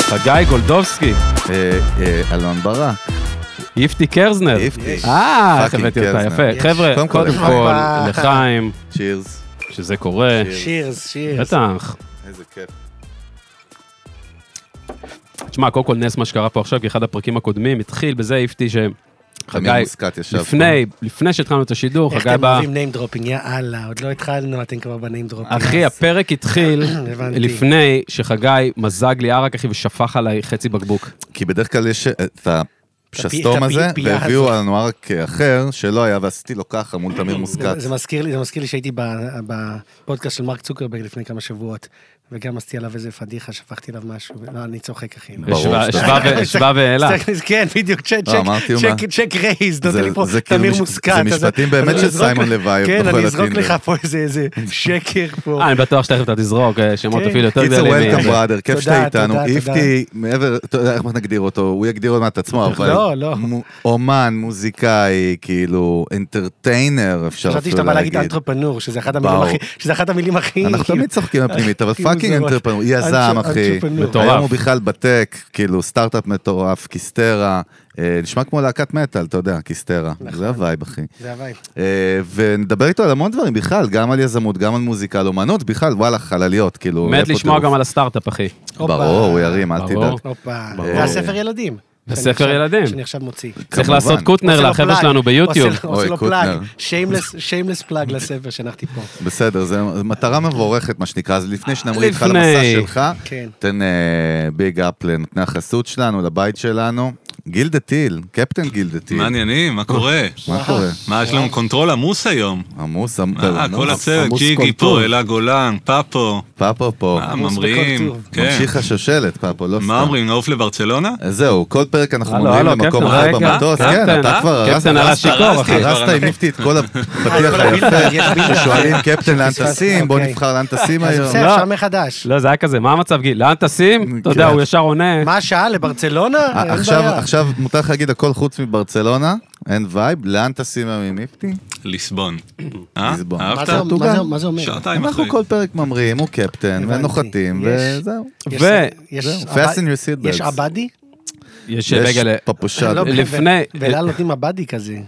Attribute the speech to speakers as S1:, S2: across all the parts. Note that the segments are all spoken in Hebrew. S1: חגי גולדובסקי,
S2: אה, אה, אלון ברק,
S1: איפטי קרזנר.
S2: איפתי,
S1: אה, איך
S2: פאקינג
S1: הבאתי אותה,
S2: קרזנר.
S1: יפה.
S3: יש.
S1: חבר'ה,
S2: קודם כל,
S1: קודם
S2: לחיים.
S1: כל,
S3: אה.
S1: לחיים,
S2: צ'ירס.
S1: שזה קורה.
S3: שירס, שירס.
S1: בטח.
S2: איזה כיף.
S1: תשמע, קודם כל נס מה שקרה פה עכשיו, כי אחד הפרקים הקודמים התחיל בזה איפתי
S2: חגי
S1: שחגי,
S2: מוסקת ישב פה.
S1: לפני, לפני שהתחלנו את השידור,
S3: איך
S1: חגי
S3: אתם
S1: בא,
S3: אוהבים name dropping, יא אללה, עוד לא התחלנו, אתם כבר ב-name dropping.
S2: אה,
S1: אחי,
S3: אז-
S1: הפרק התחיל
S3: אה, הבנתי.
S1: לפני שחגי מזג לי ערק, אחי, ושפך עליי חצי בקבוק.
S2: כי בדרך כלל יש אה, את השסתום
S3: את הפי-
S2: הזה,
S3: פייה
S2: והביאו
S3: הזאת.
S2: לנו ערק אחר שלא היה, ועשיתי לו ככה מול תמיר מוסקת.
S3: זה- זה מזכיר לי, זה מזכיר לי שהייתי ב- בפודקאסט של מרק צוקרברג לפני כמה שבועות, וגם עשיתי עליו איזה פדיחה, שפכתי עליו משהו, לא, אני צוחק אחי. לא.
S2: ברור
S1: ישבה-
S2: שאתה-
S1: ישבה ו- ישבה והעלה.
S3: צריך- כן, בדיוק, צ'ק,
S2: לא, אמרתי,
S3: צ'ק,
S2: מה?
S3: צ'ק, צ'ק רייז, נותן לי פה
S2: זה כאילו
S3: תמיר
S2: מש-
S3: מוסקת.
S2: זה
S3: אז-
S2: משפטים באמת
S3: אני
S2: של
S3: אזרוק
S2: סיימון
S3: לך-
S2: לוואי,
S3: כן,
S2: בכל
S3: אני אזרוק
S2: הטינדר.
S3: לך פה איזה איזה שקר פה.
S1: אה, אני בטוח שתכף אתה תזרוק אה, שמות
S3: כן.
S1: אפילו יותר
S2: קיצר,
S1: גדולים.
S2: וולקאם בראדר, כיף
S3: תודה,
S2: שאתה איתנו.
S3: תודה, תודה.
S2: איפתי, מעבר, אתה יודע, איך נגדיר אותו? הוא יגדיר עוד מעט את עצמו, אבל...
S3: לא, לא.
S2: מו- אומן, מוזיקאי, כאילו, אנטרטיינר, אפשר אפילו לא להגיד.
S3: חשבתי שאתה בא להגיד אנטרפנור, שזה אחת המילים
S2: באו.
S3: הכי, שזה אחת המילים הכי...
S2: אנחנו תמיד צוחקים מהפנימית, אבל
S3: כאילו,
S2: פאקינג
S3: זה ממש-
S2: אנטרפנור, יזם
S3: אנטר-
S2: אחי,
S3: אנטרפנור.
S1: מטורף.
S2: היום הוא בכלל בטק, כאילו סטארט-אפ מטורף, קיסטרה, אה, נשמע כמו להקת מטאל, אתה יודע, קיסטרה,
S3: נכון.
S2: זה הווייב אחי.
S3: זה הווייב.
S2: אה, ונדבר איתו על המון דברים בכלל, גם על יזמות, גם על מוזיקה, על אומנות, בכלל, וואלה, חלליות, כאילו...
S1: מת
S2: איפה
S1: לשמוע
S2: טירוף?
S1: גם על הסטארט-אפ, אחי.
S2: ברור, הוא ירים, אל
S1: ברור.
S2: תדאג.
S3: הופה,
S2: ברור.
S3: זה הספר ילדים.
S1: הספר
S3: שאני עכשיו-
S1: ילדים.
S3: שאני עכשיו מוציא.
S1: צריך
S2: כמובן.
S1: לעשות קוטנר
S3: עושה לו
S1: לחבר'ה
S3: פלאג,
S1: שלנו ביוטיוב.
S3: עושה לו-
S2: אוי,
S3: עושה לו
S2: קוטנר.
S3: פלאג, שיימלס פלאג לספר שהנחתי פה.
S2: בסדר, זו מטרה מבורכת, מה שנקרא, אז לפני שנמריא איתך
S1: לפני.
S2: למסע שלך,
S3: כן.
S2: תן אה, ביג אפ לנותני החסות שלנו, לבית שלנו. גיל דה טיל, קפטן גיל דה טיל.
S4: מה העניינים? מה קורה?
S2: מה קורה?
S4: מה, יש לנו קונטרול עמוס היום.
S2: עמוס,
S4: אה,
S2: עמוס,
S4: כל הצוות,
S2: עמוס
S4: ג'יגי
S2: קונטור.
S4: פה, אלה גולן, פאפו,
S2: פאפו פה.
S4: אה,
S3: עמוס
S4: ממריאים.
S3: בכל טוב.
S4: כן.
S2: ממשיך השושלת, פאפו, לא סתם.
S4: מה אומרים, נעוף לברצלונה?
S2: אז זהו, כל פרק אנחנו
S1: הלו,
S2: ממריאים
S1: הלו,
S2: למקום
S1: קפטן,
S2: אחר
S1: רגע.
S2: במטוס.
S1: קפטן,
S2: כן, אתה
S1: אה?
S2: כבר הרסת,
S1: קפטן הרס
S2: הרסת,
S1: שיכור,
S4: הרסתי,
S1: אחי.
S4: הרס-
S2: הרסת עם איפתי את כל הפתיח
S3: אה, כל הבילדה,
S2: היפה,
S3: יש בילדה.
S2: ששואלים קפטן לאן
S3: שפספסתי,
S2: טסים, בוא
S3: אוקיי.
S2: נבחר לאן טסים
S3: אז
S2: היום.
S3: בסדר,
S1: לא.
S3: אפשר מחדש.
S1: לא, זה היה כזה, מה המצב, גיל? לאן טסים? אתה יודע,
S2: כן.
S1: הוא ישר עונה.
S3: מה השעה לברצלונה? אין
S2: אה, עכשיו,
S3: בעיה.
S2: עכשיו מותר לך להגיד הכל חוץ מברצלונה, אין וייב, לאן טסים היום עם איפתי?
S4: ליסבון. אה?
S2: ליסבון.
S3: מה
S4: אהבת?
S3: זה- מה
S2: פורטוגל?
S3: זה- מה זה אומר?
S4: שעתיים
S2: אנחנו
S4: אחרי.
S2: כל פרק ממריאים, הוא קפטן,
S3: הבנתי.
S2: ונוחתים,
S3: יש.
S2: וזהו.
S3: יש-
S1: ו-
S3: יש
S2: זהו,
S3: עבד-
S2: fasten your seat
S3: יש
S2: belts.
S3: עבדי?
S1: יש
S2: יש
S1: רגע ל...
S2: פפושת.
S3: לא, ב-
S1: לפני-
S3: ב- באלעל נותנים עבדי כזה.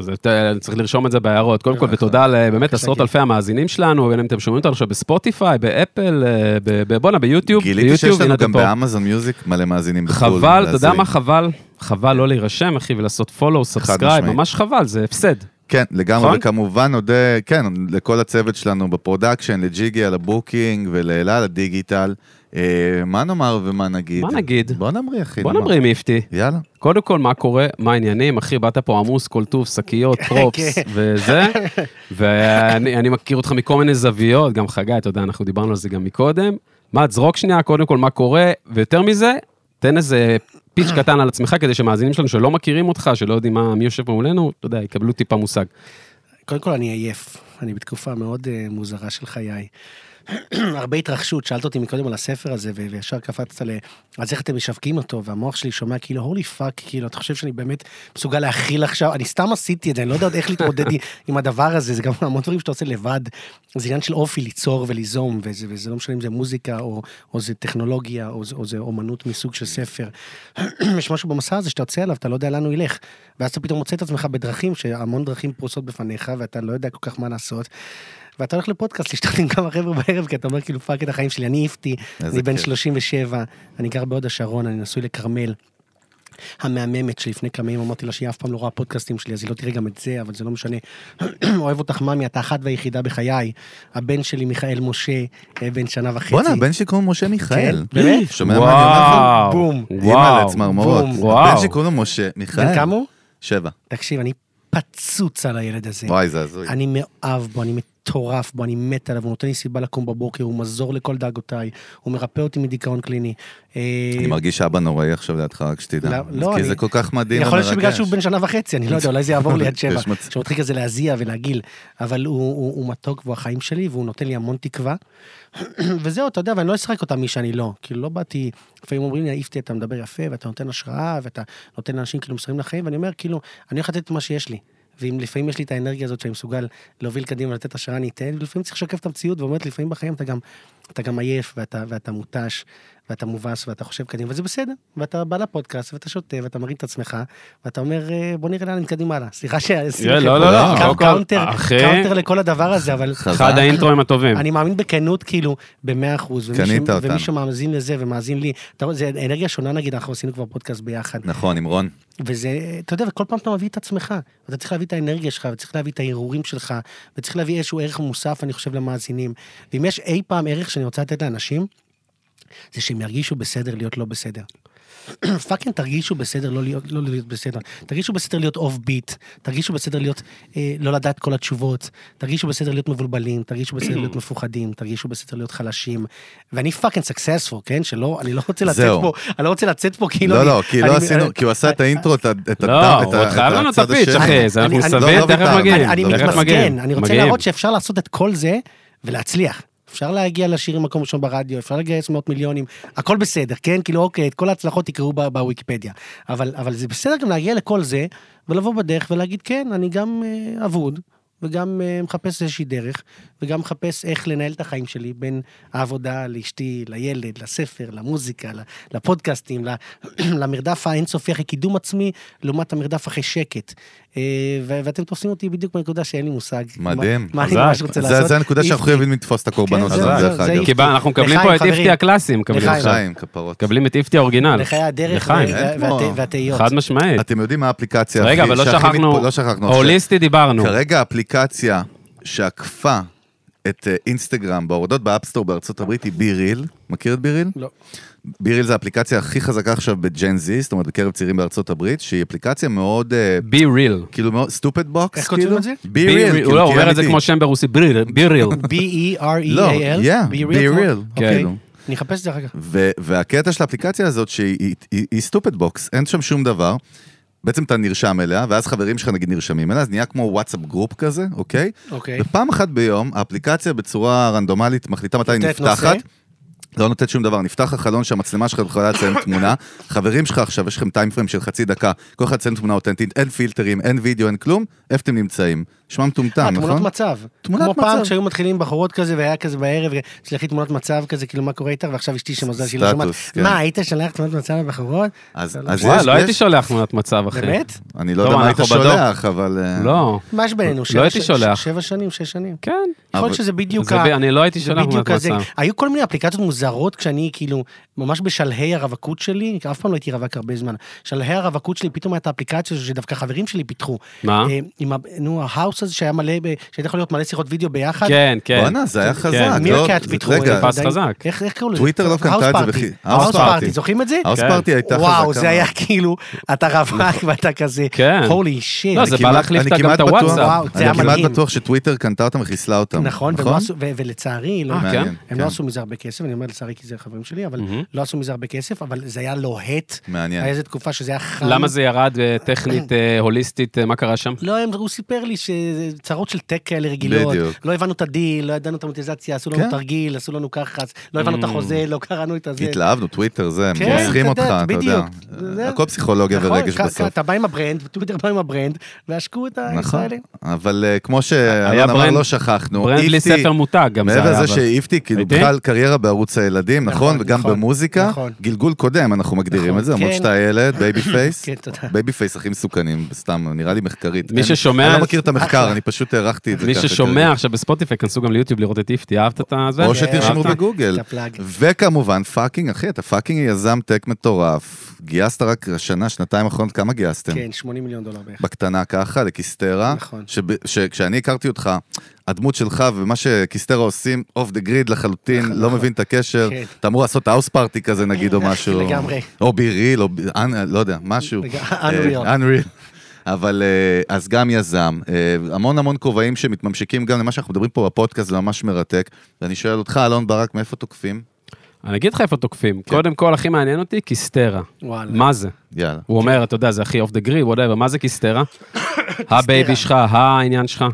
S1: זה- אתה- צריך לרשום את זה בהערות. קודם כל, ותודה לבאמת עשרות
S3: גיל.
S1: אלפי המאזינים שלנו, בין אם אתם שומעים אותנו עכשיו בספוטיפיי, באפל, אה, ב- ב- בואנה, ביוטיוב.
S2: גיליתי
S1: ביוטיוב,
S2: שיש לנו
S1: הנה,
S2: גם
S1: אתם פה.
S2: באמזון מיוזיק מלא מאזינים בחו"ל. אה,
S1: חבל, אתה יודע
S2: להזויים.
S1: מה חבל? חבל לא להירשם, אחי, ולעשות follow, סאבסקרייב,
S2: משמעית.
S1: ממש חבל, זה הפסד.
S2: כן,
S1: נכון?
S2: לגמרי, וכמובן נודה, כן, לכל הצוות שלנו בפרודקשן, לג'יגי על הבוקינג ולאלה על הדיגיטל. אה, מה נאמר ומה נגיד?
S1: מה נגיד?
S2: בוא נמריא, אחי.
S1: בוא
S2: נאמר.
S1: נמריא מיפתי.
S2: יאללה.
S1: קודם כל, מה קורה? מה העניינים? אחי, באת פה עמוס, כל טוב, שקיות, פרופס
S3: כן.
S1: וזה, ואני אני מכיר אותך מכל מיני זוויות, גם חגי, אתה יודע, אנחנו דיברנו על זה גם מקודם. מה, תזרוק שנייה, קודם כל, מה קורה, ויותר מזה, תן איזה פיץ' קטן על עצמך, כדי שמאזינים שלנו שלא מכירים אותך, שלא יודעים מה, מי יושב פה מולנו, אתה יודע, יקבלו טיפה מושג.
S3: קודם כל אני עייף, אני בתקופה מאוד אה, מוזרה של חיי. הרבה התרחשות, שאלת אותי מקודם על הספר הזה, ו- וישר קפצת ל... אז איך אתם משווקים אותו? והמוח שלי שומע כאילו, הולי פאק, כאילו, אתה חושב שאני באמת מסוגל להכיל עכשיו? אני סתם עשיתי את זה, אני לא יודע עוד איך להתמודד עם הדבר הזה, זה גם המון דברים שאתה עושה לבד. זה עניין של אופי ליצור וליזום, וזה, וזה לא משנה אם זה מוזיקה, או, או זה טכנולוגיה, או זה, או זה אומנות מסוג של ספר. יש משהו במסע הזה שאתה יוצא עליו, אתה לא יודע לאן הוא ילך. ואז אתה פתאום מוצא את עצמך בדרכים, שהמון דרכים פרוסות בפניך, ואתה לא יודע כל כך מה לעשות. ואתה הולך לפודקאסט לשתות עם כמה חבר'ה בערב, כי אתה אומר כאילו פאק את החיים שלי, אני איפתי,
S2: איזה
S3: אני בן
S2: כיף.
S3: 37, אני גר בהוד השרון, אני נשוי לכרמל. המהממת שלפני כמה ימים אמרתי לה שהיא אף פעם לא רואה פודקאסטים שלי, אז היא לא תראה גם את זה, אבל זה לא משנה. אוהב אותך ממי, אתה אחת והיחידה בחיי. הבן שלי מיכאל משה, אה, בן שנה וחצי.
S2: בואנה, הבן שלי קוראים משה מיכאל.
S3: כן, באמת?
S2: שומע מה אני אומר
S1: וואו,
S3: בום.
S2: לך? אימא
S1: וואו,
S2: לצמרמורות.
S3: בום.
S1: וואו.
S2: הבן שלי קוראים לו משה מיכאל.
S3: בן כמה הוא?
S2: שבע.
S3: תקשיב, אני פצוץ על הילד הזה.
S2: וואי, זה הזוי.
S3: אני מאוהב בו, אני מטורף בו, אני מת עליו, הוא נותן לי סיבה לקום בבוקר, הוא מזור לכל דאגותיי, הוא מרפא אותי מדיכאון קליני. אה,
S2: אני מרגיש אבא נוראי עכשיו לידך, רק שתדע.
S3: לא, לא,
S2: כי
S3: אני-
S2: זה כל כך מדהים
S3: יכול להיות
S2: ומרגש.
S3: שבגלל שהוא בן שנה וחצי, אני לא יודע, אולי זה יעבור לי עד
S2: יש
S3: שבע.
S2: מצב.
S3: שמתחיל כזה להזיע ולהגעיל, אבל הוא, הוא, הוא מתוק והוא החיים שלי, והוא נותן לי המון תקווה. וזהו, אתה יודע, ואני לא אשחק אותה מי שאני לא. כאילו, לא באתי, לפעמים אומרים לי, איפתי, אתה מדבר יפה, ואתה נותן השראה, ואתה נותן לאנשים כאילו מסרים לחיים, ואני אומר, כאילו, אני הולך לתת את מה שיש לי. ואם לפעמים יש לי את האנרגיה הזאת שאני מסוגל להוביל קדימה, לתת השראה, אני אתן, ולפעמים צריך לשקף את המציאות, ואומרת, לפעמים בחיים אתה גם אתה גם עייף, ואתה, ואתה מותש, ואתה מובס, ואתה חושב קדימה, וזה בסדר. ואתה בא לפודקאסט, ואתה שותה, ואתה מרים את עצמך, ואתה אומר, "אה, בוא נראה לאן נתקדם הלאה. סליחה ש...
S1: לא, לא, לא,
S3: קאונ-
S1: קודם כל,
S3: קאונטר,
S1: אחי.
S3: קאונטר לכל הדבר הזה, אבל...
S1: אחד האינטרואים הטובים.
S3: אני מאמין בכנות, כאילו, במאה אחוז. ומי ש-
S2: קנית אותנו.
S3: ומי שמאזין לזה ומאזין לי, אתה רואה, זה אנרגיה שונה נגיד, אנחנו עשינו כבר פודקאסט ביחד.
S2: נכון, עם רון.
S3: וזה, אתה יודע, וכל פעם אתה מביא את עצמך. אתה צריך להביא את האנרגיה שלך, וצריך להביא את ההרהורים שלך, וצריך להביא איזשהו ערך מוסף, אני חושב, למאזינים. ואם יש אי פעם ערך שאני רוצה לתת לאנשים, זה שהם ירגישו בסדר להיות לא בסדר. פאקינג תרגישו בסדר לא להיות, לא להיות בסדר. תרגישו בסדר להיות אוף ביט, תרגישו בסדר להיות אה, לא לדעת כל התשובות, תרגישו בסדר להיות מבולבלים, תרגישו בסדר להיות מפוחדים, תרגישו בסדר להיות חלשים. ואני פאקינג סקסספול, כן? שלא, אני לא רוצה לצאת
S2: זהו.
S3: פה, אני לא רוצה לצאת פה כאילו...
S2: לא,
S3: אני-
S2: לא, כי
S3: אני-
S2: לא עשינו,
S3: אני-
S2: כי הוא עשה את האינטרו, את ה- את הטעם,
S1: לא,
S2: את
S1: הוא
S2: ה-
S1: עוד חייב
S2: את
S1: לנו את
S2: הצד
S1: הפיץ',
S2: השני.
S1: אחי, זה אנחנו
S3: אני- אני-
S1: נסווה,
S2: לא
S1: תכף
S2: ויתרנו.
S1: מגיעים.
S3: אני
S2: לא,
S1: תכף
S2: באמת.
S3: מתמסכן,
S1: מגיעים.
S3: אני רוצה
S1: מגיעים.
S3: להראות שאפשר לעשות את כל זה ולהצליח. אפשר להגיע לשיר עם מקום ראשון ברדיו, אפשר לגייס מאות מיליונים, הכל בסדר, כן? כאילו, אוקיי, את כל ההצלחות תקראו ב- בוויקיפדיה. אבל, אבל זה בסדר גם להגיע לכל זה, ולבוא בדרך ולהגיד, כן, אני גם אה, אבוד, וגם אה, מחפש איזושהי דרך, וגם מחפש איך לנהל את החיים שלי בין העבודה לאשתי, לילד, לספר, למוזיקה, ל- לפודקאסטים, ל- למרדף האינסופי אחרי קידום עצמי, לעומת המרדף אחרי שקט. אה, ו- ואתם תופסים אותי בדיוק בנקודה שאין לי מושג.
S2: מדהים.
S3: מה, מה אני
S1: חזק.
S3: ממש רוצה
S2: זה
S3: לעשות.
S2: זה הנקודה שאנחנו
S3: איפתי.
S2: חייבים לתפוס את הקורבנות
S3: כן,
S2: שלנו,
S1: זה-
S2: דרך
S3: זה-
S2: אגב.
S3: זה-
S1: כי בא, אנחנו מקבלים
S3: לחיים,
S1: פה את איפתי
S3: חברים.
S1: הקלאסי, מקבלים
S3: לחיים.
S1: עכשיו.
S2: לחיים, כפרות.
S1: מקבלים את איפתי האורגינל.
S3: לחיי הדרך
S1: לחיים.
S3: ו- ו-
S2: אין כמו-
S3: והת- והתהיות.
S1: חד משמעית.
S2: אתם יודעים מה האפליקציה
S1: רגע,
S2: הכי-
S1: אבל לא
S2: שהכי
S1: שכחנו,
S2: מתפ- לא שכחנו.
S1: הוליסטי דיברנו.
S2: כרגע האפליקציה שעקפה את אה, אינסטגרם בהורדות באפסטור בארצות הברית היא ביריל. מכיר את ביריל?
S3: לא.
S2: ביריל זה האפליקציה הכי חזקה עכשיו בג'ן זי, זאת אומרת בקרב צעירים בארצות הברית, שהיא אפליקציה מאוד, אה,
S1: בי ריל.
S2: כאילו מאוד סטופד בוקס.
S3: איך כותבים את זה?
S2: ביריל. כאילו,
S1: הוא לא, הוא אומר את זה כמו שם ברוסי, בי ריל.
S2: לא,
S3: E B-E-R-E-A-L?
S2: yeah,
S3: Be real?
S2: be real,
S3: אוקיי.
S2: כאילו.
S3: אני אחפש את זה אחר כך.
S2: ו- והקטע של האפליקציה הזאת שהיא סטופד בוקס, אין שם שום דבר. בעצם אתה נרשם אליה, ואז חברים שלך נגיד נרשמים אליה, אז נהיה כמו וואטסאפ גרופ כזה, אוקיי?
S3: אוקיי.
S2: ופעם אחת ביום, האפליקציה בצורה רנדומלית מחליטה מתי היא
S3: נותנת
S2: נפתחת.
S3: נושא?
S2: לא נותנת שום דבר, נפתח החלון שהמצלמה שלך יכולה לציין תמונה, חברים שלך עכשיו, יש לכם טיים פריים של חצי דקה, כל אחד לציין תמונה אותנטית, אין פילטרים, אין וידאו, אין כלום, איפה אתם נמצאים? נשמע מטומטם,
S3: אה, תמונות
S2: נכון?
S3: מצב.
S2: תמונת
S3: כמו פעם
S2: מצב.
S3: כשהיו מתחילים עם בחורות כזה, והיה כזה בערב, תשלחי תמונת מצב כזה, כאילו מה קורה איתך, ועכשיו אשתי שמזל שהיא לא שומעת.
S2: סטטוס, כן.
S3: מה, היית שלח תמונת מצב לבחורות?
S2: אז
S3: לא,
S2: אז
S1: וואי,
S2: יש,
S1: לא הייתי
S2: יש-
S1: שולח תמונת מצב, אחי.
S3: באמת?
S2: אני לא
S1: טוב,
S2: יודע מה היית
S1: אנחנו בדור.
S2: שולח, אבל... אה,
S1: לא.
S3: מה יש בינינו?
S1: לא
S3: שבע
S1: הייתי
S3: ש-
S1: שולח.
S3: שבע שנים, שש שנים.
S1: כן.
S3: יכול
S2: אבל-
S3: להיות שזה בדיוק
S1: זה ב- אני לא הייתי
S3: זה
S1: שולח
S3: בדיוק
S1: תמונת
S3: הזה.
S1: מצב.
S3: היו כל מיני אפליקציות מוזרות כשאני כאילו, ממש בשלהי הרווקות שלי, אף פעם לא הייתי רווק הרבה זמן, שלהי הרווקות שלי פתאום הייתה אפליקציה שדווקא חברים שלי פיתחו.
S1: מה?
S3: אה, עם, ה- נו, ההאוס הזה שהיה מלא, ב- שהיית יכול להיות מלא שיחות וידאו ביחד.
S1: כן, כן.
S2: בואנה, זה היה חזק.
S1: כן.
S2: לא-
S3: מירקאט
S2: זה-
S3: פיתחו.
S2: רגע,
S3: אה,
S1: פס
S3: עדיין-
S1: חזק.
S3: איך איך קראו לזה?
S2: טוויטר לא קנתה את זה בכי-
S3: האוס
S1: House
S3: פארטי,
S1: Party.
S3: זוכרים את זה?
S2: האוס
S1: כן.
S2: פארטי הייתה חזקה.
S3: וואו, זה היה כאילו, אתה רווק ואתה כזה,
S1: כן.
S3: הולי שיט.
S1: לא, זה
S2: אני
S1: בא
S2: כמעט-
S1: להחליף
S2: אני
S1: גם
S2: כמעט
S1: את
S2: בטוח-
S1: הוואטסאפ.
S3: וואו, זה היה
S2: אני כמעט
S3: מדהים.
S2: בטוח שטוויטר קנתה אותם וחיסלה אותם.
S3: נכון, והם לא עשו- ו- ולצערי, לא,
S1: אה,
S2: מעניין, כן.
S3: הם לא עשו מזה הרבה כסף, אני אומר לצערי כי זה חברים שלי, אבל לא עשו מזה הרבה כסף, אבל זה היה לוהט.
S2: מעניין.
S3: היה איזו תקופה שזה היה חם.
S1: למה זה ירד אה, טכנית, אה, הוליסטית, אה, מה קרה שם?
S3: לא, הם- הוא סיפר לי שצרות של טק כאלה רגילות.
S2: בדיוק.
S3: לא הבנו את הדיל, לא ידענו את המוטיזציה, עשו לנו
S2: כן.
S3: תרגיל, עשו לנו ככה, לא הבנו את
S1: Mm.
S3: החוזה, לא קראנו את הזה.
S2: התלהבנו, טוויטר זה, הם
S3: כן,
S2: מורחים
S3: אתה
S2: אותך,
S3: יודע,
S2: אתה יודע.
S3: בדיוק. זה-
S2: הכל פסיכולוגיה
S3: נכון,
S2: ורגש
S3: כ- כ-
S2: בסוף.
S3: אתה בא עם הברנד, טוויטר בא עם הברנד, ועשקו את
S2: נכון,
S3: הישראלים.
S2: אבל אה, כמו שאלון אמר,
S1: ברנד-
S2: לא שכחנו.
S1: ברנד בלי
S2: איפתי-
S1: ספר מותג גם זה
S2: מעבר
S1: היה.
S2: לזה
S1: אבל-
S2: שהעיפתי, כאילו
S1: הייתי?
S2: בכלל קריירה בערוץ הילדים, נכון?
S3: נכון,
S2: וגם
S3: נכון,
S2: במוזיקה,
S3: נכון.
S2: גלגול קודם, אנחנו מגדירים
S3: נכון,
S2: את זה, למרות
S3: כן.
S2: שאתה ילד, בייבי פייס.
S3: כן, תודה.
S2: בייבי פייס הכי מסוכנים, סתם, נראה לי מחקרית.
S1: מי
S2: אין-
S1: ששומע-
S2: אני לא מכיר את המחקר,
S3: אחלה.
S2: אני פשוט הערכתי את זה
S1: מי
S2: ככה,
S1: ששומע עכשיו בספוטיפיי, כנסו גם ליוטיוב לראות את איפתי, אהבת את זה?
S2: או
S1: אהבת?
S2: שתרשמו בגוגל.
S3: את הפלאג.
S2: וכמובן, פאקינג, אחי, אתה פאקינג יזם טק מטורף. גייסת רק השנה, שנתיים האחרונות, כמה גייסתם?
S3: כן, 80 מיליון דולר בערך.
S2: בקטנה ככה, לקיסטרה.
S3: נכון.
S2: שב- שכשאני הכרתי אותך, הדמות שלך ומה שקיסטרה עושים, אוף דה גריד לחלוטין, לא מבין את הקשר.
S3: נכון, כן.
S2: אתה אמור לעשות האוס פארטי כזה נגיד, או משהו.
S3: לגמרי.
S2: או ביריל, או ב- אנ- לא יודע, משהו.
S3: לג- Unreal.
S2: אנריל. אבל אה, אז גם יזם, אה, המון המון כובעים שמתממשקים גם למה שאנחנו מדברים פה בפודקאסט, זה ממש מרתק. ואני שואל אותך, אלון ברק, מאיפה תוקפים?
S1: אני אגיד לך איפה תוקפים.
S2: כן.
S1: קודם כל, הכי מעניין אותי, קיסטרה.
S3: וואלה.
S1: מה זה?
S2: יאללה.
S1: הוא אומר, אתה יודע, זה הכי אוף דה גריד, וואטאבר, מה זה קיסטרה? הבייבי שלך, העניין שלך.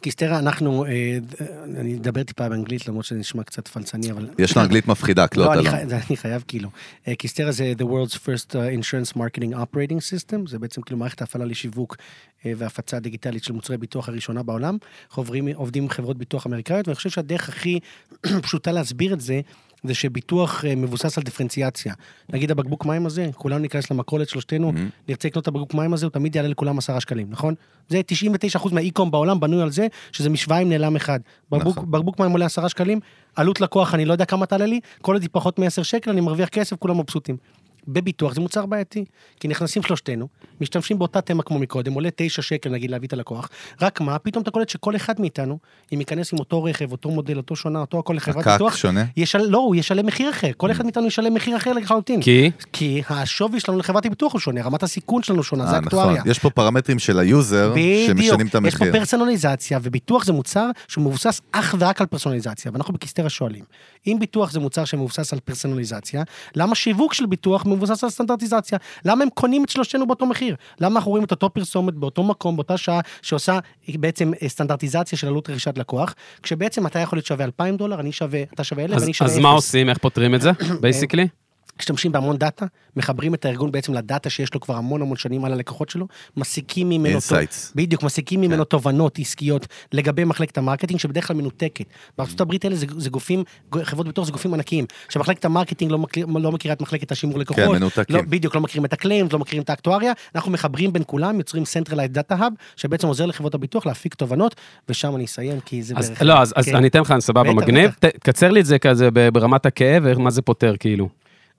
S3: קיסטרה, אנחנו, אה, אני אדבר טיפה באנגלית, למרות שזה נשמע קצת פלצני, אבל...
S2: יש לה אנגלית מפחידה,
S3: לא,
S2: קלוט
S3: אני,
S2: עליו.
S3: חי... זה- אני חייב כאילו. אה, קיסטרה זה The World's First אה, Insurance Marketing Operating System, זה בעצם כאילו מערכת ההפעלה לשיווק אה, והפצה דיגיטלית של מוצרי ביטוח הראשונה בעולם. חוברים, עובדים עם חברות ביטוח אמריקאיות, ואני חושב שהדרך הכי פשוטה להסביר את זה, זה שביטוח אה, מבוסס על דיפרנציאציה. נגיד הבקבוק מים הזה, כולנו ניכנס למכולת, שלושתנו, נרצה לקנות את הבקבוק מים הזה, הוא תמיד יעלה לכולם עשרה שקלים, נכון? זה 99% מהאי-קום בעולם בנוי על זה, שזה משוואה עם נעלם אחד. בקבוק,
S2: נכון.
S3: בקבוק מים עולה עשרה שקלים, עלות לקוח, אני לא יודע כמה תעלה לי, כל עוד היא פחות מ-10 שקל, אני מרוויח כסף, כולם מבסוטים. בביטוח זה מוצר בעייתי, כי נכנסים שלושתנו, משתמשים באותה תמה כמו מקודם, עולה 9 שקל נגיד להביא את הלקוח, רק מה, פתאום אתה קולט שכל אחד מאיתנו, אם ייכנס עם אותו רכב, אותו מודל, אותו שנה, אותו הכל לחברת
S2: הקק
S3: ביטוח,
S2: שונה.
S3: ישל... לא, הוא ישלם מחיר אחר, כל אחד מאיתנו ישלם מחיר אחר לחלוטין.
S1: כי?
S3: כי השווי שלנו לחברת הביטוח הוא שונה, רמת הסיכון שלנו שונה, זה
S2: אה, נכון.
S3: אקטואריה.
S2: יש פה פרמטרים של היוזר,
S3: בדיוק,
S2: שמשנים את
S3: יש פה
S2: המחיר.
S3: פרסונליזציה, וביטוח זה מוצר שמבוסס אך ורק על פרסונליזציה, ואנחנו בקיסטרה שואלים, אם ביטוח זה מוצר שמבוסס על פרסונליזציה, למה שיווק של ביטוח מבוסס על סטנדרטיזציה? למה הם קונים את שלושתנו באותו מחיר? למה אנחנו רואים את אותו פרסומת באותו מקום, באותה שעה, שעושה בעצם אה, סטנדרטיזציה של עלות רכישת לקוח, כשבעצם אתה יכול להיות שווה 2,000 דולר, אני שווה, אתה שווה 1,000,
S1: אז-
S3: אני שווה
S1: אז מה
S3: 0.
S1: עושים, איך פותרים את זה, בייסיקלי?
S3: משתמשים בהמון דאטה, מחברים את הארגון בעצם לדאטה שיש לו כבר המון המון שנים על הלקוחות שלו, מסיקים ממנו... תו-
S2: Insights.
S3: בדיוק, מסיקים
S1: כן.
S3: ממנו תובנות עסקיות לגבי מחלקת המרקטינג, שבדרך כלל מנותקת. בארצות
S1: Mm.
S3: הברית האלה זה, זה גופים, חברות ביטוח זה גופים ענקיים, שמחלקת המרקטינג לא, מכיר, לא מכירה את מחלקת השימור לקוחות.
S2: כן, מנותקים.
S3: לא, בדיוק, לא מכירים את הקליימס, לא מכירים את האקטואריה, אנחנו מחברים בין כולם, יוצרים Centralized Data Hub, שבעצם עוזר לחברות הביטוח להפיק תובנות, ושם אני אסיים, כי זה
S1: אז
S3: בערך...
S1: לא, אז אז
S3: כן.
S1: אני אתן לך, סבבה,
S3: בטח,
S1: מגניב.
S3: בטח.
S1: ת- תקצר לי את זה כזה ב- ברמת הכאב, איך- מה זה פותר, כאילו.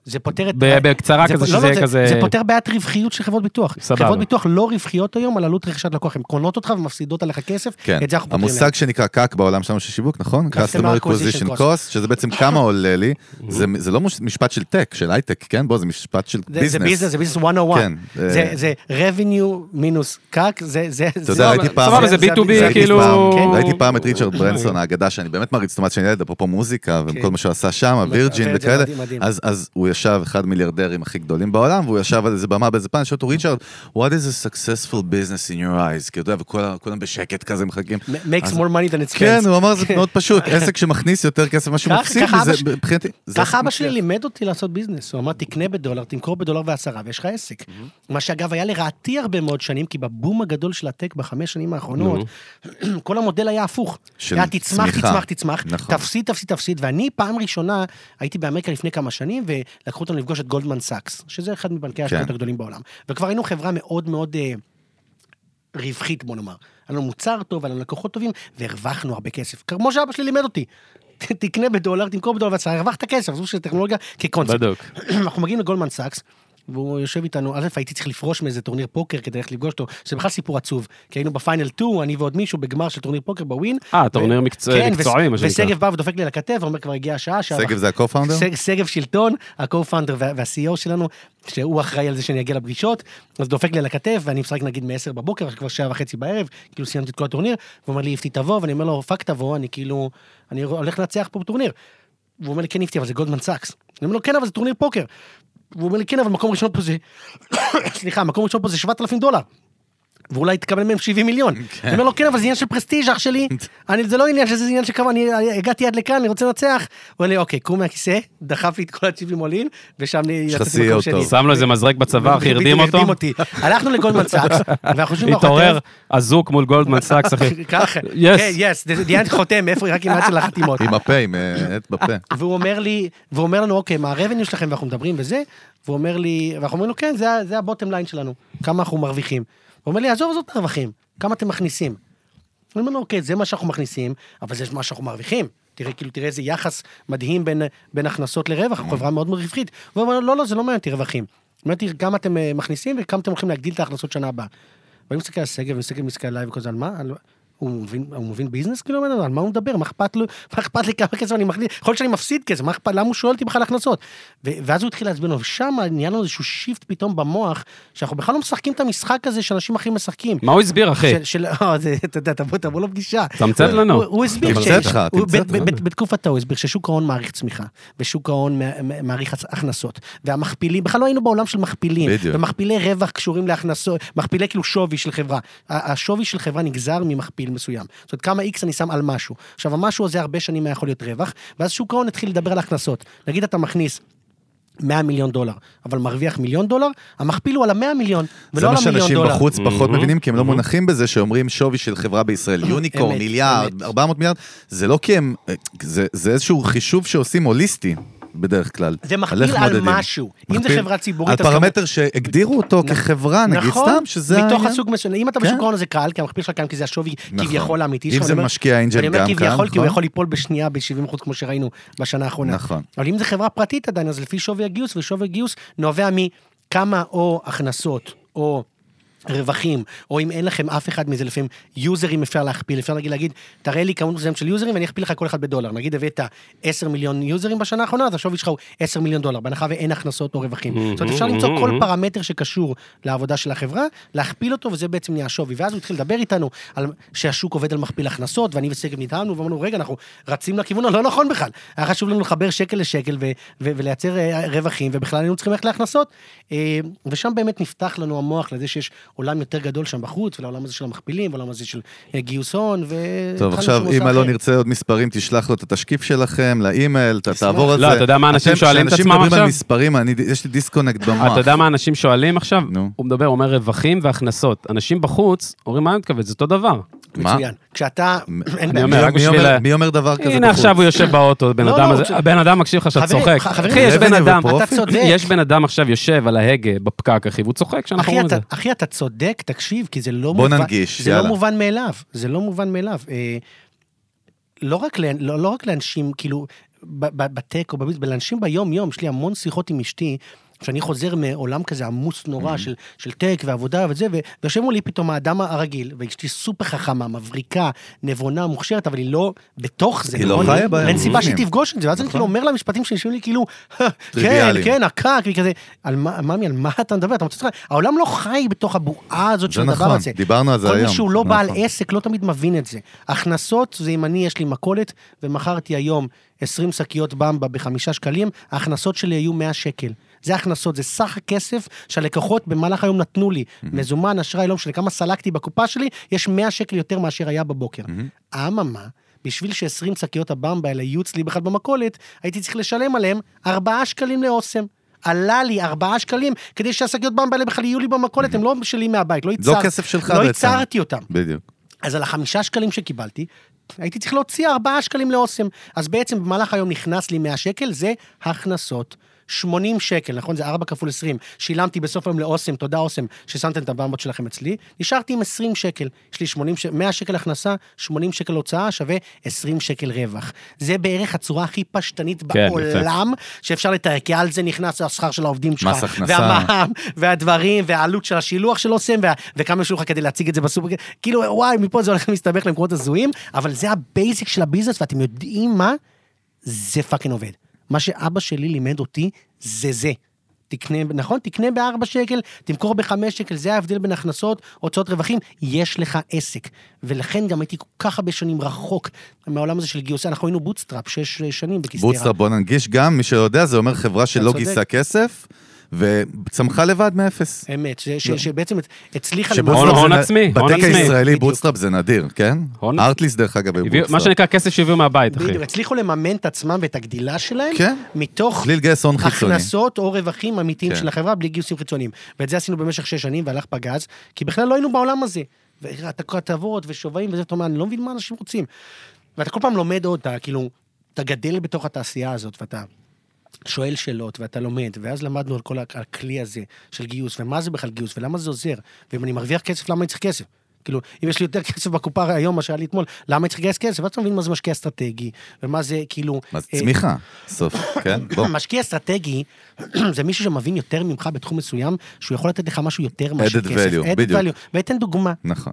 S3: זה פותר את...
S1: ב- בקצרה
S3: זה
S1: כזה,
S3: פ-
S1: שזה
S3: לא, לא,
S1: יהיה
S3: זה-
S1: כזה-
S3: זה פותר בעיית רווחיות של חברות ביטוח.
S1: סבבה.
S3: חברות ביטוח לא רווחיות היום על עלות רכישת לקוח, הן קונות אותך ומפסידות עליך כסף,
S2: כן,
S3: את זה אנחנו פותרים להם.
S2: המושג שנקרא קאק בעולם שלנו של שיווק, נכון?
S3: Customer
S2: Customer
S3: Acquisition Mhm.
S2: Acquisition Cost, שזה בעצם כמה עולה לי, זה- זה לא מוש- משפט של טק, של הייטק, כן? בוא, זה משפט של
S3: זה- זה ביזנס,
S2: ביזנס.
S3: זה ביזנס 101.
S2: כן,
S3: זה-
S2: אה,
S3: זה revenue מינוס קאק, זה... זה- זה- לא
S2: יודע, ראיתי פעם- סבבה, זה
S1: B2B,
S3: זה-
S2: ראיתי
S1: כאילו-
S2: פעם-
S3: כן.
S2: ראיתי פעם את ריצ'רד ברנסון, האגדה שאני באמת מעריץ, זאת אומרת שאני ילד, אפרופו מוזיקה
S3: כן.
S2: וכל מה שהוא עשה שם, וירג'ין
S3: זה
S2: וכאלה,
S3: מדהים, מדהים.
S2: אז- אז הוא ישב, אחד מיליארדרים הכי גדולים בעולם, והוא ישב על איזה במה באיזה פעם,
S3: כן.
S2: שאלו אותו, ריצ'רד, what is a successful business in your eyes? כי אתה יודע, וכולם בשקט כזה מחכים.
S3: makes
S2: אז-
S3: more money than it's
S2: כן,
S3: spends.
S2: הוא אמר זה מאוד פשוט, עסק שמכניס יותר כסף ממה שהוא
S3: ככה-
S2: מפסיד,
S3: ככה
S2: וזה
S3: אבא ש-
S2: מבחינתי... זה
S3: ככה
S2: עסק
S3: אבא שלי
S2: מצליח.
S3: לימד אותי לעשות ביזנס, הוא אמר תקנה בדולר, תמכור בדולר ועשרה ויש לך עסק.
S2: Mhm.
S3: מה שאגב היה לרעתי הרבה מאוד שנים, כי בבום הגדול של הטק בחמש שנים האחרונות, כל המודל היה הפוך.
S2: של
S3: היה תצמח,
S2: צמיחה.
S3: תצמח, תצמח,
S2: נכון.
S3: תפסיד, תפסיד, תפסיד, ואני פעם ראשונה הייתי באמריקה לפני כמה שנים, ולקחו אותנו לפגוש את גולדמן סאקס, שזה אחד
S2: כן.
S3: מבנקי ההשקעות הגדולים בעולם. וכבר היינו חברה מאוד מאוד... אה, רווחית, בוא נאמר. היה לנו מוצר טוב, היה לנו לקוחות טובים, והרווחנו הרבה כסף. כמו שאבא שלי לימד אותי. ת- תקנה בדולר, תמכור בדולר והצעה, הרווחת כסף, עזבו שזה טכנולוגיה כקונספט.
S1: בדוק.
S3: אנחנו מגיעים לגולדמן סאקס, והוא יושב איתנו, א', הייתי צריך לפרוש מאיזה טורניר פוקר כדי ללכת לפגוש אותו, שזה בכלל סיפור עצוב, כי היינו בפיינל 2, אני ועוד מישהו בגמר של טורניר פוקר בווין.
S1: אה, טורניר מקצוע-
S3: כן,
S1: מקצועי,
S3: וס-
S1: מה שנקרא.
S3: ושגב בא ודופק לי על הכתף, אומר כבר הגיעה השעה, שעה
S2: שגב זה ה-co-founder?
S3: שג- שגב שלטון, ה-co-founder וה- וה-CEO שלנו, שהוא אחראי על זה שאני אגיע לפגישות, אז דופק לי על הכתף, ואני משחק נגיד מ-10 בבוקר, כבר שעה וחצי בערב, כאילו סיימתי את כל הטורניר, והוא אומר לי, איפתי תבוא, ואני אומר לו, פאק תבוא, אני כאילו, אני הולך לנצח פה בטורניר. והוא אומר לי, כן, איפתי, אבל זה גולדמן סאקס. אני אומר לו, כן, אבל זה טורניר פוקר. והוא אומר לי, כן, אבל מקום ראשון פה זה, סליחה, מקום ראשון פה זה 7,000 דולר. ואולי תקבל מהם 70 מיליון. אני אומר לו, כן, אבל זה עניין של פרסטיג' אח שלי. אני, זה לא עניין שזה עניין של כמה, אני אני הגעתי עד לכאן, אני רוצה לנצח. הוא אומר לי, אוקיי, קום מהכיסא, דחף לי את כל הצ'יפים עולין, ושם לי
S2: לך
S3: יצאתי
S2: CEO
S3: מקום
S2: טוב.
S3: שני.
S1: שם לו איזה מזרק בצוואר, אחי, הרדים אותו.
S3: הלכנו לגולדמן סאקס, ואנחנו יושבים מאחורי
S1: התעורר אזוק מול גולדמן סאקס, אחי.
S3: ככה,
S1: Yes.
S3: כן, יס, דיאנט חותם, איפה, רק עם היד של החתימות.
S2: עם הפה, עם אה, עט בפה.
S3: והוא אומר לי, והוא אומר לנו, אוקיי, מה ה-revenue שלכם, ואנחנו מדברים וזה, והוא אומר לי, ואנחנו אומרים לו, כן, זה, ה- זה הבוטם ליין שלנו, כמה אנחנו מרוויחים. הוא אומר לי, עזוב, עזוב את הרווחים, כמה אתם מכניסים. אני אומר לו, אוקיי, זה מה שאנחנו מכניסים, אבל זה מה שאנחנו מרוויחים. תראה, כאילו, תראה איזה יחס מדהים בין, בין הכנסות לרווח, אנחנו חברה מאוד מאוד רווחית. והוא אומר, לא, לא, זה לא מעניין אותי רווחים. מעניין אותי כמה אתם אה, מכניסים וכמה אתם הולכים להגדיל את ההכנסות שנה הבאה. ואני מסתכל על שגב, ומסתכל מסתכל עליי וכל זה, על מה? על... הוא מבין, הוא מבין ביזנס כאילו, בן אדם? על מה הוא מדבר? מה אכפת לו? מה אכפת לי כמה כסף אני מחליט? יכול להיות שאני מפסיד כסף, מה אכפת? למה הוא שואל אותי בכלל הכנסות? ו- ואז הוא התחיל לעצבן, ושם נהיה לנו איזשהו שיפט פתאום במוח, שאנחנו בכלל לא משחקים את המשחק הזה שאנשים אחרים משחקים.
S1: מה הוא הסביר, אחי?
S3: של- של- אה, זה- אתה לא יודע, תבוא- תבוא לפגישה.
S1: תמצת
S2: לא,
S1: לנו.
S3: הוא- הוא הסביר,
S2: תמצת
S3: ש-
S2: לך,
S3: הוא-
S2: תמצת
S3: ב- ב-
S1: לנו.
S3: ב- בתקופתו הוא הסביר ששוק ההון מעריך צמיחה, ושוק ההון מע- מע- מעריך הצ- הכנסות, והמכפילים, בכלל לא היינו בעולם של מכפילים,
S2: בדיוק.
S3: ומכפילי רווח קשורים להכנסות, מכפילי כאילו שווי של חברה. ה- השווי של חברה נגזר ממכפיל מסוים. זאת אומרת, כמה איקס אני שם על משהו. עכשיו, המשהו הזה הרבה שנים היה יכול להיות רווח, ואז שוק ההון התחיל לדבר על הכנסות. נגיד אתה מכניס... 100 מיליון דולר, אבל מרוויח מיליון דולר, המכפיל הוא על ה-100 מיליון,
S2: זה
S3: ולא על
S2: מה
S3: המיליון
S2: שאנשים
S3: דולר.
S2: בחוץ פחות
S1: Mhm,
S2: מבינים, כי הם לא
S1: mhm.
S2: מונחים בזה שאומרים שווי של חברה בישראל, יוניקורן,
S3: אמת,
S2: מיליארד,
S3: אמת.
S2: 400 מיליארד, זה לא כי הם, זה זה איזשהו חישוב שעושים הוליסטי בדרך כלל.
S3: זה
S2: על איך
S3: מכפיל על
S2: מודדים.
S3: משהו. אם זה
S2: מכפיל
S3: חברה ציבורית,
S2: על
S3: אז
S2: פרמטר שהגדירו אותו
S3: נכון,
S2: כחברה, נגיד סתם, שזה
S3: מתוך
S2: העניין.
S3: הסוג מסוים, אם אתה
S2: כן.
S3: בשוק ההון זה קהל, כי המכפיל שלך קיים, כי זה השווי
S2: נכון.
S3: כביכול האמיתי
S2: אם
S3: שלך.
S2: זה
S3: אני אומר-
S2: משקיע אינג'ל
S3: אני אומר
S2: גם כאן,
S3: כביכול, כי הוא
S2: נכון.
S3: יכול ליפול בשנייה ב-70% כמו שראינו בשנה האחרונה.
S2: נכון.
S3: אבל אם זה חברה פרטית עדיין, אז לפי שווי הגיוס, ושווי הגיוס נובע מכמה או הכנסות, או... רווחים, או אם אין לכם אף אחד מזה, לפעמים יוזרים אפשר להכפיל, אפשר להגיד, להגיד, תראה לי כמות מסוימת של יוזרים ואני אכפיל לך כל אחד בדולר. נגיד הבאת 10 מיליון יוזרים בשנה האחרונה, אז השווי שלך הוא 10 מיליון דולר, בהנחה ואין הכנסות או רווחים. זאת אומרת, אפשר למצוא כל פרמטר שקשור לעבודה של החברה, להכפיל אותו, וזה בעצם נהיה השווי. ואז הוא התחיל לדבר איתנו על שהשוק עובד על מכפיל הכנסות, ואני ושגב נטענו ואמרנו, רגע, אנחנו רצים לכיוון הלא נכון בכלל. היה חשוב לנו לחבר שקל לשקל ו- ו- ולייצר אה, רווחים, ובכלל היינו צריכים ללכת להכנסות. אה, ושם באמת נפתח לנו המוח לזה שיש עולם יותר גדול שם בחוץ, ולעולם הזה של המכפילים, ולעולם הזה של אה, גיוס הון, ו...
S2: טוב,
S3: התחלנו
S2: עכשיו,
S3: לשמוע
S2: אם
S3: אה, מוסר
S2: אלון
S3: אחר.
S2: ירצה עוד מספרים, תשלח לו את התשקיף שלכם לאימייל, אתה תעבור על זה.
S1: לא, אתה יודע מה אנשים
S2: אתם-
S1: שואלים את
S2: כשאנשים
S1: עצמם
S2: מדברים על
S1: עכשיו?
S2: מספרים, אני- יש לי דיסקונקט במוח.
S1: אתה יודע מה אנשים שואלים עכשיו?
S2: נו.
S1: הוא מדבר, הוא אומר רווחים והכנסות. אנשים בחוץ אומרים, מה אני מתכוון? זה אותו דבר.
S2: מה?
S3: מצוין. כשאתה... אין בעיה.
S1: אומר, רק
S2: מי
S1: בשביל
S2: אומר-
S1: ה-
S2: מי אומר דבר כזה בחוץ?
S1: הנה עכשיו הוא יושב באוטו, בן
S3: לא,
S1: אדם
S3: לא,
S1: הזה,
S3: הוא-
S1: הבן אדם מקשיב לך שאתה
S3: חברים,
S1: צוחק.
S3: ח- חברים,
S1: אחי, יש בן
S2: רבני
S1: אדם,
S2: ופה.
S3: אתה לא צודק.
S1: יש בן אדם עכשיו יושב על ההגה בפקק, אחי, והוא צוחק כשאנחנו
S3: אחי
S1: אומרים את
S3: אתה,
S1: זה.
S3: אחי, אתה צודק, תקשיב, כי זה לא
S2: בוא
S3: מובן...
S2: ננגיש,
S3: זה
S2: יאללה.
S3: לא מובן מאליו, זה לא מובן מאליו. אה, לא רק, לאנ- לא, לא רק לאנשים, כאילו, ב- ב- בטק או בביז, לאנשים ביום-יום, יש לי המון שיחות עם אשתי, שאני חוזר מעולם כזה עמוס
S2: Mm-hmm.
S3: נורא של, של טק ועבודה וזה, ו- ויושב מולי פתאום האדם הרגיל, ואשתי סופר חכמה, מבריקה, נבונה, מוכשרת, אבל היא לא בתוך זה.
S2: היא לא
S3: נכון?
S2: חיה בהם,
S3: אין סיבה שהיא
S2: בפנים.
S3: תפגוש את זה, ואז אני כאילו אומר לה משפטים שנשמעים לי כאילו, כן,
S2: טריוויאליים.
S3: כן, נקק, וכזה, על מה, ממי, על מה אתה מדבר? אתה מוצא אותך, העולם לא חי בתוך הבועה הזאת
S2: זה
S3: של הדבר
S2: נכון,
S3: הזה.
S2: דיברנו על זה
S3: כל
S2: היום.
S3: מי שהוא לא
S2: נכון.
S3: בעל עסק לא תמיד מבין את זה. הכנסות זה אם אני, יש לי מכולת, ומכרתי היום 20 שקיות במבה בחמישה שקלים, ההכנסות שלי היו 100 שקל. זה הכנסות, זה סך הכסף שהלקוחות במהלך היום נתנו לי. מזומן, אשראי, לא משנה כמה סלקתי בקופה שלי, יש 100 שקל יותר מאשר היה בבוקר. אממה, בשביל ש-20 שקיות הבמבה האלה יהיו אצלי בכלל במכולת, הייתי צריך לשלם עליהם 4 שקלים לאוסם. עלה לי 4 שקלים כדי שהשקיות במבה האלה בכלל יהיו לי במכולת, הם לא שלי מהבית, לא ייצר...
S2: כסף שלך
S3: לא
S2: בעצם.
S3: ייצרתי אותם.
S2: בדיוק.
S3: אז על החמישה שקלים שקיבלתי, הייתי צריך להוציא ארבעה שקלים לאוסם. אז בעצם במהלך היום נכנס לי 100 שקל, זה הכנסות. 80 שקל, נכון? זה 4 כפול 20. שילמתי בסוף היום לאוסם, תודה אוסם, ששמתם את הבמבות שלכם אצלי. נשארתי עם 20 שקל. יש לי 80, ש- 100 שקל הכנסה, 80 שקל הוצאה, שווה 20 שקל רווח. זה בערך הצורה הכי פשטנית
S1: כן, יפה.
S3: בעולם, שאפשר לתאר, כי על זה נכנס השכר של העובדים שלך.
S2: מס הכנסה.
S3: והמע"מ, המע"מ, והדברים, והעלות של השילוח של אוסם, וה- וכמה יש לך כדי להציג את זה בסופר. כאילו, וואי, מפה זה הולך להסתבך למקומות הזויים, אבל זה הבייסיק של הביזנס, ואתם יודעים מה? זה פאקינג עובד. מה שאבא שלי לימד אותי, זה זה. תקנה, נכון? תקנה ב-4 שקל, תמכור ב-5 שקל, זה ההבדל בין הכנסות, הוצאות רווחים, יש לך עסק. ולכן גם הייתי כל כך הרבה שנים רחוק מהעולם הזה של גיוס, אנחנו היינו בוטסטראפ, 6 שנים בכיסטרה.
S2: בוטסטראפ, בוא ננגיש גם, מי שלא יודע, זה אומר חברה שלא
S3: צודק.
S2: גייסה כסף, וצמחה לבד מאפס.
S3: אמת, ש- ש- שבעצם הצליחה...
S2: שבוטסטראפ
S1: הון-
S2: זה
S1: הון
S2: נ-
S1: עצמי, הון
S2: בטק
S1: עצמי.
S2: הישראלי
S3: בדיוק.
S2: בוטסטראפ זה נדיר, כן?
S1: הון-
S2: ארטליסט דרך אגב, הוא
S1: הביאו- מה
S2: בוטסטראפ.
S1: שנקרא כסף שהביאו מהבית, אחי.
S3: בדיוק, הצליחו לממן את עצמם ואת הגדילה שלהם,
S2: כן.
S3: מתוך
S2: בלי לגייס הון חיצוני.
S3: הכנסות או רווחים אמיתיים
S2: כן.
S3: של החברה, בלי גיוסים חיצוניים. ואת זה עשינו במשך שש שנים, והלך פגז, כי בכלל לא היינו בעולם הזה. וכתבות ושווים וזה, אתה אומר, אני לא מבין מה אנשים רוצים. ואתה כל פעם לומד עוד, אתה כאילו, אתה גדל בתוך התעשייה הזאת, ואתה שואל שאלות, ואתה לומד, ואז למדנו על כל הכ- הכלי הזה של גיוס, ומה זה בכלל גיוס, ולמה זה עוזר, ואם אני מרוויח כסף, למה אני צריך כסף? כאילו, אם יש לי יותר כסף בקופה היום, מה שהיה לי אתמול, למה אני צריך לגייס כסף? ואז אתה מבין מה זה משקיע אסטרטגי, ומה זה כאילו...
S2: מה זה
S3: אה,
S2: צמיחה, סוף, כן? בוא.
S3: משקיע אסטרטגי זה מישהו שמבין יותר ממך בתחום מסוים, שהוא יכול לתת לך משהו יותר מאשר
S2: Added
S3: כסף.
S2: value, בדיוק.
S3: ואתן דוגמה,
S2: נכון.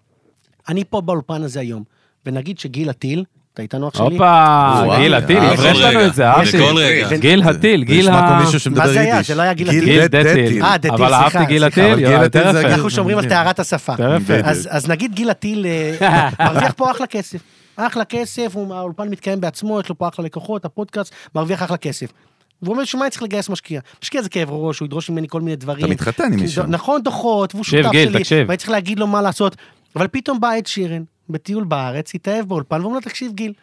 S3: אני פה באולפן הזה היום, ונגיד שגיל הטיל, אתה איתנו אח שלי?
S1: הופה,
S2: וואי,
S1: גיל הטיל,
S2: אה,
S1: הברש
S4: בכל
S1: לנו
S4: רגע,
S1: את זה, אהבתי.
S4: בכל רגע.
S1: גיל הטיל, גיל
S2: נשמע
S1: ה...
S2: כמו מישהו שמדבר
S3: מה זה
S2: יידיש.
S3: היה? זה לא היה גיל הטיל.
S1: גיל דטיל.
S2: דטיל.
S3: אה, דטיל,
S1: אבל
S3: סליחה,
S1: אהבתי גיל
S3: סליחה.
S1: הטיל,
S2: אבל גיל
S1: יואו,
S2: הטיל זה
S1: יותר
S2: הגיל-
S1: יפה.
S3: אנחנו שומרים על טהרת השפה.
S1: טרף.
S2: בדיוק.
S3: אז אז נגיד גיל הטיל אה, מרוויח פה אחלה כסף. אחלה כסף, הוא- האולפן מתקיים בעצמו, יש לו פה אחלה לקוחות, הפודקאסט, מרוויח אחלה כסף. והוא אומר, שמע, אני צריך לגייס משקיע. משקיע זה כאב ראש, הוא ידרוש ממני כל מיני דברים.
S2: אתה מתחתן עם
S3: כי-
S2: מישהו.
S3: נכון, דוחות, והוא
S1: תקשיב,
S3: שותף
S1: גיל,
S3: שלי,
S1: תקשיב.
S3: ואני צריך להגיד לו מה לעשות. אבל פתאום בא עד שירן, בטיול בארץ, התאהב באולפן, ואומר לו, תקשיב, גיל,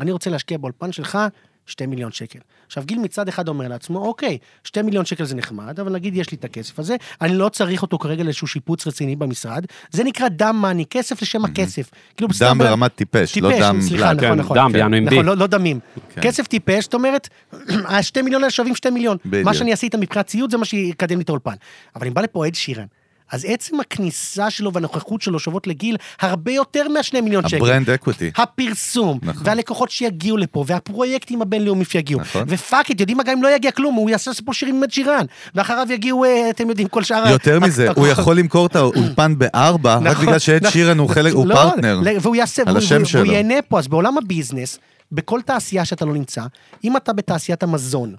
S3: אני רוצה להשקיע באולפן שלך 2 מיליון שקל. עכשיו, גיל מצד אחד אומר לעצמו, אוקיי, 2 מיליון שקל זה נחמד, אבל נגיד יש לי את הכסף הזה, אני לא צריך אותו כרגע לאיזשהו שיפוץ רציני במשרד, זה נקרא דם מאני, כסף לשם הכסף. כאילו, סתם
S2: דם
S3: בן-
S2: ברמת טיפש, לא
S3: טיפש,
S2: דם
S3: סליחה,
S2: בלאד.
S1: כן,
S3: נכון, נכון.
S1: דם, יענו עם
S3: נכון,
S1: D.
S3: לא- לא דמים.
S2: כן.
S3: כסף טיפש, זאת אומרת, השתי מיליון האלה שווים שתי מיליון.
S2: בדיוק.
S3: מה שאני עשית מבחינת ציוד זה מה שיקדם לי את האולפן. אבל אם בא לפה עד שירן, אז עצם הכניסה שלו והנוכחות שלו שוות לגיל הרבה יותר מהשני מיליון שקל.
S2: הברנד אקוויטי.
S3: הפרסום,
S2: נכון.
S3: והלקוחות שיגיעו לפה, והפרויקטים הבינלאומיים שיגיעו.
S2: נכון.
S3: ופאק it, יודעים מה, גם אם לא יגיע כלום, הוא יעשה פה שירים עם עד שירן. ואחריו יגיעו, אה, אתם יודעים, כל שאר... ה-
S2: יותר מזה, הוא
S3: הכוחות.
S2: יכול למכור את האולפן בארבע, רק
S3: נכון,
S2: בגלל שעד
S3: נכון.
S2: שירן הוא חלק, הוא
S3: לא,
S2: פרטנר.
S3: ל- והוא יעשה,
S2: על
S3: והוא-
S2: השם
S3: והוא-
S2: שלו.
S3: והוא ייהנה פה, אז בעולם הביזנס, בכל תעשייה שאתה לא נמצא, אם אתה בתעשיית המזון,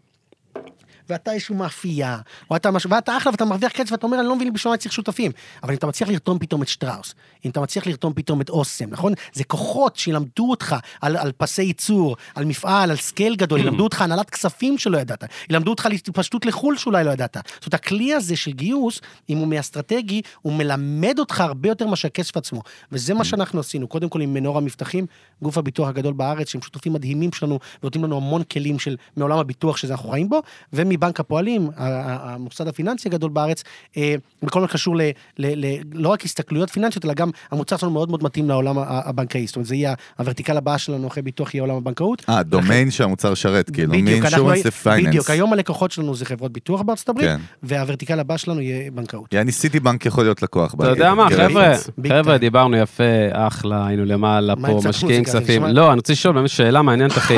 S3: ואתה איזשהו מאפייה, או אתה משהו, ואתה אחלה ואתה מרוויח כסף ואתה אומר, אני לא מבין בשביל מה אני צריך שותפים. אבל אם אתה מצליח לרתום פתאום את שטראוס, אם אתה מצליח לרתום פתאום את אוסם, נכון? זה כוחות שילמדו אותך על, על פסי ייצור, על מפעל, על סקייל גדול, ילמדו אותך הנהלת כספים שלא ידעת, ילמדו אותך על התפשטות לחו"ל שאולי לא ידעת. זאת אומרת, הכלי הזה של גיוס, אם הוא מאסטרטגי, הוא מלמד אותך הרבה יותר מאשר הכסף עצמו. וזה
S2: Mm.
S3: מה שאנחנו עשינו, קודם כל עם מנור המבטחים, גוף הביטוח הגדול בארץ, שהם שותפים מדהימים שלנו, ונותנים לנו המון כלים של מעולם הביטוח שזה אנחנו חיים בו, ומבנק הפועלים, ה- ה- המוסד הפיננסי הגדול בארץ, אה, בכל מה שקשור ל, ל, ל, לא רק הסתכלויות פיננסיות, אלא גם המוצר שלנו מאוד מאוד מתאים לעולם ה- ה- הבנקאי. זאת אומרת, זה יהיה הוורטיקל הבאה שלנו אחרי ביטוח, יהיה עולם הבנקאות.
S2: אה, דומיין שהמוצר שרת, כאילו,
S3: בדיוק, אנחנו-
S2: מ-insurance to finance.
S3: בדיוק, היום הלקוחות שלנו זה חברות ביטוח בארצות הברית,
S2: כן.
S3: והוורטיקל הבא שלנו יהיה בנקאות.
S2: יעני סיטי בנק כן, יכול להיות לקוח.
S1: אתה יודע
S2: בעתיד,
S1: מה,
S2: כאילו,
S1: חבר'ה,
S2: לחוץ.
S3: ביג
S1: חבר'ה,
S3: טיים.
S1: דיברנו יפה, אחלה, היינו למעלה
S3: מה,
S1: פה,
S3: הצלחנו
S1: משקיעים
S3: מוזיקה, זה
S1: כספים.
S3: נשמע-
S1: לא, אני רוצה לשאול באמת שאלה מעניינת, אחי.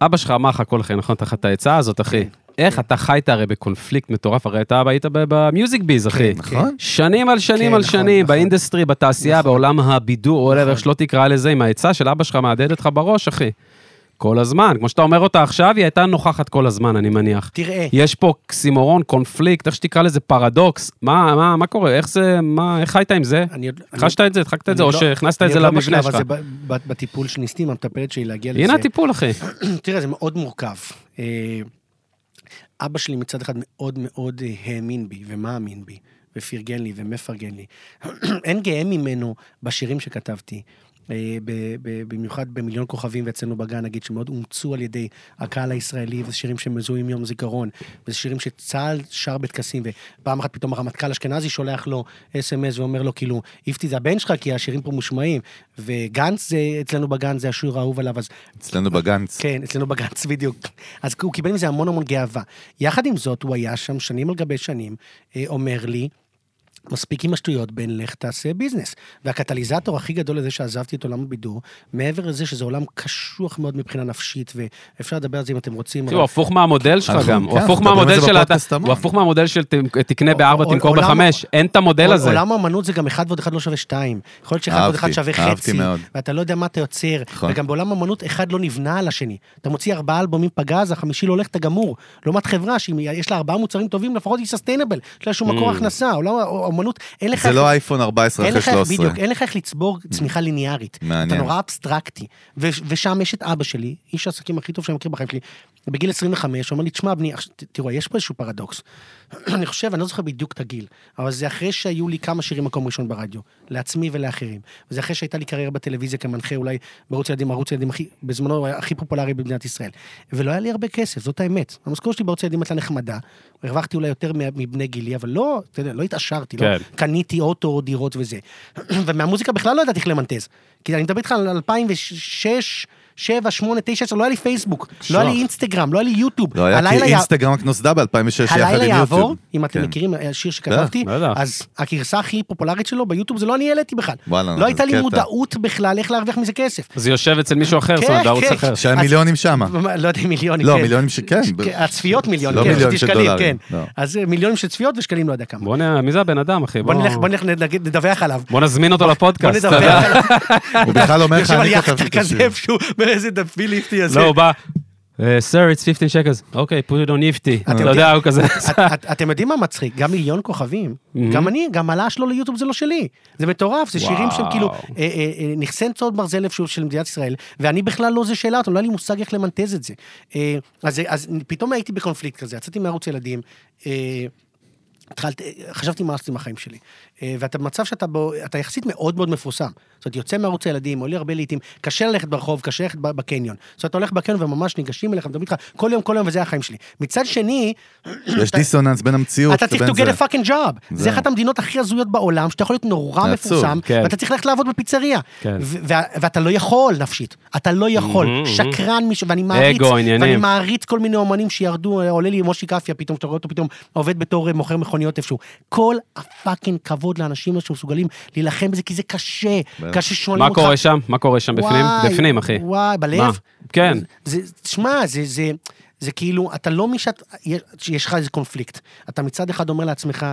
S1: אבא שלך אמר לך הכל, אחי, נכון? תחת את העצה הזאת,
S3: כן.
S1: אחי. איך אתה חיית הרי בקונפליקט מטורף, הרי אתה היית ב- במיוזיק ביז, אחי.
S2: נכון.
S1: שנים על שנים
S3: כן,
S1: על
S3: נכון,
S1: שנים,
S3: נכון.
S1: באינדסטרי, בתעשייה, בעולם הבידור, או איך שלא תקרא לזה, עם העצה של אבא שלך מהדהדת לך בראש, אחי. כל הזמן, כמו שאתה אומר אותה עכשיו, היא הייתה נוכחת כל הזמן, אני מניח.
S3: תראה.
S1: יש פה אוקסימורון, קונפליקט, איך שתקרא לזה, פרדוקס. מה, מה, מה קורה? איך זה, מה, איך חיית עם זה?
S3: אני עוד-
S1: חשת את זה, הדחקת את
S3: אני
S1: זה, או
S3: לא-
S1: שהכנסת
S3: אני
S1: את זה
S3: עוד לא
S1: למבנה
S3: בשלב
S1: שלך?
S3: הזה ב- ב- בטיפול שניסתי עם המטפלת שלי להגיע לזה.
S1: הנה הטיפול, אחי.
S3: תראה, זה מאוד מורכב. אה, אבא שלי מצד אחד מאוד מאוד אה, האמין בי ומאמין בי, ופרגן לי ומפרגן לי. אין גאה ממנו בשירים שכתבתי. אה, ב- ב- במיוחד במיליון כוכבים ואצלנו בגן, נגיד, שמאוד אומצו על ידי הקהל הישראלי, וזה שירים שמזוהים עם יום זיכרון, וזה שירים שצה"ל שר בטקסים, ופעם אחת פתאום הרמטכ"ל אשכנזי שולח לו אס.אם.אס ואומר לו, כאילו, איפתי זה הבן שלך, כי השירים פה מושמעים, וגנץ זה, אצלנו בגן זה השיר האהוב עליו, אז
S2: אצלנו בגנץ.
S3: כן, אצלנו בגץ, בדיוק. אז הוא קיבל מזה המון המון גאווה. יחד עם זאת, הוא היה שם שנים על גבי שנים, אה, אומר לי, מספיק עם השטויות, בן לך תעשה ביזנס. והקטליזטור הכי גדול לזה שעזבתי את עולם הבידור, מעבר לזה שזה עולם קשוח מאוד מבחינה נפשית, ואפשר לדבר על זה אם אתם רוצים.
S1: תראו, הוא הפוך מהמודל שלך
S2: אנחנו-
S1: גם. הוא
S2: כן,
S1: הפוך
S2: אנחנו מדברים על
S1: מהמודל
S2: זה
S1: של...
S2: בפודקאסט
S1: אתה-
S2: המון.
S1: הוא הפוך מהמודל של ת- תקנה
S3: עול-
S1: בארבע,
S3: עול-
S1: תמכור
S3: עולם-
S1: בחמש. אין את המודל הזה.
S3: עולם האמנות זה גם אחד ועוד אחד לא שווה שתיים. יכול להיות שאחד ועוד
S2: אהבתי,
S3: אחד שווה
S2: אהבתי
S3: חצי,
S2: מאוד.
S3: ואתה לא יודע מה אתה יוצר.
S2: נכון.
S3: וגם בעולם האמנות אחד לא נבנה על השני. אתה מוציא ארבעה אלבומים פגז, החמישי לא הולך, אתה גמור. לעומת חברה שאם יש לה ארבעה מוצרים טובים, לפחות היא סוסטיינבל. יש לה איזשהו מקור הכנסה, עולם האמנות, אין לך...
S2: Mm. זה לא אייפון 14
S3: אין
S2: אחרי
S3: לך,
S2: 13.
S3: בדיוק, אין לך איך לצבור צמיחה ליניארית.
S2: מעניין.
S3: אתה נורא אבסטרקטי. ו- ושם יש את אבא שלי, איש העסקים הכי טוב שאני מכיר בחיים שלי, בגיל 25, הוא אומר לי, תשמע, בני, עכשיו, ת- תראו, יש פה איזשהו פרדוקס. אני חושב, אני לא זוכר בדיוק את הגיל, אבל זה אחרי שהיו לי כמה שירים מקום ראשון ברדיו, לעצמי ולאחרים. וזה אחרי שהייתה לי קריירה בטלוויזיה כמנחה אולי בערוץ ילדים, ערוץ ילדים הכי, בזמנו הוא היה הכי פופולרי במדינת ישראל. ולא היה לי הרבה כסף, זאת האמת. המשכורת שלי בערוץ ילדים הייתה נחמדה, הרווחתי אולי יותר מה- מבני גילי, אבל לא, אתה יודע, לא התעשרתי, לא
S1: כן.
S3: קניתי אוטו או דירות וזה. ומהמוזיקה בכלל לא ידעתי איך למנטז. כי אני מדבר איתך על 2006, 7, 8, 9, 10, לא היה לי פייסבוק, לא היה לי אינסטגרם, לא היה לי יוטיוב.
S2: לא היה, כי
S3: הלילה
S2: אינסטגרם רק נוסדה ב-2006 יחד עם
S3: הלילה יעבור,
S2: יוטיוב.
S3: אם אתם
S2: כן.
S3: מכירים אה, שיר שכתבתי,
S1: בטח.
S3: אז הגרסה הכי פופולרית שלו ביוטיוב זה לא אני העליתי בכלל.
S2: וואלה, נכון, כן,
S3: לא הייתה
S2: זה
S3: לי
S2: קטע.
S3: מודעות בכלל איך להרוויח מזה כסף.
S1: זה יושב אצל מישהו אחר, זאת
S3: כן,
S1: אומרת, בערוץ
S3: כן.
S1: אחר.
S2: שהיה מיליונים שמה.
S3: לא יודע אם מיליונים,
S2: לא,
S3: כן.
S2: מיליונים שכן.
S3: כן, הצפיות מיליונים,
S2: לא
S3: כן,
S2: מיליון
S3: חשבתי
S2: של
S3: שקלים,
S2: דולרים,
S3: כן.
S2: לא.
S3: אז אה, מיליונים של צפיות ושקלים לא יודע כמה.
S1: בוא נ... מי זה הבן אדם, אחי?
S3: בוא נלך, בוא נלך נגיד- נדווח עליו.
S1: בוא נזמין אותו
S3: בוא
S1: לפודקאסט. אתה
S3: נדווח
S1: יודע?
S3: עליו.
S2: הוא בכלל אומר לך,
S3: יושב על
S2: אני כתבתי
S3: יאכטה
S2: את השיר.
S3: כזה איפשהו, ואיזה דפי ליפטי הזה.
S1: לא, הוא בא, "אה, sir, it's 15 שקלס. אוקיי, put it on nifty. אתה יודע, הוא כזה...
S3: את- את- אתם יודעים מה מצחיק? גם מיליון כוכבים. גם אני, גם הלאה שלו ליוטיוב זה לא שלי. זה מטורף, זה שירים שהם
S1: וואו.
S3: כאילו אה, אה, אה, נכסי צאן ברזל איפשהו של מדינת ישראל, ואני בכלל לא זה שאלה אותם, לא היה לי מושג איך למנטז את זה. אה, אז- אז פתאום הייתי בקונפליקט כזה, יצאתי מערוץ ילדים. אה, התחלתי, חשבתי מה עשיתי עם החיים שלי. אה, ואתה במצב שאתה בו, אתה יחסית מאוד מאוד מפורסם. זאת אומרת, יוצא מערוץ הילדים, עולה הרבה לעיתים, קשה ללכת ברחוב, קשה ללכת ב- בקניון. זאת אומרת, אתה הולך בקניון וממש ניגשים אליך, מדברים איתך כל יום, כל יום, וזה החיים שלי. מצד שני,
S2: יש דיסוננס בין המציאות
S3: אתה צריך
S2: לבין
S3: to get
S2: זה.
S3: a fucking job.
S2: זהו.
S3: זה אחת המדינות הכי הזויות בעולם, שאתה יכול להיות נורא
S2: זה עצוב,
S3: מפורסם,
S1: כן.
S3: ואתה צריך ללכת לעבוד בפיצריה.
S1: כן.
S3: ו- וה- ואתה לא יכול נפשית, אתה לא יכול.
S1: מהמם,
S3: שקרן מישהו, ואני מעריץ,
S1: אגו, עניינים.
S3: ואני מעריץ כל מיני אומנים שירדו, אה, עולה לי מושי קפיה פתאום, שאתה רואה אותו פתאום עובד בתור אה, מוכר מכוניות איפשהו. כל הפאקינג כבוד לאנשים האלה שמסוגלים להילחם בזה, כי זה קשה,
S2: בטח.
S3: קשה שואלים
S1: מה
S3: אותך.
S1: קורה שם? מה קורה שם בפנים?
S3: וואי,
S1: בפנים, אחי.
S3: וואי, בלב?
S1: מה? כן.
S3: זה, זה- תשמע, זה, זה, זה כאילו, אתה לא מי שאת, יש- שיש לך איזה קונפליקט. אתה מצד אחד אומר לעצמך,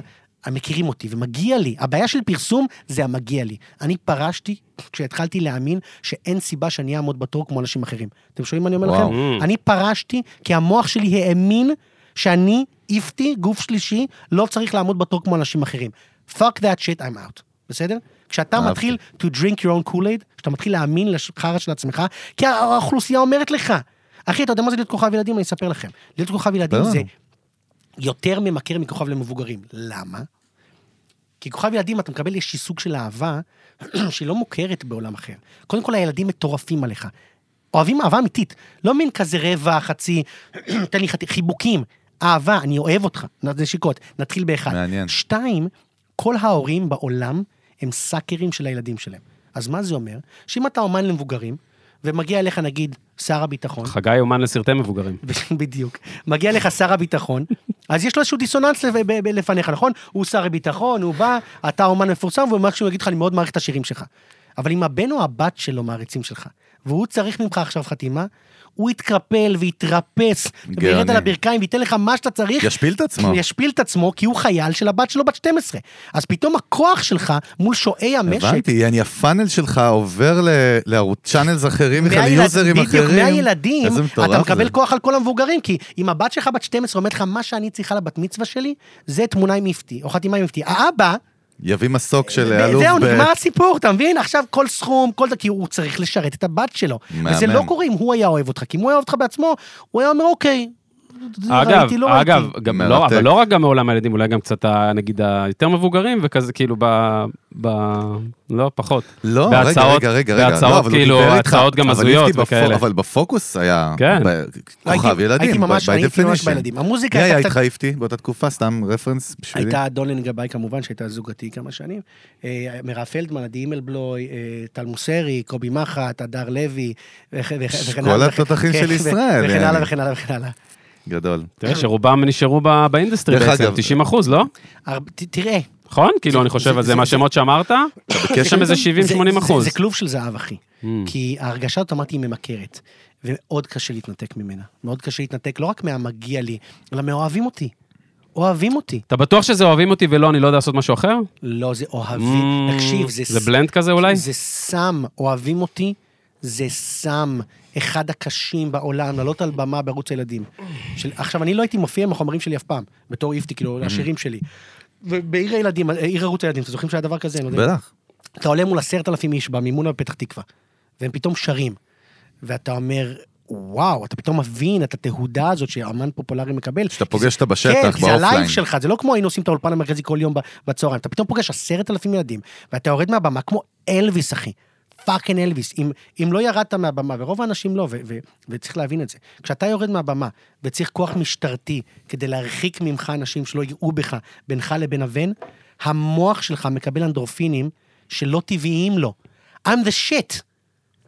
S3: "הם מכירים אותי ומגיע לי. הבעיה של פרסום זה המגיע לי. אני פרשתי כשהתחלתי להאמין שאין סיבה שאני אעמוד בתור כמו אנשים אחרים. אתם שומעים מה אני אומר
S2: וואו.
S3: לכם? אני פרשתי כי המוח שלי האמין שאני, איפתי, גוף שלישי, לא צריך לעמוד בתור כמו אנשים אחרים. fuck that shit, I'm out. בסדר? כשאתה
S2: אהבתי.
S3: מתחיל to drink your own Kool-Aid, כשאתה מתחיל להאמין לחרא של עצמך, כי האוכלוסייה אומרת לך. אחי, אתה יודע מה זה להיות כוכב ילדים? אני אספר לכם. להיות כוכב ילדים
S2: ברור.
S3: זה יותר ממכר מכוכב למבוגרים. למה? כי כוכב ילדים, אתה מקבל איזשהי סוג של אהבה שהיא לא מוכרת בעולם אחר. קודם כל, הילדים מטורפים עליך. אוהבים אהבה אמיתית, לא מין כזה רבע, חצי, תן לי חצי, חיבוקים, אהבה, אני אוהב אותך, נשיקות, נתחיל באחד.
S2: מעניין.
S3: שתיים, כל ההורים בעולם הם סאקרים של הילדים שלהם. אז מה זה אומר? שאם אתה אומן למבוגרים, ומגיע אליך נגיד שר הביטחון,
S1: חגי אומן לסרטי מבוגרים.
S3: בדיוק. מגיע לך שר הביטחון, אז יש לו איזשהו דיסוננס לפ- ב- ב- לפניך, נכון? הוא שר הביטחון, הוא בא, אתה אומן מפורסם, ומקסימום יגיד לך, אני מאוד מעריך את השירים שלך. אבל אם הבן או הבת שלו מעריצים שלך, והוא צריך ממך עכשיו חתימה, הוא יתקפל ויתרפס, וירד
S2: גאוני.
S3: על הברכיים וייתן לך מה שאתה צריך.
S2: ישפיל את עצמו.
S3: ישפיל את עצמו, כי הוא חייל של הבת שלו בת 12. אז פתאום הכוח שלך מול שועי המשק
S2: הבנתי, יעני הפאנל שלך עובר ל- לערוץ צ'אנלס אחרים בכלל,
S3: מהילד-
S2: ליוזרים אחרים.
S3: בדיוק, מהילדים,
S2: איזה
S3: אתה
S2: מטורף
S3: מקבל
S2: זה.
S3: כוח על כל המבוגרים, כי אם הבת שלך בת 12 אומרת לך, מה שאני צריכה לבת מצווה שלי, זה תמונה עם איפתי, או חתימה עם איפתי. האבא,
S2: יביא מסוק של אלוף
S3: זהו,
S2: ב...
S3: נגמר הסיפור, אתה מבין? עכשיו כל סכום, כל... ד- כי הוא צריך לשרת את הבת שלו.
S2: מהמם.
S3: וזה לא קורה אם הוא היה אוהב אותך, כי אם הוא היה אוהב אותך בעצמו, הוא היה אומר, אוקיי.
S1: אגב,
S3: ראיתי, לא ראיתי."
S1: אגב, גם לא,
S2: מרתק.
S1: אבל לא רק גם מעולם הילדים, אולי גם קצת, ה- נגיד, היותר מבוגרים, וכזה, כאילו, ב... ב... לא, פחות.
S2: לא,
S1: בהצעות-
S2: רגע, רגע, רגע, רגע. לא,
S1: בהצעות,
S2: אבל הוא
S1: כאילו,
S2: דיבר איתך.
S1: הצעות גם
S2: אבל
S1: הזויות
S2: הייתי בפו-
S1: וכאלה.
S2: אבל בפוקוס היה...
S1: כן.
S2: ב-
S3: הייתי-
S2: כוכב ילדים.
S3: הייתי
S2: by-
S3: ממש-
S2: by
S3: הייתי ממש
S2: definition.
S3: בילדים. המוזיקה
S2: מי היה
S3: הייתה
S2: איתך
S3: קצת-
S2: איפתי באותה תקופה? סתם רפרנס בשבילי.
S3: הייתה דולן גבאי כמובן, שהייתה זוגתי כמה שנים. אה, מירב פלדמן, עדי אימלבלוי, אה, טל מוסרי, קובי מחט, הדר לוי, וכ- וכ-
S2: ש-
S3: וכן
S2: כל
S3: הלאה. וכן-
S2: התותחים של
S3: כן, ו-
S2: ישראל, אה.
S3: וכן
S2: יעני.
S3: הלאה וכן הלאה וכן הלאה.
S2: גדול.
S1: תראה שרובם נשארו ב- באינדסטרי
S2: דרך
S1: בעצם,
S2: אגב-
S1: 90 אחוז, לא?
S3: הר- ת- תראה.
S1: נכון? כאילו, אני חושב
S3: זה-
S1: על זה,
S3: זה-
S1: מה שמות שאמרת, יש שם איזה 70-80
S3: זה- זה-
S1: אחוז.
S3: זה כלוב של זהב, אחי.
S2: Hmm.
S1: Mm.
S3: כי ההרגשה האוטומטית היא ממכרת, ומאוד קשה להתנתק ממנה. מאוד קשה להתנתק לא רק מהמגיע לי, אלא מאוהבים אותי. אוהבים אותי.
S1: אתה בטוח שזה אוהבים אותי ולא, אני לא יודע לעשות משהו אחר?
S3: לא, זה אוהבים.
S2: Hmm.
S1: Mm,
S3: תקשיב, זה...
S1: זה
S3: ס-
S1: בלנד כזה אולי?
S3: זה סם, אוהבים אותי, זה סם. אחד הקשים בעולם, לעלות על במה בערוץ הילדים. של, עכשיו, אני לא הייתי מופיע עם החומרים שלי אף פעם, בתור איפתי,
S2: Mm-hmm.
S3: כאילו, השירים שלי. ובעיר הילדים, עיר ערוץ הילדים, אתם זוכרים שהיה דבר כזה? אני לא יודע.
S2: בטח.
S3: אתה עולה מול עשרת אלפים איש במימונה בפתח תקווה, והם פתאום שרים, ואתה אומר, וואו, אתה פתאום מבין את התהודה הזאת שאמן פופולרי מקבל.
S2: שאתה
S3: כי
S2: פוגש
S3: זה-
S2: אותה בשטח,
S3: כן, כי זה
S2: באופליין.
S3: הלייב שלך, זה לא כמו היינו עושים את האולפן המרכזי כל יום ב- בצהריים, אתה פתאום פוגש עשרת אלפים ילדים, ואתה יורד מהבמה כמו אלוויס, אחי. פאקינג אלוויס, אם, אם לא ירדת מהבמה, ורוב האנשים לא, ו- ו- וצריך להבין את זה. כשאתה יורד מהבמה וצריך כוח משטרתי כדי להרחיק ממך אנשים שלא יראו בך, בינך לבין הבן, המוח שלך מקבל אנדרופינים שלא טבעיים לו. I'm the shit.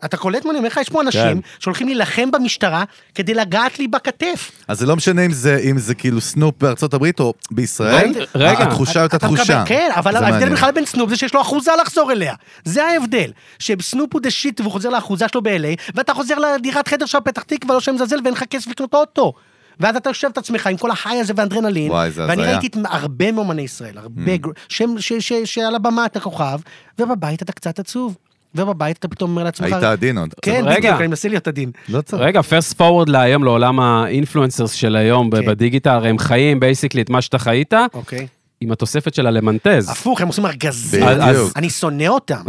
S3: אתה קולט מה אני אומר לך? יש פה אנשים
S2: כן.
S3: שהולכים להילחם במשטרה כדי לגעת לי בכתף.
S2: אז זה לא משנה אם זה, אם זה כאילו סנופ בארצות הברית או בישראל,
S1: רגע, רגע.
S2: התחושה היא אותה
S3: אתה
S2: תחושה.
S3: מקבל- כן, אבל
S2: זה
S3: ההבדל
S2: מעניין.
S3: בכלל בין סנופ זה שיש לו אחוזה לחזור אליה. זה ההבדל. שסנופ הוא דה שיט והוא חוזר לאחוזה שלו ב-LA, ואתה חוזר לדירת חדר שם בפתח תקווה, לא שם מזלזל ואין לך כסף לקנות אוטו. ואז אתה יושב את עצמך עם כל החי הזה והאדרנלין,
S2: וואי, זה
S3: ואני
S2: הזיה. Mm.
S3: ראיתי את הרבה מאמני ישראל, הרבה, גר- שהם- ש- ש- שעל הבמה אתה כוכב, ובבית אתה קצת עצוב, ובבית אתה פתאום אומר לעצמך,
S2: היית עדין עוד.
S3: כן,
S1: רגע.
S3: בדיוק, אני מנסה להיות עדין.
S2: לא צריך.
S1: רגע, פרסט פורוורד להיום לעולם האינפלואנסרס של היום ב-
S3: כן.
S1: בדיגיטל, הרי הם חיים בייסיקלי את מה שאתה חיית,
S3: אוקיי.
S1: עם התוספת של הלמנטז.
S3: הפוך, הם עושים ארגזים.
S2: בדיוק.
S3: אז- אני שונא אותם.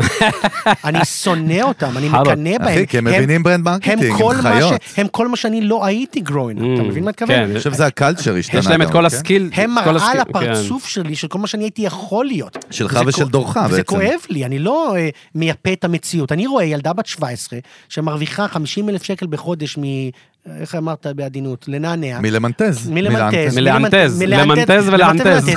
S3: אני שונא אותם, אני
S1: חלאס.
S3: מקנא בהם.
S2: אחי, כי הם
S3: הם-
S2: מבינים ברנד
S3: הם
S2: מרקטינג,
S3: כל
S2: הם
S3: מה ש-
S2: חיות.
S3: הם כל מה שאני לא הייתי growing up, אתה
S1: Mm,
S3: מבין מה
S1: כן,
S3: אתכוון?
S2: אני חושב שזה הקלצ'ר השתנה.
S1: יש להם את
S2: גם,
S1: כל
S2: כן?
S1: הסקיל.
S3: הם
S1: את כל
S3: מראה
S1: הסקיל,
S3: לפרצוף שלי של כל מה שאני הייתי יכול להיות.
S2: שלך
S3: וזה
S2: ושל
S3: כוא-
S2: דורך
S3: וזה
S2: בעצם.
S3: כואב לי, אני לא אה, מייפה את המציאות. אני רואה ילדה בת 17 שמרוויחה 50 אלף שקל בחודש מ... איך אמרת בעדינות? לנענע.
S2: מלמנטז.
S3: מלמנטז.
S1: מלענטז. למנטז ולענטז.